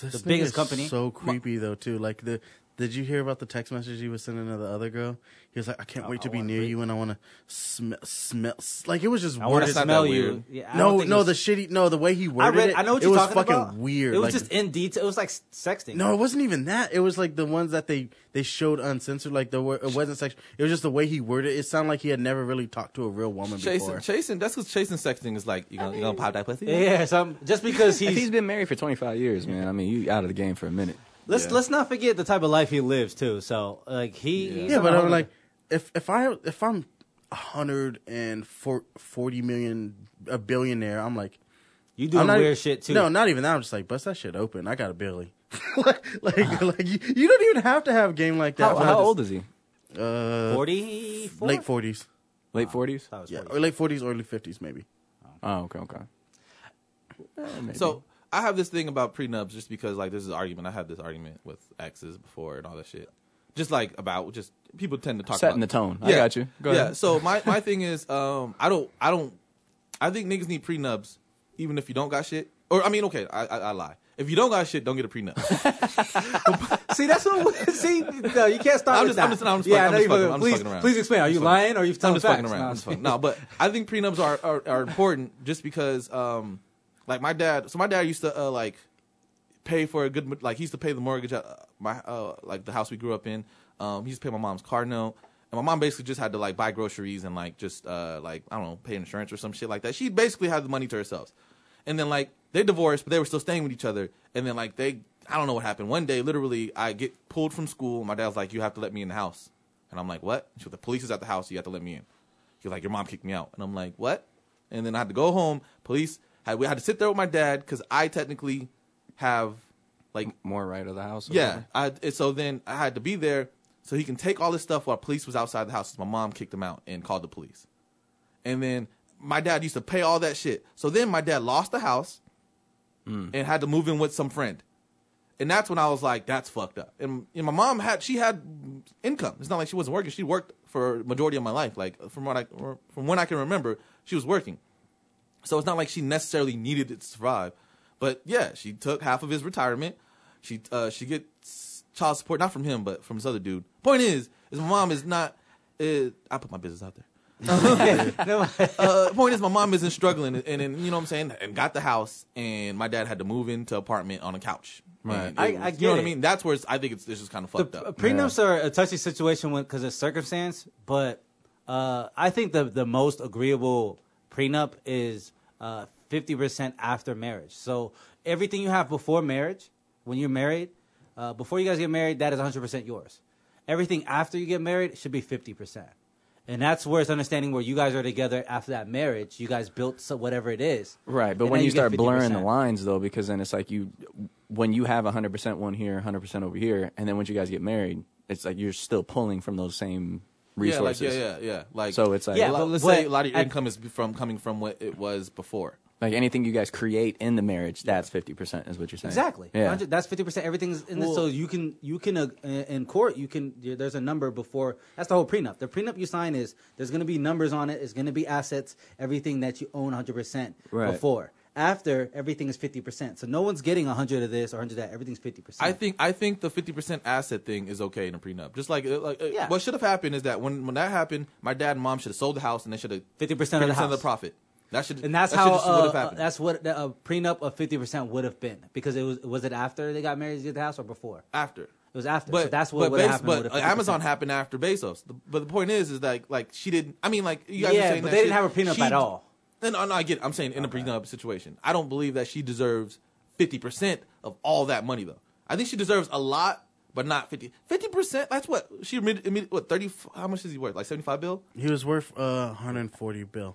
This
the biggest
nigga's
company.
So creepy though too. Like the did you hear about the text message he was sending to the other girl? He was like, I can't wait to be
wanna
near
breathe.
you and I want to smell smell. s- Like it was just
I want
weird.
to
as-
not
smell
that
you.
weird.
Yeah, I don't
No,
think
no,
it's-
the shitty no, the way he
I
worded
read.
it.
I know what
it
you're
was
talking
fucking
about.
weird.
It was
like,
just in detail. It was like s- sexting.
no, it wasn't even that. It was like the ones that they they showed uncensored. Like the word, it wasn't sex. It was just the way he worded it. It sounded like he had never really talked to a real woman
Chasing,
before.
chasing. That's because chasing sexting is like you gonna, you gonna pop that pussy.
Yeah. So I'm- just because
If he's
he's
been married for 25 years, man, I mean, you out of the game for a minute.
let's
Yeah.
let's not forget the type of life he lives too. So like he. he's
Yeah,
on
but
a
I'm
whole
like, if if I if I'm a hundred and four- forty million a billionaire, I'm like,
you doing
I'm not
weird
even-
shit too.
No, not even that. I'm just like, bust that shit open. I got a Billy. like, like, like you, you don't even have to have a game like that.
How, how old is he?
is uh,
forty four.
Late 40s.
Late 40s?
Yeah, or late 40s, early 50s, maybe.
Oh, okay, okay.
So I have this thing about prenups just because like this is an argument. I had this argument with exes before and all that shit. Just like about just people tend to talk
Setting
about
the tone. I got you. Go
yeah.
ahead.
So my, my thing is um I don't I don't I think niggas need prenups even if you don't got shit Or I mean, okay, I, I, I lie. If you don't got shit, don't get a prenup.
See, that's what. See, no, you can't start
I'm
with
just-
that.
I'm just- I'm just
yeah, I
fucking-
know
I'm
you fucking-
just fucking- I'm just
please,
fucking around.
please explain. Are you lying or are you
I'm
telling
just fucking
facts?
around.
No,
I'm just fucking- No, but I think prenups are, are, are important just because, um, like my dad. So my dad used to uh, like pay for a good mo- like he used to pay the mortgage at uh, my uh, like the house we grew up in. Um, he used to pay my mom's car note, and my mom basically just had to like buy groceries and like just uh like I don't know pay insurance or some shit like that. She basically had the money to herself, and then like they divorced, but they were still staying with each other, and then like they. I don't know what happened. One day, literally, I get pulled from school. My dad's like, "You have to let me in the house," and I'm like, "What?" She was, "The police is at the house. You have to let me in." He's like, "Your mom kicked me out," and I'm like, "What?" And then I had to go home. Police had we had to sit there with my dad because I technically have like
More right of the house. or
yeah.
whatever.
I and so then I had to be there so he can take all this stuff while police was outside the house. My mom kicked him out and called the police, and then my dad used to pay all that shit. So then my dad lost the house and had to move in with some friend. And that's when I was like, "That's fucked up." And, and my mom had she had income. It's not like she wasn't working. She worked for majority of my life. Like from what I from when I can remember, she was working. So it's not like she necessarily needed it to survive. But yeah, she took half of his retirement. She uh, she gets child support not from him, but from this other dude. Point is, is my mom is not. Uh, I put my business out there.
No,
Uh, point is, my mom isn't struggling, and, and you know what I'm saying, and got the house, and my dad had to move into apartment on a couch.
Right.
And it
I- I
you
get
know what
it.
I mean. That's where it's, I think it's, it's just kind of fucked
the,
up.
prenups are a touchy situation because of circumstance, but uh, I think the the most agreeable prenup is uh, fifty percent after marriage. So everything you have before marriage, when you're married, uh, before you guys get married, that is one hundred percent yours. Everything after you get married should be fifty percent. And that's where it's understanding where you guys are together after that marriage. You guys built so whatever it is.
Right, but
And
when
now
you,
get
start blurring the
50%.
lines though, because then it's like you, when you have hundred percent one here, hundred percent over here, and then once you guys get married, it's like you're still pulling from those same
Yeah, like
resources.
yeah, yeah, yeah. Like
So it's like-
Yeah,
a lot-
but
let's
what-
say a lot of your
at-
income is from coming from what it was before.
Like anything you guys create in the marriage, that's fifty percent, is what you're saying.
Exactly.
Yeah.
100 That's fifty percent. Everything's in this.
Well-
So you can you can uh, in court you can there's a number before. That's the whole prenup. The prenup you sign is there's going to be numbers on it. It's going to be assets. Everything that you own hundred percent
Right.
before. After everything is fifty percent. So no one's getting hundred of this or hundred of that. Everything's fifty percent.
I think I think the fifty percent asset thing is okay in a prenup. Just like, uh, like uh,
Yeah.
what should have happened is that when when that happened, my dad and mom should have sold the house and they should have
50% of the house.
profit. That should
and that's
that
how
should just would
uh,
have
uh,
happened.
that's what the, a prenup of fifty percent would have been because it was was it after they got married to get the house or before
after.
it was after. so
But
that's what
but,
would
Bez-
have happened.
but
with a
uh,
50%.
Amazon happened after Bezos. The, but the point is, is like like she didn't. I mean, like you guys are
Yeah,
saying
but
that
they didn't
she-
have a prenup
she-
at all.
No, no, no, I get. It. I'm saying in a prenup situation, I don't believe that she deserves fifty percent of all that money though. I think she deserves a lot, but not fifty. Fifty percent. That's what she admitted. admitted- What thirty? How much is he worth? Like seventy five bill.
He was worth uh, 140 bill,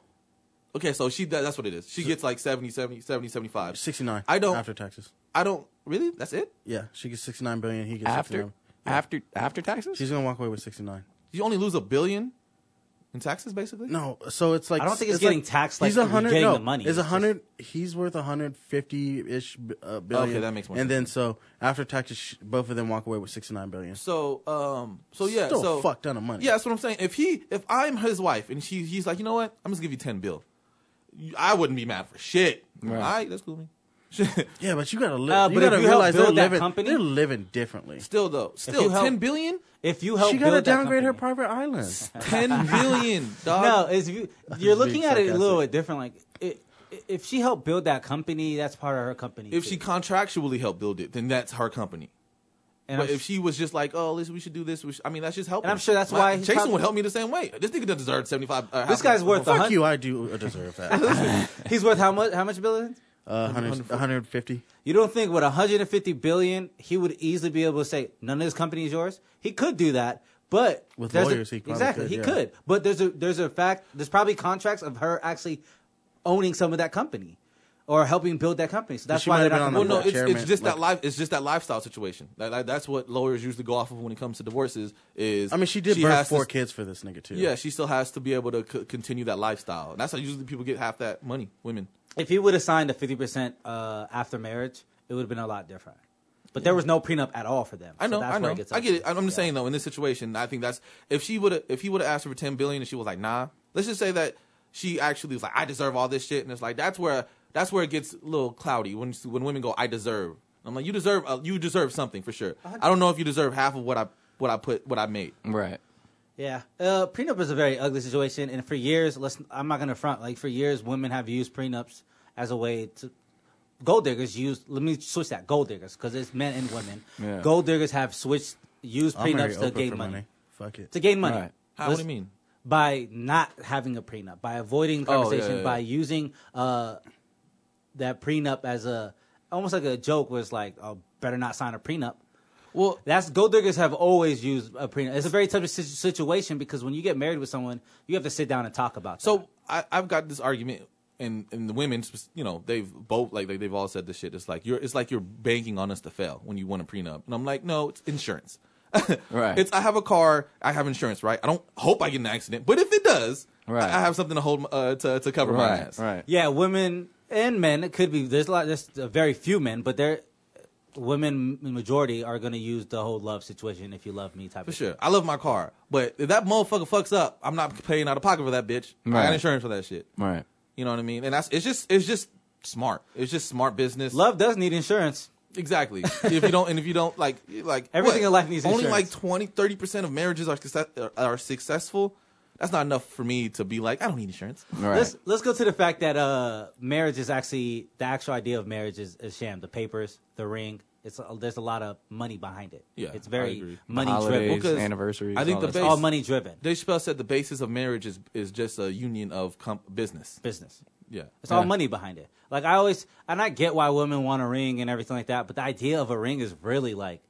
Okay, so she that, that's what it is. She gets like 70, 70, 70, 75.
69.
I don't
after taxes.
I don't really. That's it.
Yeah, she gets 69 billion. He gets
After,
69.
after, after taxes.
She's gonna walk away with 69.
You only lose a billion in taxes basically.
No, so it's like
I don't think it's getting taxed like
he's a
you're
hundred.
getting
No,
the money.
It's a
It's just-
hundred. He's worth a hundred fifty ish uh, billion.
Okay, that makes more
And then
sense.
so after taxes, sh- both of them walk away with sixty nine billion.
So um so yeah
Still a
so
fuck ton of money.
Yeah, that's what I'm saying. If he if I'm his wife and she he's like, "You know what? I'm just give you 10 bill." You- I wouldn't be mad for shit. All right, that's cool with me. Shit.
Yeah, but you gotta live.
Uh,
you
but if
gotta
you help
realize
build
they're
that
living.
company-
they're living differently.
Still though. Still
you help-
10 billion?
if you help
she gotta
build that
downgrade her
company-
private island.
10 billion, dog.
No, it's, if you, you're looking at it a little
sarcastic.
bit different. Like, it, if she helped build that company, that's part of her company.
If
too.
she contractually helped build it, then that's her company.
and
But
I'm
if she was just like, "Oh, listen, we should do this," we should, I mean, that's just helping.
And I'm sure that's why he's
Jason
probably-
would help me the same way. This nigga doesn't deserve seventy five. Uh,
This
half-
guy's worth a
fuck
hun-
Fuck you, I do deserve that.
he's worth how much? How much billion?
Uh, 100, 150.
You don't think with 150 billion, he would easily be able to say none of this company is yours? He could do that, but
With
there's a-
lawyers, he probably
exactly
could,
he
yeah.
could. But there's a there's a fact. There's probably contracts of her actually owning some of that company or helping build that company. So that's
she
why
might
they're
have
not.
been on
gonna
Well,
the
do
no,
that.
it's, it's
chairman,
just
like-
that life. It's just that lifestyle situation. Like, like, that's what lawyers usually go off of when it comes to divorces. Is
I mean, she did
has
birth
to-
four kids for this nigga too.
Yeah, she still has to be able to c- continue that lifestyle. And that's how usually people get half that money. Women.
if he would have signed a 50% uh, after marriage, it would have been a lot different. But there was no prenup at all for them.
I
So
know.
that's
I
where
know.
It gets
I
up
get
to.
it. I'm just saying though, in this situation, I think that's if she would have if he would have asked her for ten billion and she was like, nah. Let's just say that she actually was like, I deserve all this shit, and it's like that's where That's where it gets a little cloudy when when women go, "I deserve." I'm like, "You deserve. Uh, you deserve something for sure." I don't know if you deserve half of what I what I put what I made.
Right.
Yeah, uh, prenup is a very ugly situation, and for years, let's, I'm not gonna front. Like for years, women have used prenups as a way to gold diggers use. Let me switch that gold diggers because it's men and women.
Yeah.
Gold diggers have switched used
I'll marry
prenups to
Oprah
gain
for
money.
Fuck it.
To gain money.
Right.
How? What
Let's-
do you mean?
By not having a prenup, by avoiding the
Oh, yeah,
conversation,
yeah,
by
yeah.
using uh, that prenup as a almost like a joke, was like, "Oh, better not sign a prenup."
Well,
That's gold diggers have always used a prenup. It's a very tough si- situation because when you get married with someone, you have to sit down and talk about. that.
So I, I've got this argument, and and the women, you know, they've both like they, they've all said this shit. It's like you're it's like you're banking on us to fail when you want a prenup, and I'm like, no, it's insurance.
Right.
It's I have a car, I have insurance, right? I don't hope I get in an accident, but if it does,
Right.
I, I have something to hold uh, to to cover my
Right.
ass.
Right.
yeah, women and men. It could be there's a lot. There's uh, very few men, but there, women m- majority are going to use the whole love situation. If you love me, type
For
of shit.
sure, I love my car, but if that motherfucker fucks up, I'm not paying out of pocket for that bitch. I
Right.
got insurance for that shit.
Right.
You know what I mean? And that's it's just it's just smart. It's just smart business.
Love does need insurance.
Exactly. if you don't, and if you don't, like, like
Everything
what?
in life needs
only
insurance.
like 20, 30 percent of marriages are success, are- are successful. That's not enough for me to be like, I don't need insurance.
Right.
Let's let's go to the fact that uh, marriage is actually the actual idea of marriage is, is sham. The papers, the ring. It's a, there's a lot of money behind it.
Yeah,
it's
I
very
agree.
money
Holidays,
driven.
Well, 'cause
anniversaries.
I think
all
the
that
It's
base-
stuff.
all money driven
Dave Chappelle said the basis of marriage is is just a union of com- business.
business.
Yeah.
It's all
Yeah.
money behind it. Like I always, and I get why women want a ring and everything like that, but the idea of a ring is really like,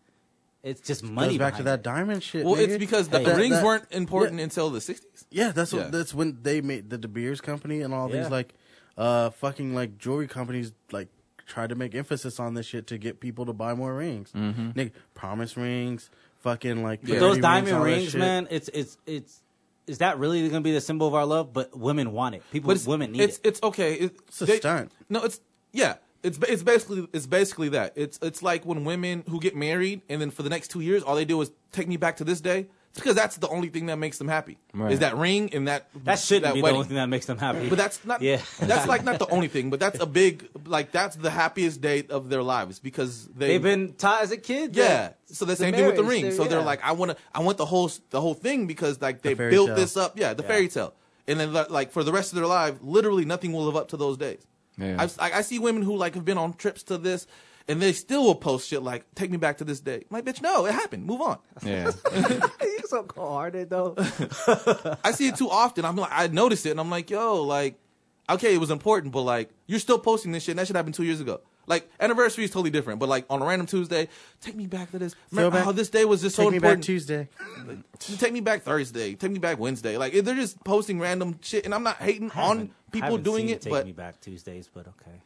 it's just money.
Goes back to
behind
that
it.
diamond shit.
Well, it's
nigga.
because the
That-
rings
that-
weren't important until the sixties.
Yeah, that's
Yeah.
what that's when they made the De Beers company and all
Yeah.
these like uh fucking like jewelry companies like tried to make emphasis on this shit to get people to buy more rings. Nigga, promise rings, fucking like
But Yeah.
Mm-hmm. Those
charity
diamond
all that
rings,
shit.
man. It's it's it's. Is that really going to be the symbol of our love? But women want it. People,
But it's,
women need
it's,
it.
It's okay. It-
a stunt.
No, it's yeah. It's ba- it's basically it's basically that. It's it's like when women who get married and then for the next two years all they do is take me back to this day. It's because that's the only thing that makes them happy.
Right.
Is that ring and that
That shouldn't be the
wedding.
only thing that makes them happy.
But that's not.
Yeah.
That's like not the only thing. But that's a big like that's the happiest day of their lives because they
They've been taught as a kid.
yeah. So the
it's a
same thing with the
marriage,
ring. so they're
yeah.
like, I want to, I want the whole, the whole thing because like they
fairy
built
tale.
this up. Yeah, the fairy tale. And then li- like for the rest of their life, literally nothing will live up to those days.
Yeah.
I've, I, I see women who like have been on trips to this, and they still will post shit like, "Take me back to this day." My bitch, no, it happened. Move on.
Yeah.
you're so cold-hearted though.
I see it too often. I'm like, I notice it, and I'm like, yo, like, okay, it was important, but like, you're still posting this shit. And that shit happened two years ago. Like, anniversary is totally different, but like on a random Tuesday, take me back to this. Remember
back-
how this day was just
Take
so
me
important.
back Tuesday.
take me back Thursday, take me back Wednesday. Like they're just posting random shit, and I'm not hating
I haven't-
on
I
people
haven't
doing
seen
it,
Take
but
me back Tuesdays, but okay.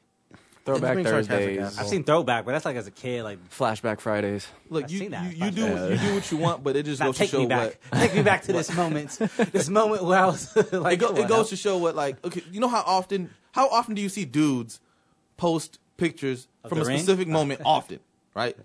Throwback
being sarcastic,
Thursdays.
asshole.
I've seen throwback, but that's like as a kid, like
Flashback Fridays.
look,
I've
you
seen that.
you, you do
Yeah.
you do what you want, but it just
Now
goes to
take
show
me
what
back. Take me back to this moment. This moment where I was like,
it, go,
what
it goes
up?
to show what like okay, you know how often how often do you see dudes post pictures from a
the ring?
specific moment often, right?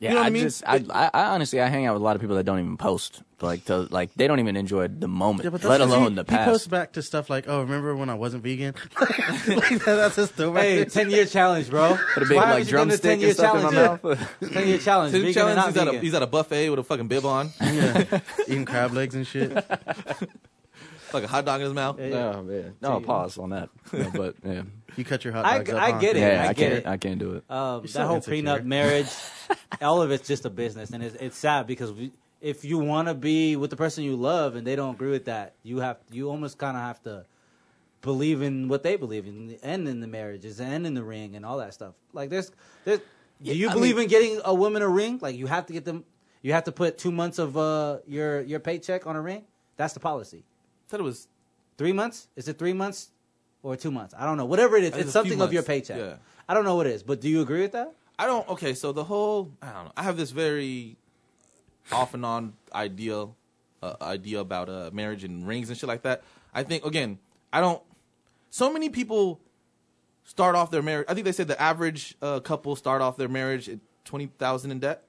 Yeah,
You know what
I
I mean?
just, I, I, I honestly, I hang out with a lot of people that don't even post. Like, to, like they don't even enjoy the moment,
Yeah, but that's
let
'cause
alone
he,
the
He posts
past.
back to stuff like, "Oh, remember when I wasn't vegan?" like that, that's his throwback.
Hey, ten year challenge, bro.
Put a big like drumstick and stuff in my mouth.
Ten year challenge.
His
vegan and
challenge
not
he's at, a,
vegan.
he's at a buffet with a fucking bib on,
Yeah. eating crab legs and shit.
like a hot dog in his mouth.
Oh man, no pause on that. No, but yeah,
You cut your hot
I-
dogs up,
I
huh?
get it.
yeah,
I
I,
get
can't,
it.
I can't do it.
um,
so
that whole
insecure.
prenup marriage, all of it's just a business, and it's, it's sad because we, if you want to be with the person you love and they don't agree with that, you have you almost kind of have to believe in what they believe in, and in the marriages, and in the ring, and all that stuff. Like there's, there's do you
I
believe
mean-
in getting a woman a ring? Like you have to get them, you have to put two months of uh, your your paycheck on a ring. That's the policy.
Said it was
Three months? Is it three months or two months? I don't know. Whatever it is,
It's
it's
a few
something of your
months.
paycheck.
Yeah.
I don't know what it is, but do you agree with that?
I don't. Okay, so the whole I don't know. I have this very off and on idea uh, idea about uh, marriage and rings and shit like that. I think again, I don't. So many people start off their marriage. I think they said the average uh, couple start off their marriage at twenty thousand in debt,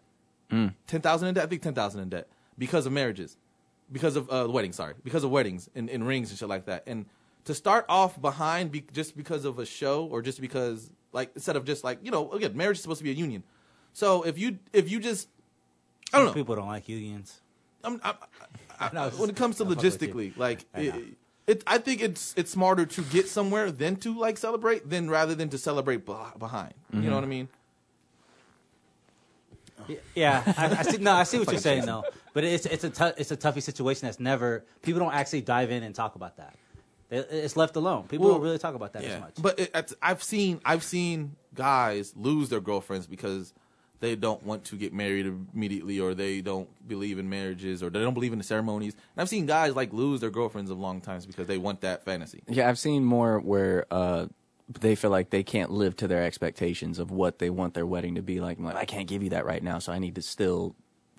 ten thousand in debt. I think ten thousand in debt because of marriages, because of uh, weddings. Sorry, because of weddings and, and rings and shit like that. And to start off behind be, just because of a show or just because like instead of just like you know again marriage is supposed to be a union. So if you if you just I don't know
People don't like unions.
I'm, I'm, I,
No, I was
when it comes to
I fuck with you.
logistically, like
I know.
it, it, I think it's it's smarter to get somewhere than to like celebrate, than rather than to celebrate beh- behind.
Mm-hmm.
You know what I mean?
Y- Yeah, I, I see. No, I see what you're saying though. But it's it's a tou- it's a toughy situation that's never people don't actually dive in and talk about that. They- It's left alone. People
Well,
don't really talk about that as much.
But it, it's, I've seen I've seen guys lose their girlfriends because they don't want to get married immediately, or they don't believe in marriages, or they don't believe in the ceremonies. And I've seen guys like lose their girlfriends of long times because they want that fantasy.
Yeah, I've seen more where uh, they feel like they can't live to their expectations of what they want their wedding to be like. I'm like, I can't give you that right now, so I need to still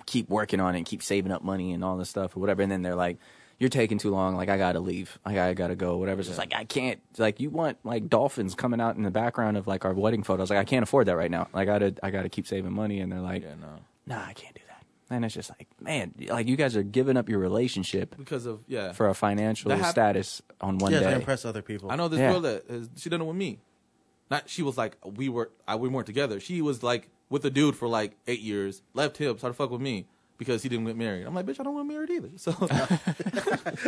keep working on it and keep saving up money and all this stuff or whatever. And then they're like, you're taking too long. Like, I gotta leave. Like, I gotta go. Whatever. So it's like, I can't. it's Like, you want like dolphins coming out in the background of like our wedding photos. Like, I can't afford that right now. Like, I gotta, I gotta keep saving money. And they're like,
Yeah, no,
Nah, I can't do that. And it's just like, man, like you guys are giving up your relationship
because of yeah.
for a financial
That hap-
status on one
yeah, to
day.
impress other people.
I know this
Yeah.
girl that has, she done it with me. Not she was like we were I, we weren't together. She was like with a dude for like eight years, left him, started fuck with me because he didn't get married. I'm like, bitch, I don't want married either. So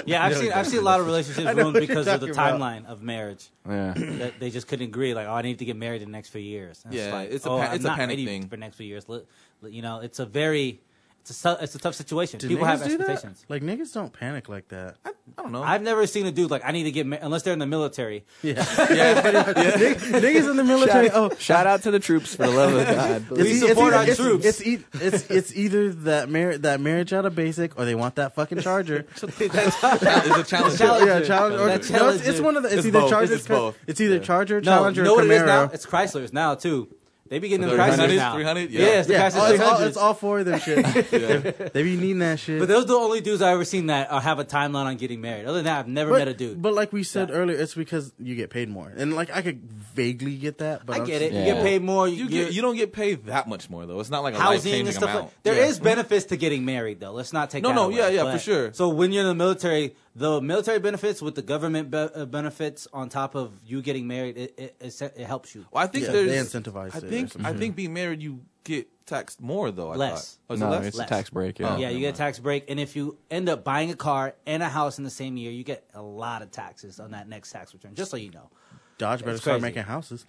yeah, I've seen I've seen a lot of relationships
I know
ruined
what you're
because of the
talking about.
timeline of marriage.
Yeah.
that they just couldn't agree. Like, oh, I need to get married in the next few years. And
Yeah,
like,
it's a
oh,
pa-
I'm
it's a
not
panic
ready
thing.
for next few years. Li- li- You know, it's a very it's a su- it's a tough situation.
Do
People
niggas
have
do that?
expectations.
Like niggas don't panic like that.
I, I don't know.
I've never seen a dude like I need to get ma- unless they're in the military.
Yeah, Nig- niggas in the military.
Shout,
Oh,
shout out to the troops for the love of God.
It's
We
e-
support
it's,
our
it's,
troops.
It's, e- it's it's either that mar- that marriage out of basic, or they want that fucking charger.
it's a challenge.
yeah, Challenger. Or,
That
no, it's, it's
Challenger.
one of the. It's,
It's
either
both.
Charger.
It's both.
It's either Charger,
No,
Challenger,
you know
or
what it is now?
Camaro.
It's Chrysler's now too. They be getting them
300s,
Chryslers now.
300, yeah.
yeah, it's the
yeah,
Chrysler
all, it's, all,
300s.
it's all four of them shit.
Yeah.
they be needing that shit.
But those are the only dudes I ever seen that uh, have a timeline on getting married. Other than that, I've never
But-
met a dude.
But like we said
Yeah.
earlier, it's because you get paid more, and like I could vaguely get that. But
I
I'm
get it.
just-
You
Yeah.
get paid more. You,
You
you're-
get you don't get paid that much more though. It's not like a life
housing and
changing
stuff.
amount.
Like, there is
Yeah.
benefits to getting married, though. Let's not take
No,
that
no,
away.
yeah, yeah, for
But-
sure.
So when you're in the military, the military benefits with the government be- uh, benefits on top of you getting married, it it, it, se- it helps you
Well, I think
Yeah, they
there's
incentivized
I
it or
think
something.
I think being married you get taxed more though. I
Less.
Thought. Oh, is it
no,
less?
it's
Less.
a tax break. Yeah,
Oh.
yeah, you get a tax break, and if you end up buying a car and a house in the same year, you get a lot of taxes on that next tax return. Just so you know,
Dodge better start
crazy.
making houses.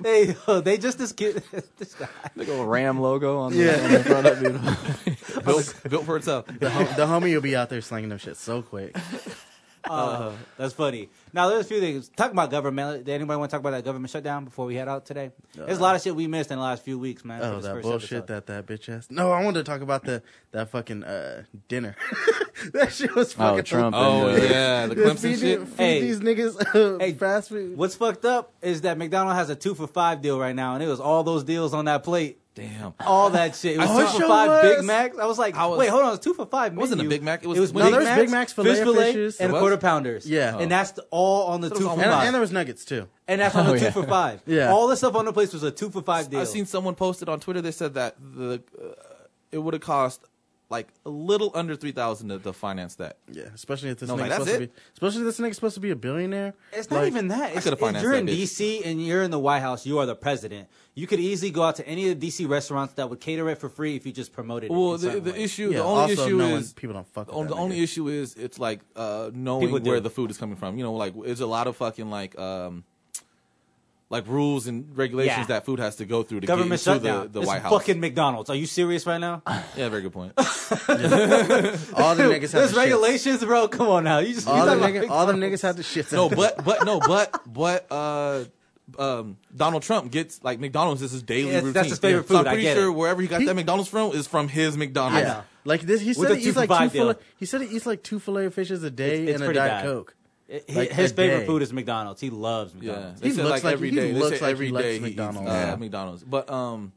they they just this kid. this guy.
Big old Ram logo on the,
Yeah.
on the front of it.
built, built for itself.
The, hom- the homie will be out there slinging them shit so quick.
Uh, that's funny. Now there's a few things. Talk about government. Did anybody want to talk about that government shutdown before we head out today? There's a lot of shit we missed in the last few weeks, man. for
Oh,
this
that
first
bullshit
episode.
that that bitch ass. No, I wanted to talk about the that fucking uh, dinner. that shit was fucking.
Trump.
Oh
And, uh,
yeah, the Clemson
feed,
shit.
feed
Hey.
these niggas uh,
Hey.
fast food.
What's fucked up is that McDonald has a two for five deal right now, and it was all those deals on that plate,
Damn.
all that shit. It was
Oh,
two
it
for
sure
five
was.
Big Macs. I was like,
I was-
wait, hold on, it's two for five. Menu.
wasn't a Big Mac, it was-
it was
No, there
Big
was
Big
Macs,
Macs, filet
fish fillet,
fishes.
and
There
quarter
was?
pounders.
Yeah.
and that's all on the two
was
for
all-
five,
And, and there was nuggets too.
And that's on
Oh,
the two
yeah.
for five.
Yeah.
all the stuff on the place was a two for five deal.
I've seen someone posted on Twitter. They said that the uh, it would have cost like a little under three thousand to, to finance that.
Yeah, especially if this
No,
nigga's
like, that's
supposed to
it?
be. Especially if this nigga's supposed to be a billionaire.
It's not
Like,
even that. It's,
could've
if
financed
you're
that
in
bitch.
DC and you're in the White House, you are the president. You could easily go out to any of the DC restaurants that would cater it for free if you just promoted it.
Well,
in
the,
certain
the
ways.
issue,
Yeah,
the only
also
issue
knowing
is
people don't fuck.
the
with
only-
that
the only
nigga.
issue is it's like uh, knowing
People do.
where the food is coming from. You know, like it's a lot of fucking like um like rules and regulations
Yeah.
that food has to go through to
government
get into
shutdown.
the, the
It's
White House.
fucking McDonald's. Are you serious right now?
Yeah, very good point.
all the niggas
There's
have to shit.
regulations, bro. Come on now. You just you
All the
talking about
niggas, all the niggas have to shit.
no, but but no, but but uh. Um, Donald Trump gets like McDonald's is his daily
Yeah, that's-
routine.
that's his favorite
So I'm
food, I
pretty
get
sure
it.
wherever he got
He-
that McDonald's from is from his McDonald's.
I know.
Like this, he said
the
he
two
eats
for
like two
five deal.
fillet. He said he eats like two fillet fishes a day
It's- it's
and a
pretty bad.
diet coke.
It-
Like
his
a
favorite
day.
food is McDonald's. He loves
Yeah,
McDonald's.
they
He
said,
looks
like,
like-
every
he
day. They
looks
said
like he
every
likes
day he eats,
McDonald's.
uh,
Yeah.
McDonald's. But um,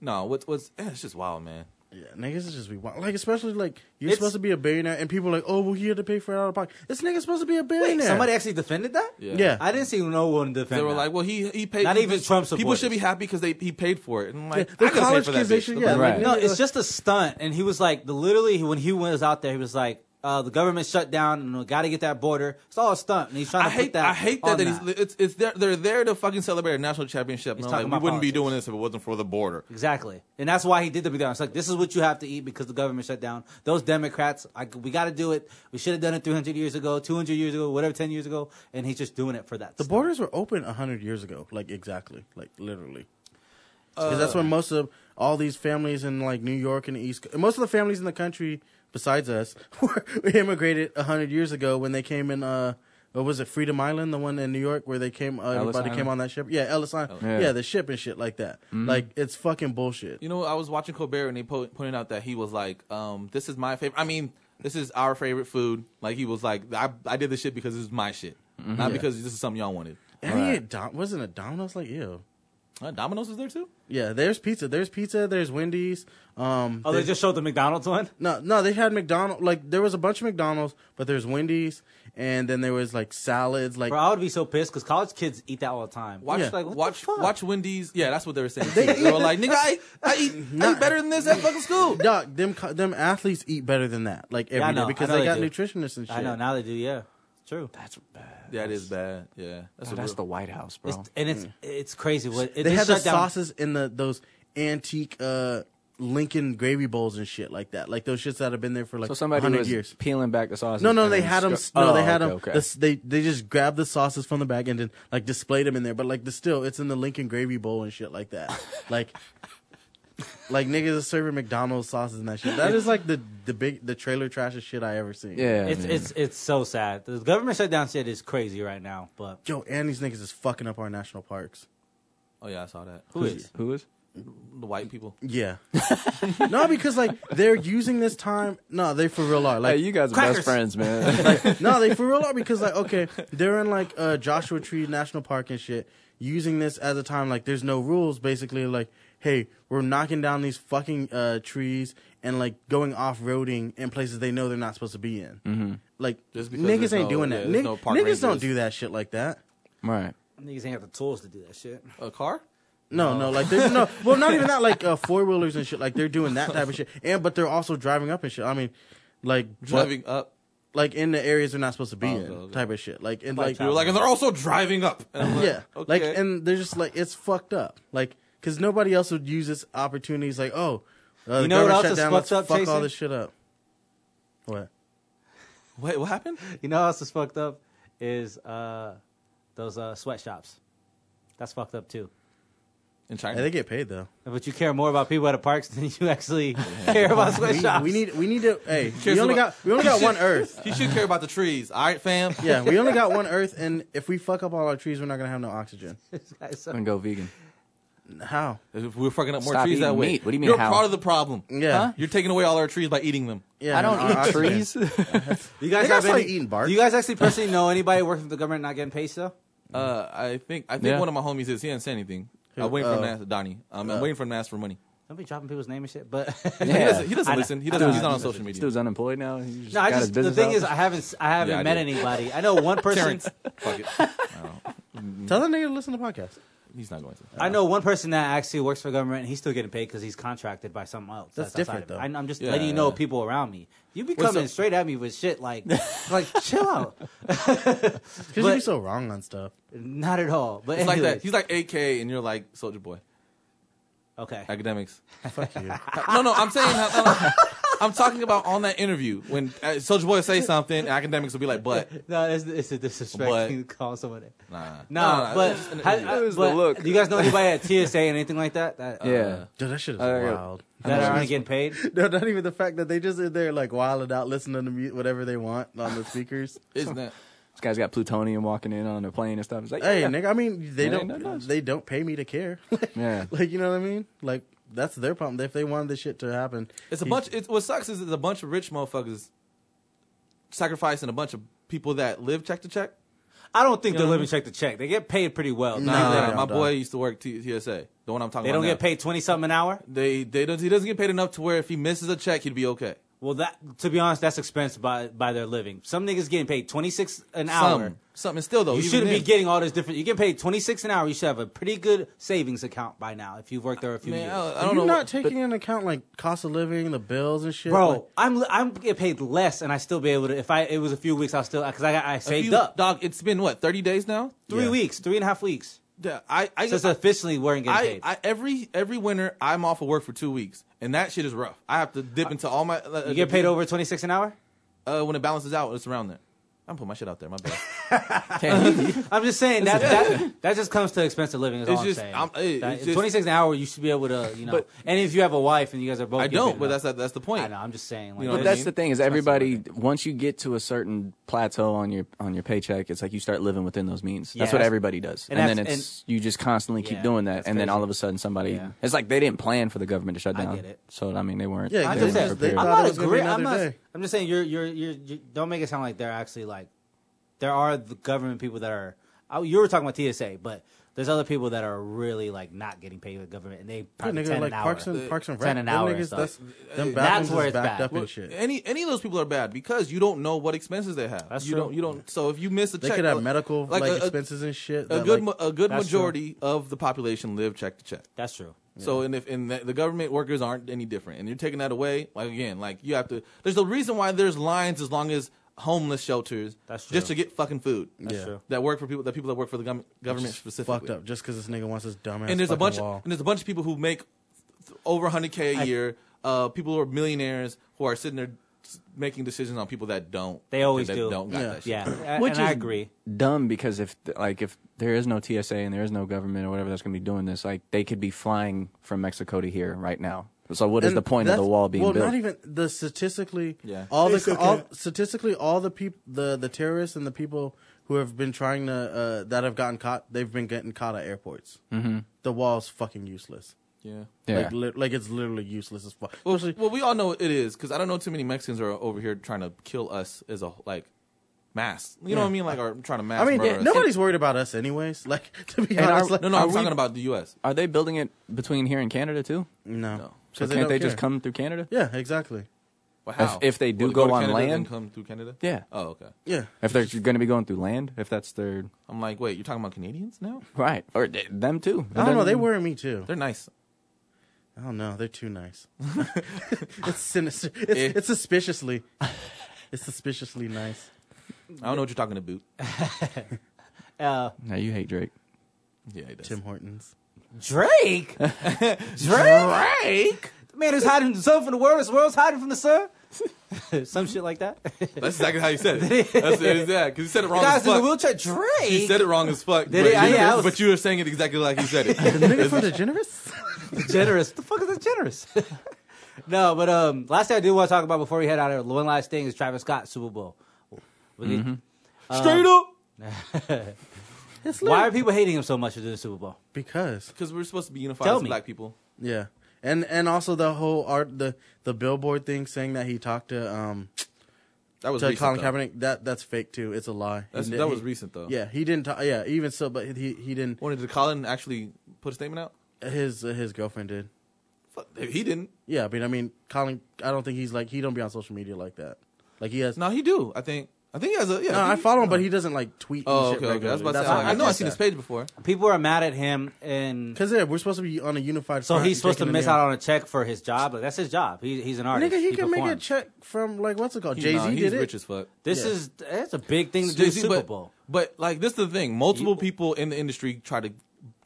no, what what's eh, it's just wild, man.
Yeah, niggas is just be wild. Like especially like you're
It's-
supposed to be a billionaire, and people are like, oh, well, he had to pay for it out of pocket. This nigga's supposed to be a
Wait,
billionaire.
somebody actually defended that?
Yeah.
Yeah.
I didn't see no one defend
They were
that.
like, well, he he paid.
Not
he
even
just-
Trump
People
supporters.
should be happy because they he paid for it. And I'm like,
Yeah, they're
I gotta pay
college
for that
kids,
bitch.
they should- yeah,
Like,
Right.
like,
No, it's just a stunt. And he was like, the literally when he was out there, he was like, Uh, the government shut down, and we got to get that border. It's all a stunt, and he's trying to
I
put
hate
that.
I hate that,
on
that he's, it's it's there, they're there to fucking celebrate a national championship.
He's
No,
talking
like, we
about
wouldn't be
politics.
doing this if it wasn't for the border.
Exactly, and that's why he did the McDonald's. It's like this is what you have to eat because the government shut down. Those Democrats, I, we got to do it. We should have done it 300 years ago, 200 years ago, whatever, 10 years ago, and he's just doing it for that.
The borders were open hundred years ago, like exactly, like literally. Because that's when most of all these families in like New York and the East, most of the families in the country besides us were immigrated hundred years ago when they came in. Uh, what was it, Freedom Island, the one in New York where they came? Uh, everybody came
Island.
on that ship. Yeah, Ellis Island.
Yeah.
Yeah. the ship and shit like that. Like it's fucking bullshit.
You know, I was watching Colbert and they po- pointed out that he was like, um, "This is my favorite." I mean, this is our favorite food. Like he was like, "I, I did this shit because this is my shit, not because this is something y'all wanted."
And he had Dom- wasn't a Domino's like ew.
Uh, Domino's is there too.
Yeah, there's pizza. There's pizza. There's Wendy's. Um,
oh, they
there's-
just showed the McDonald's one.
No, no, they had McDonald. Like there was a bunch of McDonald's, but there's Wendy's, and then there was like salads. Like
Bro, I would be so pissed because college kids eat that all the time.
Watch,
Yeah.
like, what the
watch,
fuck?
watch Wendy's. Yeah, that's what they were saying. too. they were like, "Nigga, I, I eat, I eat better than this at fucking school."
dog, them co- them athletes eat better than that. Like every day
I know.
because
I know
they,
they
got
do.
nutritionists and shit.
I know now they do. Yeah, it's true.
That's bad.
That is bad. Yeah, that's,
God,
a
Oh, that's
real-
the White House, bro.
It's, and it's it's crazy. What it
Hmm. They
just
had the
shut down-
sauces in the those antique uh Lincoln gravy bowls and shit like that. Like those shits that have been there for like
so somebody
hundred
was
years.
peeling back the sauce.
No, no, they had them. No,
Oh,
they had them. they they just grabbed the sauces from the bag and then like displayed them in there. But like, the still, it's in the Lincoln gravy bowl and shit like that. like, like niggas are serving McDonald's sauces and that shit. That is like the the big the trailer trash of shit I ever seen.
Yeah,
It's
man.
it's it's so sad. The government shutdown shit is crazy right now. But
Yo, and these niggas is fucking up our national parks.
Oh yeah, I saw that.
who is?
who is?
The white people.
Yeah. no, because like they're using this time. No, they for real are. Like
Hey, you guys are
Crackers.
best friends, man.
like, no, they for real are because like okay, they're in like uh, Joshua Tree National Park and shit, using this as a time like there's no rules. Basically, like hey, we're knocking down these fucking uh, trees and like going off roading in places they know they're not supposed to be in. Mm-hmm. Like
Just because
niggas
there's
ain't
no-
doing
yeah,
that.
there's
Nig-
no park
niggas don't
rangers.
do that shit like that.
right.
Niggas ain't got the tools to do that shit.
A car?
No, no, like there's no. Well, not even that. Like uh, four wheelers and shit. Like they're doing that type of shit, and but they're also driving up and shit. I mean, like but-
Driving up.
like in the areas they're not supposed to be
Oh,
in,
okay, okay.
type of shit. Like and
Like
like
They were like, and they're also driving up. And I'm like,
yeah,
okay.
like and they're just like it's fucked up. Like because nobody else would use this opportunity. It's like oh, uh,
You
the
know what else
government shut
is
down,
fucked
let's
up,
Fuck all
Jason?
this shit up. What?
wait, what happened?
You know how else is fucked up is uh those uh sweatshops. That's fucked up too.
In
Hey,
China,
they get paid though.
But you care more about people at the parks than you actually care about
We,
sweatshops.
we need we need to. Hey,
Cares
we only
about-
got we only got one Earth.
you should care about the trees. All right, fam.
Yeah, we only got one Earth, and if we fuck up all our trees, we're not gonna have no oxygen.
This guy's so-
And go vegan.
How?
If we're fucking up more
Stop
trees that
eating
way.
meat. What do you mean,
You're
how?
part of the problem.
Yeah.
Huh? You're taking away all our trees by eating them.
Yeah,
I don't
no, our
eat
oxygen.
trees.
You guys
Niggas
have
like
any-
eating bark.
Do you guys actually personally know anybody working for the government not getting paid though?
Uh, I think I think
Yeah.
one of my homies is. He didn't say anything. I'm waiting for him to ask Donnie. Um, I'm waiting for him to ask for money.
Don't be dropping people's name and shit. But
He
Yeah.
doesn't, he
I
doesn't
know.
listen. He
I
doesn't.
know.
He's not on social media.
This dude's unemployed now. He just
no, I
got his
just the
business
thing
out.
is I haven't I haven't
I
met
did.
anybody. I know one person.
Terrence. Fuck it. I don't-
Tell that nigga to listen to podcasts.
He's not going to.
I know one person that actually works for government and he's still getting paid because he's contracted by someone else.
That's
outside
different,
of it.
though.
I, I'm just
Yeah,
letting you know
yeah.
people around me. You be
What's
coming
up?
straight at me with shit like, like chill out.
Because you
But-
be so wrong on stuff.
Not at all. But
It's like that.
anyways.
He's like AK, and you're like Soldier Boy.
okay.
Academics.
Fuck you.
No, no. I'm saying. No, no. I'm talking about on that interview when uh, Soldier Boy say something, and academics will be like, "But
No, it's, it's a disrespect
But-
to call someone. that.
nah,
No,
Nah, nah,
but,
it's an
I,
interview.
I-
It was the
but
look.
do you Uh, guys know anybody at TSA and anything like that? that
yeah.
Dude, that shit is
I-
wild.
that aren't getting paid.
No, not even the fact that they just in there like wilding out, listening to mu- whatever they want on the speakers.
isn't that?
this guy's got plutonium walking in on the plane and stuff. It's like,
hey,
yeah.
nigga, I mean they
It ain't nothing
don't
else.
they don't pay me to care.
Yeah.
like you know what I mean? Like that's their problem. If they wanted this shit to happen,
It's a
he-
bunch. It's what sucks is it's a bunch of rich motherfuckers sacrificing a bunch of people that live check to check.
I don't think they're living check to check. They get paid pretty well. Nah,
No, they
Nah,
don't,
my
dog.
boy used to work T- TSA. The one I'm talking
they
about.
don't get
now.
paid twenty something an hour.
They they don't. He doesn't get paid enough to where if he misses a check, he'd be okay.
Well, that to be honest, that's expensed by by their living. Some niggas getting paid twenty six an
Some,
hour.
something still though.
You
even
shouldn't be
then.
getting all this different. You get paid twenty six an hour. You should have a pretty good savings account by now if you've worked there a few
Man,
years.
I, I
Are
don't
you
know.
not
what-
taking into account like cost of living, the bills and shit?
Bro,
Like,
I'm I'm get paid less, and I still be able to. If I it was a few weeks, I still because I got I
but if
saved
you-
up
dog. It's been what thirty days now.
three
Yeah.
weeks, three and a half weeks
Yeah, I I
since officially weren't getting
I,
paid.
I every every winter I'm off of work for two weeks, and that shit is rough. I have to dip into all my.
you get paid over twenty six an hour.
uh, when it balances out. It's around there. I'm putting my shit out there. My bad.
I'm just saying that that, that just comes to expense of living. Is
It's
all
just-
I'm
I'm-
saying.
it-
That-
it's just-
26 an hour, you should be able to, you know.
But-
and if you have a wife and you guys are both,
I
getting
don't,
paid
but
enough.
that's that's the point.
I know. I'm just saying. Like,
You know,
But
what I
that's
mean?
the thing is
That's what I
everybody once you get to a certain plateau on your on your paycheck, it's like you start living within those means.
Yeah.
That's what everybody does,
And
and, then
that's-
it's you just constantly keep
Yeah,
doing that,
that's
and then
crazy.
all of a sudden somebody
Yeah.
it's like they didn't plan for the government to shut
I
down.
get it.
So I mean they weren't.
Yeah,
they
I
they
just
weren't
were
said,
prepared.
I'm
prepared.
They thought
not
it was gonna be
agreeing. I'm
another
not.
day.
I'm just saying you're, you're you're you don't make it sound like they're actually like there are the government people that are. I, you were talking about TSA, but there's other people that are really like not getting paid with government, and they
that
probably
nigga,
ten
like
an hour.
Parks and Parks and Rec.
10 an
them
hour and
niggas,
stuff.
that's,
That's
them bathrooms
where
is
it's
backed
bad.
up
Well,
and shit.
Any any of those people are bad because you don't know what expenses they have.
That's
you
true.
don't you don't. So if you miss a
They
check,
could have
uh,
medical like,
a- a-
expenses and shit.
A
that,
good
like,
ma- a good
that's true.
majority of the population live check to check.
That's true.
So and if and the, the government workers aren't any different, and you're taking that away, like again, like you have to. There's a reason why there's lines as long as homeless shelters,
That's
just
true.
to get fucking food.
That's
Yeah.
true.
That work for people, that people that work for the gov- government specifically.
fucked up just because this nigga wants his dumbass.
and there's a
fucking
bunch
wall.
and there's a bunch of people who make th- over 100k a year uh, people who are millionaires who are sitting there s- making decisions on people that don't
They always
that
do.
don't got
Yeah.
that shit.
Yeah, and,
Which
and I
is
agree.
dumb because if like if there is no TSA and there is no government or whatever that's going to be doing this, like they could be flying from Mexico to here right now. So what is
And
the point of the
that's-
wall being
well,
built?
not even the statistically.
Yeah.
All the
It's okay.
all, statistically all the people the the terrorists and the people who have been trying to uh, that have gotten caught they've been getting caught at airports. Mm-hmm. The wall's fucking useless.
yeah
yeah.
Like, li- like it's literally useless as fuck.
well,
Especially-
well, we all know it is because I don't know too many Mexicans are over here trying to kill us as a like mass. You know what I mean? Like are trying to mass
I mean,
murder us.
nobody's worried about us anyways. Like to be
And
honest,
our-
like,
no, no, I'm
Are we-
talking about the U.S.
Are they building it between here and Canada too?
no,
No.
So
'Cause
can't
don't
they just
care.
come through Canada?
Yeah, exactly.
Well, how?
If- if they do
Well,
go
to
on
Canada and
land?
come through Canada.
Yeah.
Oh, okay.
Yeah,
If they're going to be going through land, if that's their
I'm like, wait, you're talking about Canadians now?
right, or th- them too.
I don't know. They worry me too.
They're nice.
I don't know. They're too nice. it's sinister. It's,
Eh.
it's suspiciously. It's suspiciously nice.
I don't know what you're talking about.
Uh,
Now you hate Drake.
Yeah, he does.
Tim Hortons.
Drake, Drake, Drake, the man who's hiding himself from the world. The world's hiding from the sun. Some shit like that.
That's exactly how you said it. That's it, yeah, because he said it wrong as
Guys in the
fuck.
wheelchair, Drake.
He said it wrong as fuck.
Did
but,
he? I-
you,
yeah, I was-
but you were saying it exactly like he said it.
The nigga from Degenerous?
generous. the fuck is that generous? no, but um, last thing I do want to talk about before we head out of here, one last thing is Travis Scott Super Bowl. We need- Uh,
Straight up.
It's lit.
Why are people hating him so much during the Super Bowl?
Because
Because we're supposed to be unified
Tell
as
me.
black people.
yeah, and and also the whole art the the billboard thing saying that he talked to um
That was
to
recent,
Colin
though.
Kaepernick that that's fake too. It's a lie. He
That's-
did-
that was
he-
recent though.
Yeah, he didn't. Talk, yeah, even so, but he he didn't.
When did Colin actually put a statement out?
His uh, his girlfriend did.
Fuck, he didn't.
Yeah, but I mean, Colin. I don't think he's like he don't be on social media like that. Like he has. No,
No, he do. I think. I think he has a. Yeah,
I
he-
follow him, but he doesn't like tweet.
Oh,
and shit
okay, okay. I was about to say.
That's
I, I know I've seen his
this
page before.
People are mad at him, and
Because yeah, we're supposed to be on a unified.
so
front
he's
and
supposed to
taking a
miss
knee.
out on a check for his job. Like, that's his job. He, he's an artist.
Nigga, he, can make a
performs.
check from like what's it called?
He-
Jay
nah,
Z
he's
did
rich
it.
as fuck.
This
Yeah.
is that's a big thing to do.
Jay-Z,
Super
but,
Bowl.
But like this, is the thing. Multiple people in the industry try to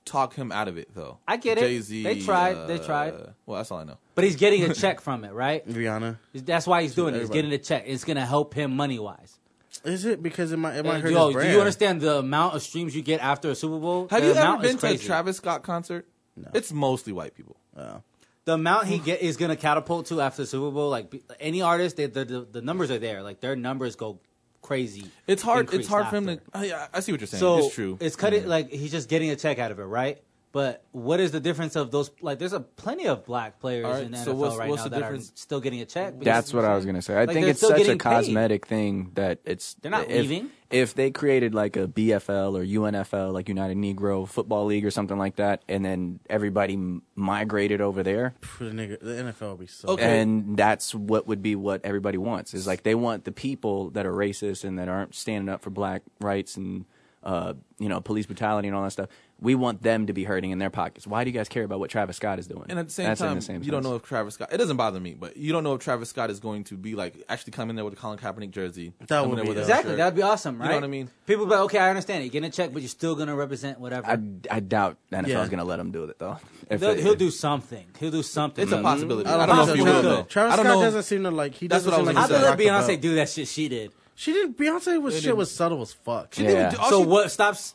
talk him out of it though.
I get it.
Jay-Z,
They tried. They
uh,
tried.
Well, that's all I know.
But he's getting a check from it, right?
Rihanna.
That's why he's doing it. He's
everybody.
getting a check. It's gonna help him money wise.
Is it because it might it might hurt
Yo, do
his brand?
you understand the amount of streams you get after a Super Bowl?
Have
the
you ever
amount is
been to a
crazy.
Travis Scott concert? No. It's mostly white people.
Oh.
the amount he get is gonna catapult to after the Super Bowl. Like be- any artist, they, the, the the numbers are there. Like their numbers go crazy.
It's hard. It's
increased
hard for him
after.
to. I, I see what you're saying.
So
it's true.
It's cutting like he's just getting a check out of it, right? But what is the difference of those? Like, there's a plenty of black players
All right,
in the
so
NFL
what's-
right
what's
now
the
that
difference?
are still getting a check. because-
That's what I was gonna say. I
Like,
think
they're
it's
still
such a
getting paid.
cosmetic thing that it's
They're not
if,
leaving.
If they created like a BFL or UNFL, like United Negro Football League or something like that, and then everybody m- migrated over there,
Phew, the nigga, the NFL be so.
Okay.
and that's what would be what everybody wants is like they want the people that are racist and that aren't standing up for black rights and uh, you know police brutality and all that stuff. We want them to be hurting in their pockets. Why do you guys care about what Travis Scott is doing?
And at the same
That's in
time,
the same
you don't
sense.
know if Travis Scott. It doesn't bother me, but you don't know if Travis Scott is going to be like actually coming there with a Colin Kaepernick jersey.
That
coming
would
there
be-
with a
Exactly,
shirt.
that'd be awesome,
know
right?
what I mean?
People, but okay, I understand it. You're getting a check, but you're still gonna represent whatever.
I, I doubt the NFL
Yeah.
is going to let him do it though. If
They'll-
they-
he'll do something. He'll do something.
It's a possibility.
I
I don't
don't,
know
think
if you
so.
will
Travis-
though.
Travis
I don't
Scott
know.
doesn't seem to like. He
That's
doesn't
what I
seem
was
How
gonna
like. he's
did
say.
that
let
rock about-
Beyonce do that shit she did?
She didn't. Beyonce was shit was subtle as fuck.
Dude,
Yeah.
all
so
oh, she-
what stops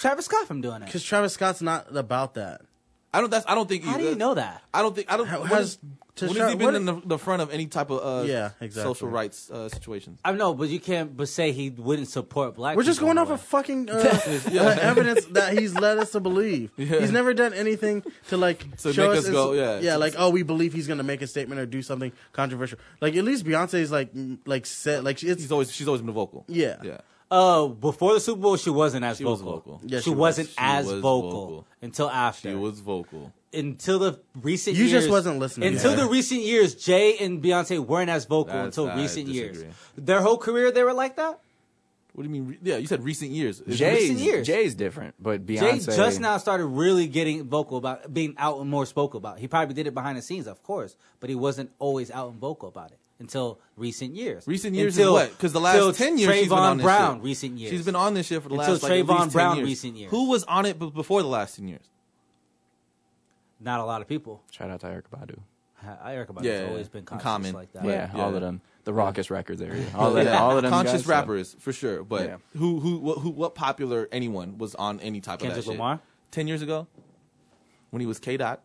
Travis Scott from doing it?
Because Travis Scott's not about that.
I don't. That's. I don't think.
How do you know that?
I don't think. I don't.
How-
When
how's-
has
to
when
Tra-
has he been
what-
in the, the front of any type of uh,
Yeah, exactly.
social rights uh, situations?
I know, but you can't but say he wouldn't support black.
We're just
people
going
in a
off
way.
of fucking uh, uh, evidence that he's led us to believe. He's never done anything to like
To
show
make
us,
us go, yeah.
yeah, like oh, we believe he's gonna make a statement or do something controversial. Like at least Beyonce's like m- like said like it's
He's always. She's always been vocal.
Yeah.
Yeah.
Uh, before the Super Bowl, she wasn't as
She
vocal.
was vocal.
Yeah,
she,
she was.
wasn't
She
as
was
vocal,
vocal.
until after.
She was vocal.
until the recent.
You
years,
just wasn't listening.
Until
Yeah.
the recent years, Jay and Beyonce weren't as vocal
That's-
until
I
recent years.
disagree.
Their whole career, they were like that.
What do you mean? Re- yeah, you said recent years. Is-
recent years.
Jay's, Jay's different, but
Jay
Beyonce
just now started really getting vocal about being out and more spoke about. He probably did it behind the scenes, of course, but he wasn't always out and vocal about it until recent years.
Recent years
until,
is what? Because the last
till
ten years she's been
Trayvon
on this
Brown
shit.
recent years.
She's been on this shit for the
Until
last like, at
Trayvon
least 10
Brown
years.
recent years.
Who was on it b- before the last ten years?
not a lot of people.
Shout out to Eric Badu.
I Eric about
Yeah,
it's always been
and
conscious
Common.
like that.
Yeah,
yeah.
all of them. The Raucous Records area. All, of, all of them.
conscious
guys, so-
rappers for sure. But
Yeah.
who who what, who what popular anyone was on any type of
Kendrick
that shit?
Lamar?
ten years ago when he was K Dot.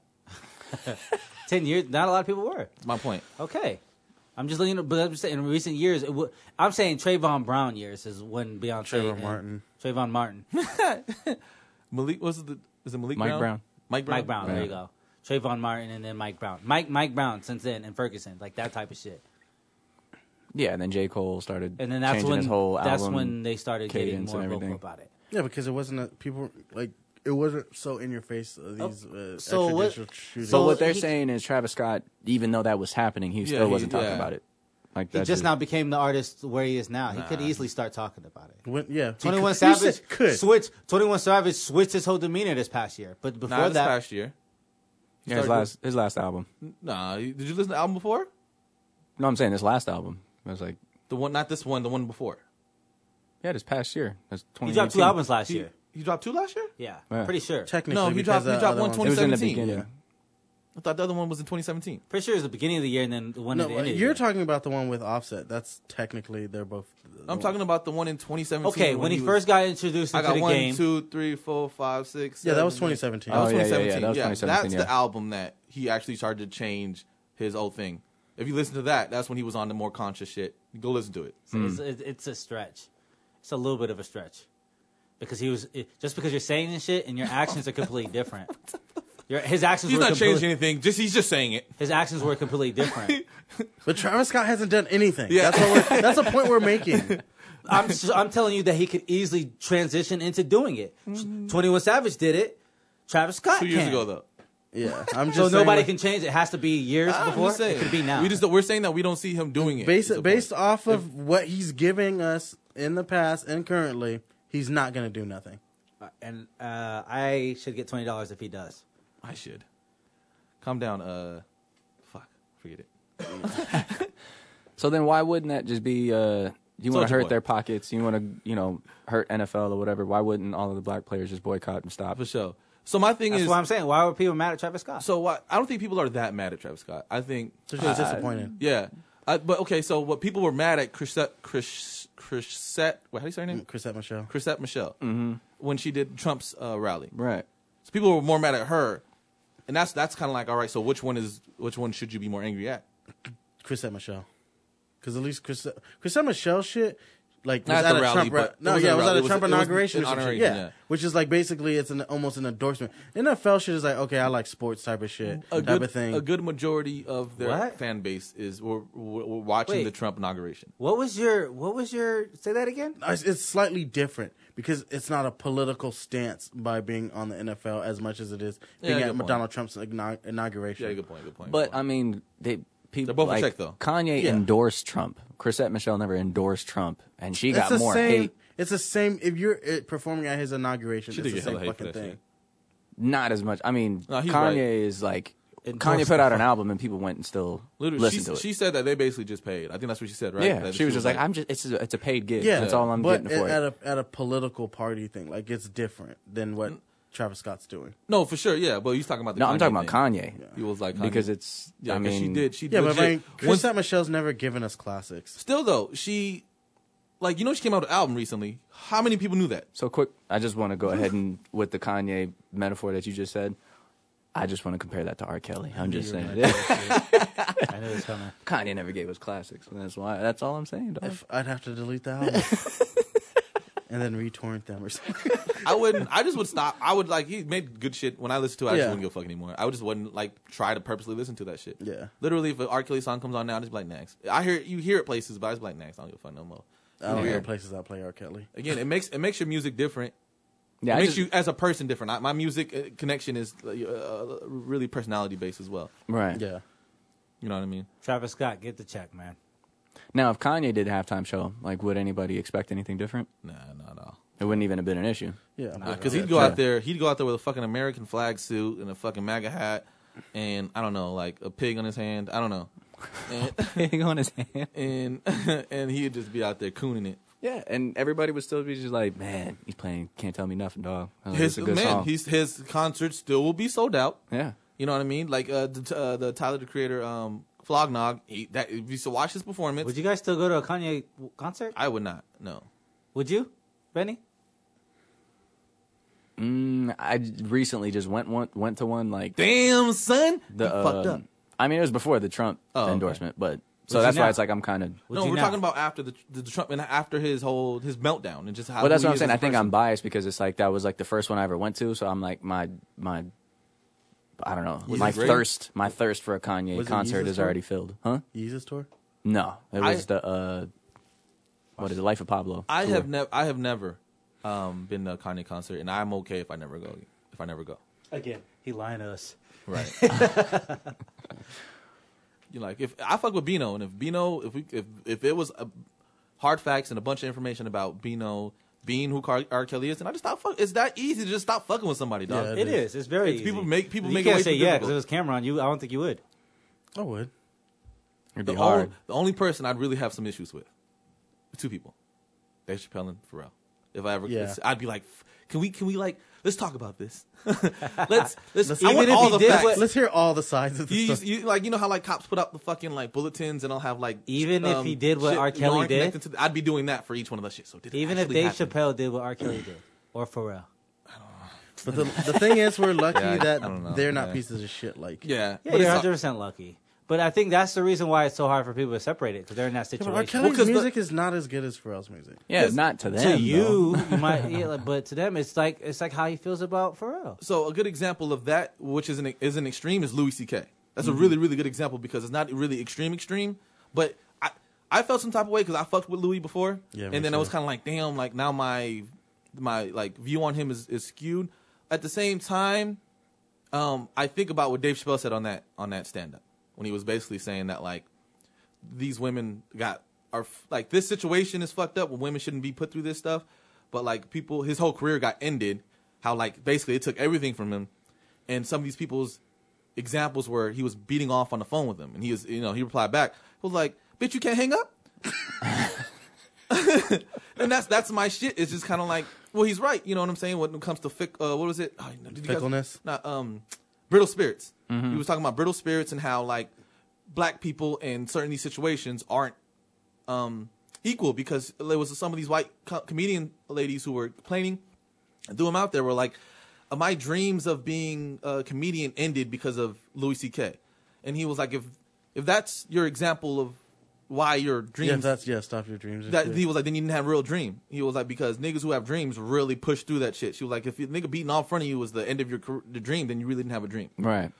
Ten years, not a lot of people were.
That's my point.
Okay. I'm just looking, at- but I'm saying in recent years, it w- I'm saying Trayvon Brown years is when Beyonce.
Trayvon
and-
Martin.
Trayvon Martin.
Malik was the is it Malik
Mike
Brown?
Brown.
Mike Brown.
Mike Brown. There you
Brown.
go. Trayvon Martin and then Mike Brown. Mike Mike Brown since then and Ferguson, like that type of shit.
Yeah, and then J. Cole started
And then that's
changing
when
his whole
that's
album
when they started getting
cadence
more
and
vocal
everything.
about it.
yeah because it wasn't a, people like it wasn't so in your face uh, these uh,
so what-
extrajudicial shootings.
So what they're
he-
saying is Travis Scott, even though that was happening, he still
he-
wasn't talking
yeah.
about it. Like
He
that
just now became the artist where he is now. He could easily start talking about it.
When- yeah,
Twenty
You
One
said
Savage
could.
switch. Twenty One Savage switched his whole demeanor this past year, but before
Not this
that,
past year.
Yeah, his
started-
last his last album.
Nah, you- did you listen to the album before?
No, I'm saying his last album. I was like,
The one, not this one, the one before.
yeah, this past year. That's
he dropped two
2018.
albums last
He,
year.
he dropped two last year.
Yeah,
Yeah.
pretty sure.
Technically,
No, he
because
dropped- he
that
dropped
other one-
120
It was in the
2017,
beginning.
I thought the other one was in 2017.
Pretty sure it was the beginning of the year and then the one at
No, uh,
the end. of the
you're
year.
talking about the one with Offset. That's technically they're both. uh,
I'm talking about the one in 2017.
Okay, when he,
was-
first got introduced
I
into
got
the
one,
game,
two, three, four, five, six.
Yeah, that was
seven, eight.
2017.
That was
Oh, yeah, yeah, yeah,
2017.
that was 2017,
that's the
yeah.
album that he actually started to change his whole thing. If you listen to that, that's when he was on the more conscious shit. Go listen to it.
So it's, it's, it's a stretch. It's a little bit of a stretch because he was it, just because you're saying this shit and your actions are completely different. Your, his actions
He's
were
not
completely,
changing anything. Just he's just saying it.
his actions were completely different.
But Travis Scott hasn't done anything.
Yeah.
That's what we're, that's a point we're making.
I'm s- I'm telling you that he could easily transition into doing it. Twenty One Savage did it. Travis Scott
Mm. Two years
can.
ago, though.
Yeah, I'm just
So
saying,
nobody
like,
can change it. It has to be years
I'm
before.
just saying.
It could be now.
We just don't- we're saying that we don't see him doing it. is
based
the
based
point.
off of what he's giving us in the past and currently. He's not gonna do nothing.
and uh, I should get twenty dollars if he does.
I should. Calm down. Uh, fuck. Forget it.
So then why wouldn't that just be uh you want
Soulja
to hurt
Boy.
their pockets, you want to, you know, hurt NFL or whatever. Why wouldn't all of the black players just boycott and stop?
For sure. So my thing
That's
is,
why I'm saying. Why were people mad at Travis Scott?
so why, I don't think people are that mad at Travis Scott. I think
They're just disappointed.
Yeah. I, but okay, so what people were mad at Chrisette, Chris, Chrisette, wait, how do you say her
Mm.
name?
Chrisette Michelle.
Chrisette Michelle
Mm-hmm.
when she did Trump's uh, rally.
Right.
So people were more mad at her, and that's that's kind of like all right. So which one is which one should you be more angry at?
Chrisette Michelle. Because at least Chrisette, Chrisette Michelle shit, like
Not at
was at
the
a
rally,
Trump ra-
but- it
no
was at
yeah
a
it was at
rally. It
a
was-
Trump
it was
inauguration
an
or some shit.
honoration,
yeah.
yeah.
which is like basically it's an almost an endorsement NFL shit is like okay I like sports type of shit
a
type
good,
of thing
A good majority of their
What?
fan base is we're, we're we're watching
Wait.
the Trump inauguration.
What was your What was your say that again?
I- it's slightly different because it's not a political stance by being on the NFL as much as it is
Yeah,
being at
good point.
Donald Trump's igno- inauguration.
Yeah, good point. Good point.
But
good
I
point.
mean, they people
They're both a
like,
check, though.
Kanye
Yeah.
endorsed Trump. Chrisette Michelle never endorsed Trump, and she got
the
more
same.
hate.
It's the same. If you're uh, performing at his inauguration,
She
it's
did
the
get hella hate
same
for
fucking
that
thing.
shit.
Not as much. I mean,
No, he's
Kanye
right.
is like Kanye
Endorsed
put
the
out an
fuck-
album, and people went and still
Literally, she,
listened to it.
she said that they basically just paid. I think that's what she said, right?
yeah,
That
she was just like, "I'm just it's a, it's a paid gig.
Yeah,
that's all I'm
but
getting for
at
it."
a at a political party thing, like it's different than what Travis Scott's doing.
no, for sure, yeah." But he's talking about the
No, I'm talking
Kanye
about
thing.
Kanye
He was like, Kanye.
because it's.
yeah,
I
'cause
mean,
she did. She
Yeah,
legit,
but I mean,
once-
Chrisette Michelle's never given us classics.
still though, she like you know she came out with an album recently. How many people knew that?
So quick, I just want to go ahead and with the Kanye metaphor that you just said, I just want to compare that to R. Kelly. I'm just saying,
I know it's coming.
Kanye never gave us classics, and that's why. That's all I'm saying. Dog.
If I'd have to delete the album and then retorrent them or something.
I wouldn't. I just would stop. I would like he made good shit. When I listen to, it, I
Yeah.
just wouldn't give a fuck anymore. I just wouldn't like try to purposely listen to that shit.
Yeah.
Literally, if an R. Kelly song comes on now, I just be like next. I hear you hear it places, but I just be like next. I don't give a fuck no more.
I don't
Weird.
know Oh, places that play R. Kelly.
Again, it makes it makes your music different.
Yeah,
it
I
makes
just-
you as a person different. I, my music uh, connection is uh, uh, really personality based as well.
right.
Yeah.
You know what I mean?
Travis Scott, get the check, man.
Now, if Kanye did a halftime show, like, would anybody expect anything different?
Nah, not at all.
It wouldn't even have been an issue.
Yeah. but-
Because he'd go out there, he'd go out there with a fucking American flag suit and a fucking MAGA hat, and I don't know, like a pig on his hand. I don't know, and
Pig on his hand.
and, and he'd just be out there cooning it.
Yeah, and everybody would still be just like, man, he's playing Can't Tell Me Nothing, dog. Like,
His
it's a good
man,
song.
he's his concert still will be sold out.
yeah.
You know what I mean? Like uh, the, uh, the Tyler the Creator, um, Flognog. He, that if you still watch his performance,
Would you guys still go to a Kanye w- concert?
I would not. No,
Would you, Benny?
Mm, I j- recently just went one, went to one like
damn son,
the.
you fucked
um,
up.
I mean, it was before the Trump
Oh, okay.
endorsement, but so
Would you
that's
now?
why it's like I'm kind of.
Would
no,
you
we're
now?
talking about after the, the Trump and after his whole his meltdown and just how.
Well, that's
who
what
he
I'm
is
saying.
as
I
a
think
person.
I'm biased because it's like that was like the first one I ever went to, so I'm like my my I don't know.
Was
my
it great?
thirst, my thirst for a Kanye
Was it
concert
Yeezus
is
tour?
already filled. Huh?
Yeezus tour?
No. It
I-
was the uh what is it? Life of Pablo.
I
tour.
have never, I have never, um, been to a Kanye concert, and I'm okay if I never go. If I never go,
Again, he lying to us.
right? you like if I fuck with Bino, and if Bino, if we, if if it was a, hard facts and a bunch of information about Bino being who Car- R. Kelly is, and I just stop fuck. It's that easy to just stop fucking with somebody, dog.
Yeah,
It is. It's very
It's
easy.
people make- people
you
make it
can't
way
say
too
yeah
difficult.
because it was Cameron. You, I don't think you would.
I would.
It'd
the,
be
ol-
hard.
the only person I'd really have some issues with, two people, Dave Chappelle and Pharrell. If I ever,
Yeah.
I'd be like, can we, can we like, let's talk about this. let's, let's, I
even
want
if
all
he
the
did
facts.
what-
Let's hear all the sides of the
You,
stuff.
you, like you know how like cops put up the fucking like bulletins and I'll have like um,
Even if he did what
shit
R. Kelly
non-connected
did?
to the- I'd be doing that for each one of those shit. So did it
Even if
actually
Dave
happen?
Chappelle did what R. Kelly did or Pharrell.
But the, the thing is, we're lucky
Yeah, I-
that
I don't know.
they're not
Yeah.
pieces of shit. Like,
yeah,
Yeah,
but
you're
it's-
100 percent lucky. But I think that's the reason why it's so hard for people to separate it because they're in that
Yeah,
situation.
but R. Kelly's
'cause the-
music is not as good as Pharrell's music.
yeah, not to them.
to
though.
you, you might, yeah, like, but to them, it's like it's like how he feels about Pharrell.
So a good example of that, which is an is an extreme, is Louis C.K. That's
Mm-hmm.
a really really good example because it's not really extreme extreme, but I I felt some type of way because I fucked with Louis before,
Yeah, me
and then I was
too.
kind of like, damn, like now my my like view on him is, is skewed. At the same time, um, I think about what Dave Chappelle said on that on that stand up when he was basically saying that like these women got are f- like this situation is fucked up. Women shouldn't be put through this stuff, but like people, his whole career got ended. How like basically it took everything from him, and some of these people's examples where he was beating off on the phone with them, and he was you know he replied back was like, "Bitch, you can't hang up." and that's that's my shit. It's just kind of like, well, he's right. You know what I'm saying? When it comes to fick, uh, what was it? Oh, did you guys-
Fickleness? Mm-hmm.
Not um, brittle spirits. He was talking about brittle spirits and how like black people in certain these situations aren't um equal because there was some of these white co- comedian ladies who were complaining and threw them out there were like, uh, my dreams of being a comedian ended because of Louis C.K. And he was like, if if that's your example of why your
Yeah,
dreams
that's yeah. Stop your dreams. and
that
shit.
he was like, then you didn't have a real dream. He was like, because niggas who have dreams really push through that shit. She was like, if you nigga beating all in front of you was the end of your car- the dream, then you really didn't have a dream.
Right.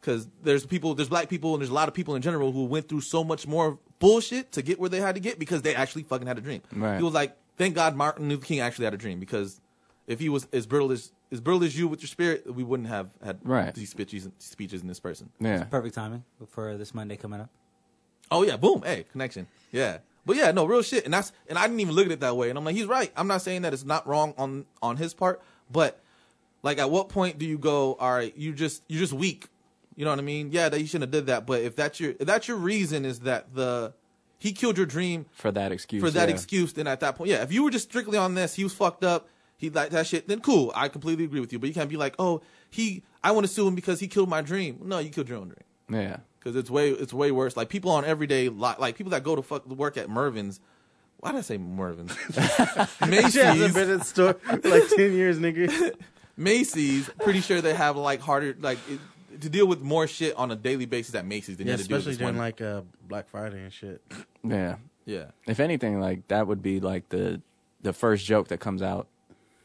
Because there's people, there's black people, and there's a lot of people in general who went through so much more bullshit to get where they had to get because they actually fucking had a dream.
Right.
He was like, thank God Martin Luther King actually had a dream because if he was as brittle as as brittle as you with your spirit, we wouldn't have had
Right.
these speeches speeches in this person.
Yeah.
Perfect timing for this Monday coming up.
Oh yeah, boom, hey, connection. Yeah. But yeah, no, real shit. And that's and I didn't even look at it that way. And I'm like, he's right. I'm not saying that it's not wrong on on his part, but like at what point do you go, all right, you just you're just weak. You know what I mean? Yeah, that you shouldn't have did that. But if that's your if that's your reason is that the he killed your dream
For that excuse.
for that
yeah.
excuse, then at that point, yeah, if you were just strictly on this, he was fucked up, he like that shit, then cool. I completely agree with you. But you can't be like, oh, he I want to sue him because he killed my dream. No, you killed your own dream
Yeah.
because it's way it's way worse. Like people on everyday li like people that go to fuck work at Mervin's. Why did I say Mervin's?
She hasn't
Macy's.
been in store for like ten years, nigga.
Macy's. Pretty sure they have like harder like it, to deal with more shit on a daily basis at Macy's than
Yeah,
you have to do with
especially
this
during
one.
like uh, Black Friday and shit.
Yeah.
yeah.
If anything, like that would be like the the first joke that comes out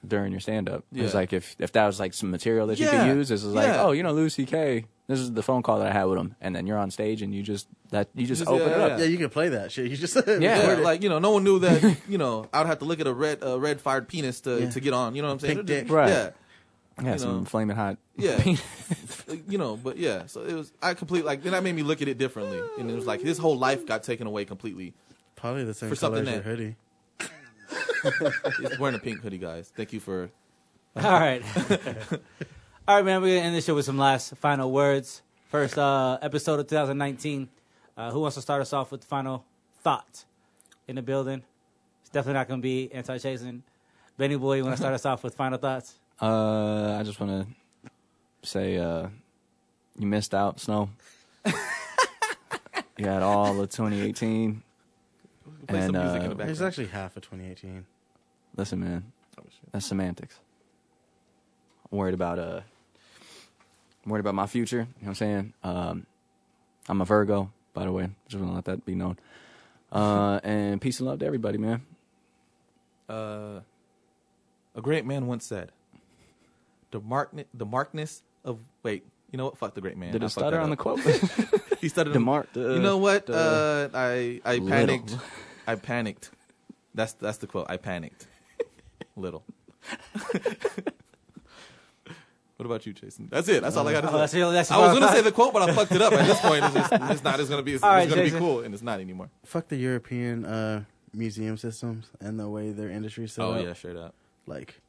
during your stand up. It's
Yeah.
like if if that was like some material that you
Yeah.
could use, this is like,
Yeah.
oh, you know, Louis C.K. This is the phone call that I had with him, and then you're on stage and you just that you just
Just-
open
yeah,
it
yeah.
up.
Yeah, you can play that shit. You just
Yeah.
Yeah, like you know, no one knew that. You know, I'd have to look at a red, uh, red fired penis to,
Yeah.
to get on. You know what I'm saying?
Big dick.
Right.
Yeah,
Yeah, some
know.
flaming hot.
Yeah. you know, but yeah, so it was. I completely like. Then that made me look at it differently, and it was like his whole life got taken away completely.
Probably the same
For
color as
something
your
that-
hoodie.
He's wearing a pink hoodie, guys. Thank you for
All right. All right, man. We're going to end this show with some last final words. First uh, episode of 2019. Uh, who wants to start us off with the final thought in the building? It's definitely not going to be anti chasing. Benny Boy, you want to start us off with final thoughts?
Uh, I just want to say, uh, you missed out, Snow. you had all of 2018.
play
And,
some music in the
uh,
It's
background.
actually half of 2018.
Listen, man, that's semantics. I'm worried about uh, I'm worried about my future. You know what I'm saying? Um, I'm a Virgo, by the way. Just want to let that be known. Uh, and peace and love to everybody, man.
uh, a great man once said, "The markness, the markness of wait, you know what? Fuck the great man."
Did
I
it
fucked
stutter
that
on the
up.
quote?
He stuttered.
The
on-
mark- the-
you know what?
the-
uh, I I
Little.
panicked. I panicked. That's that's the quote. I panicked. Little. what about you, Jason? That's it. That's all I got to
Oh,
say.
that's your- that's your
I was
final
gonna say
thought?
the quote, but I fucked it up. At this point, it's, just, it's not. It's gonna be. It's,
All
it's
right,
gonna
Jason.
be cool, and it's not anymore.
Fuck the European uh, museum systems and the way their industry set
oh
up.
yeah, straight up.
Like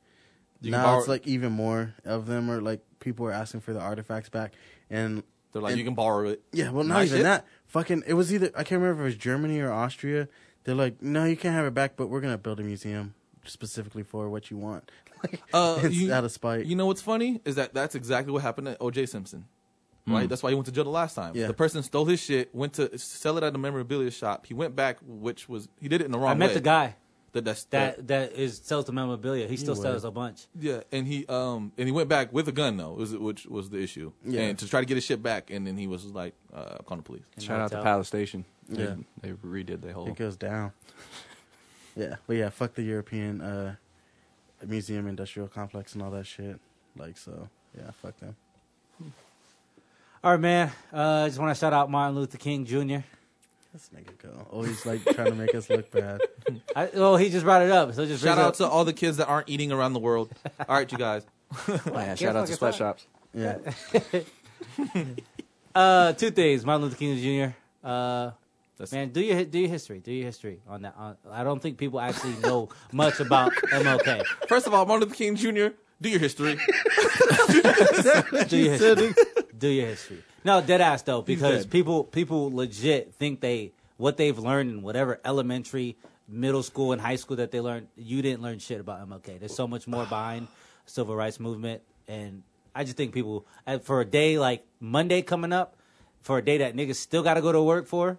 You can
now
borrow-
it's like even more of them are like people are asking for the artifacts back and
They're like,
and-
you can borrow it.
Yeah, well,
My
not even
shit?
that. Fucking, it was either I can't remember if it was Germany or Austria. They're like, no, you can't have it back, but we're gonna build a museum specifically for what you want. Like,
Uh,
it's
you-
out of spite.
You know what's funny is that that's exactly what happened to O.J. Simpson, right? That's why he went to jail the last time.
Hmm. Yeah.
The person stole his shit, went to sell it at a memorabilia shop. He went back, which was he did it in the wrong
I met
way.
the guy
That, that's, that,
that, that is sells the memorabilia. He still
would.
sells a bunch.
yeah, and he um and he went back with a gun though, was which was the issue.
Yeah.
And to try to get his shit back, and then he was like, uh, "Call the police."
Shout out to
Hotel.
Palace Station. They-
Yeah.
they, redid the whole.
it goes down. yeah, but yeah, fuck the European uh, museum industrial complex and all that shit. Like, so yeah, fuck them.
All right, man. Uh, I just want to shout out Martin Luther King Jr.
This nigga go always like trying to make us look bad.
I, well, he just brought it up, so just
Shout
brings
out
it
to all the kids that aren't eating around the world. all right, you guys.
Oh, yeah,
Guess
shout out
what, guess
to
what?
sweatshops.
Yeah,
Uh, two things. Martin Luther King Jr. Uh,
That's-
man, do your do your history, do your history on that. On, I don't think people actually know much about MLK.
First of all, Martin Luther King Jr. Do your history.
Do your history. do your history. No, dead ass though, because
dead.
people people legit think they what they've learned in whatever elementary, middle school, and high school that they learned. You didn't learn shit about MLK. There's so much more behind civil rights movement, and I just think people uh, for a day like Monday coming up, for a day that niggas still got to go to work for.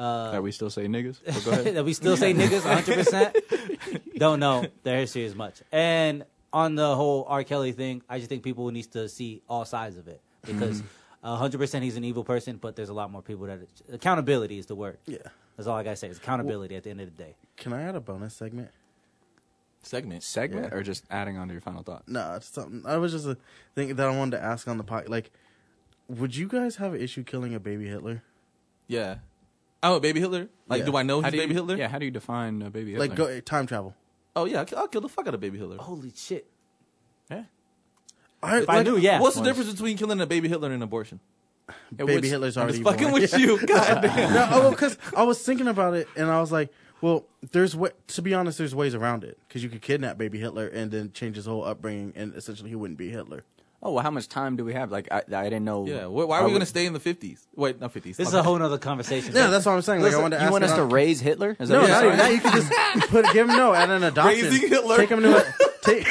Are we still say niggas? Well, go ahead.
that we still say niggas 100% don't know their history as much and on the whole r kelly thing i just think people needs to see all sides of it
Mm-hmm.
because 100% he's an evil person but there's a lot more people that accountability is the word
yeah.
That's all I gotta say. It's accountability at the end of the day.
Can I add a bonus segment?
Segment.
Segment
Yeah.
or just adding on to your final thought?
No, it's something. I was just a thing that I wanted to ask on the pod. Like, would you guys have an issue killing a baby Hitler?
Yeah. I'm a baby Hitler. Like,
Yeah.
do I know
How
he's
do you,
baby Hitler?
Yeah, how do you define uh, baby Hitler?
Like, go time travel.
Oh yeah, I'll kill- I'll kill the fuck out of baby Hitler.
Holy shit!
Yeah.
I,
If I knew, yeah.
What's the
Once.
difference between killing a baby Hitler and an abortion?
It
Baby
would-
Hitler's
I'm
already
just fucking
born.
with you. God damn.
no, because I was thinking about it, and I was like, well, there's what to be honest, there's ways around it because you could kidnap baby Hitler and then change his whole upbringing, and essentially he wouldn't be Hitler.
Oh well, how much time do we have? Like I, I didn't know.
Yeah. Wh- why are
I
we
would-
gonna stay in the fifties? Wait, not fifties.
This is a whole nother conversation.
Yeah, that's what I'm saying. Like, I wanted to
you
ask
want
it
us to
on-
raise Hitler? Is that
No,
what you're
not
saying?
even that. You could just put give him no and an adoption.
Raising Hitler.
Take him to a take,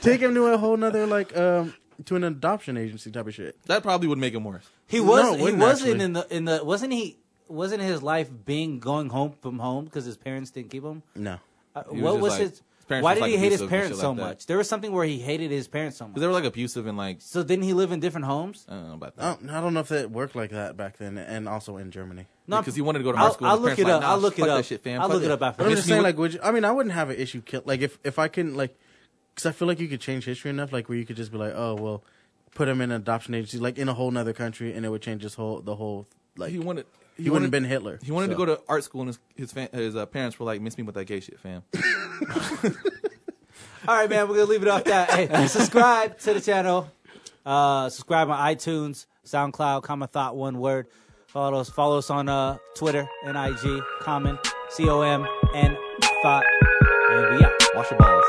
take him to a whole nother like um to an adoption agency type of shit.
that probably would make him worse.
he
No,
was.
it
he
wouldn't,
wasn't
actually.
in the in the. Wasn't he? Wasn't his life being going home from home because his parents didn't keep him?
No.
Uh,
was
what
just
was
like-
his?
his parents
why
was,
did
like,
he hate his
abusive and
parents
shit
so
like that.
much? There was something where he hated his parents so much.
Because they were like abusive and like
so didn't he live in different homes?
I don't know about that.
I don't, I don't know if that worked like that back then, and also in Germany.
No,
because he wanted to go to high
I'll,
school.
I'll
His
look
parents
it
like,
up.
nah,
I'll look it
fuck that
up.
shit, fam.
I'll
Fuck
look
it.
it up after.
But I'm
this.
just saying, like, would you, I mean, I wouldn't have an issue kill like if if I can like, because I feel like you could change history enough, like where you could just be like, oh well, put him in an adoption agency, like in a whole nother country, and it would change his whole the whole like
he wanted. He,
he wouldn't have been Hitler.
He wanted to
so.
go to art school, and his his, fan, his uh, parents were like, "Miss me with that gay shit, fam."
All right, man, we're gonna leave it off that. Hey, subscribe to the channel. Uh, subscribe on iTunes, SoundCloud, comma thought one word. Follow us. Follow us on uh, Twitter and IG. Common C O M N thought. And we out.
Wash your balls.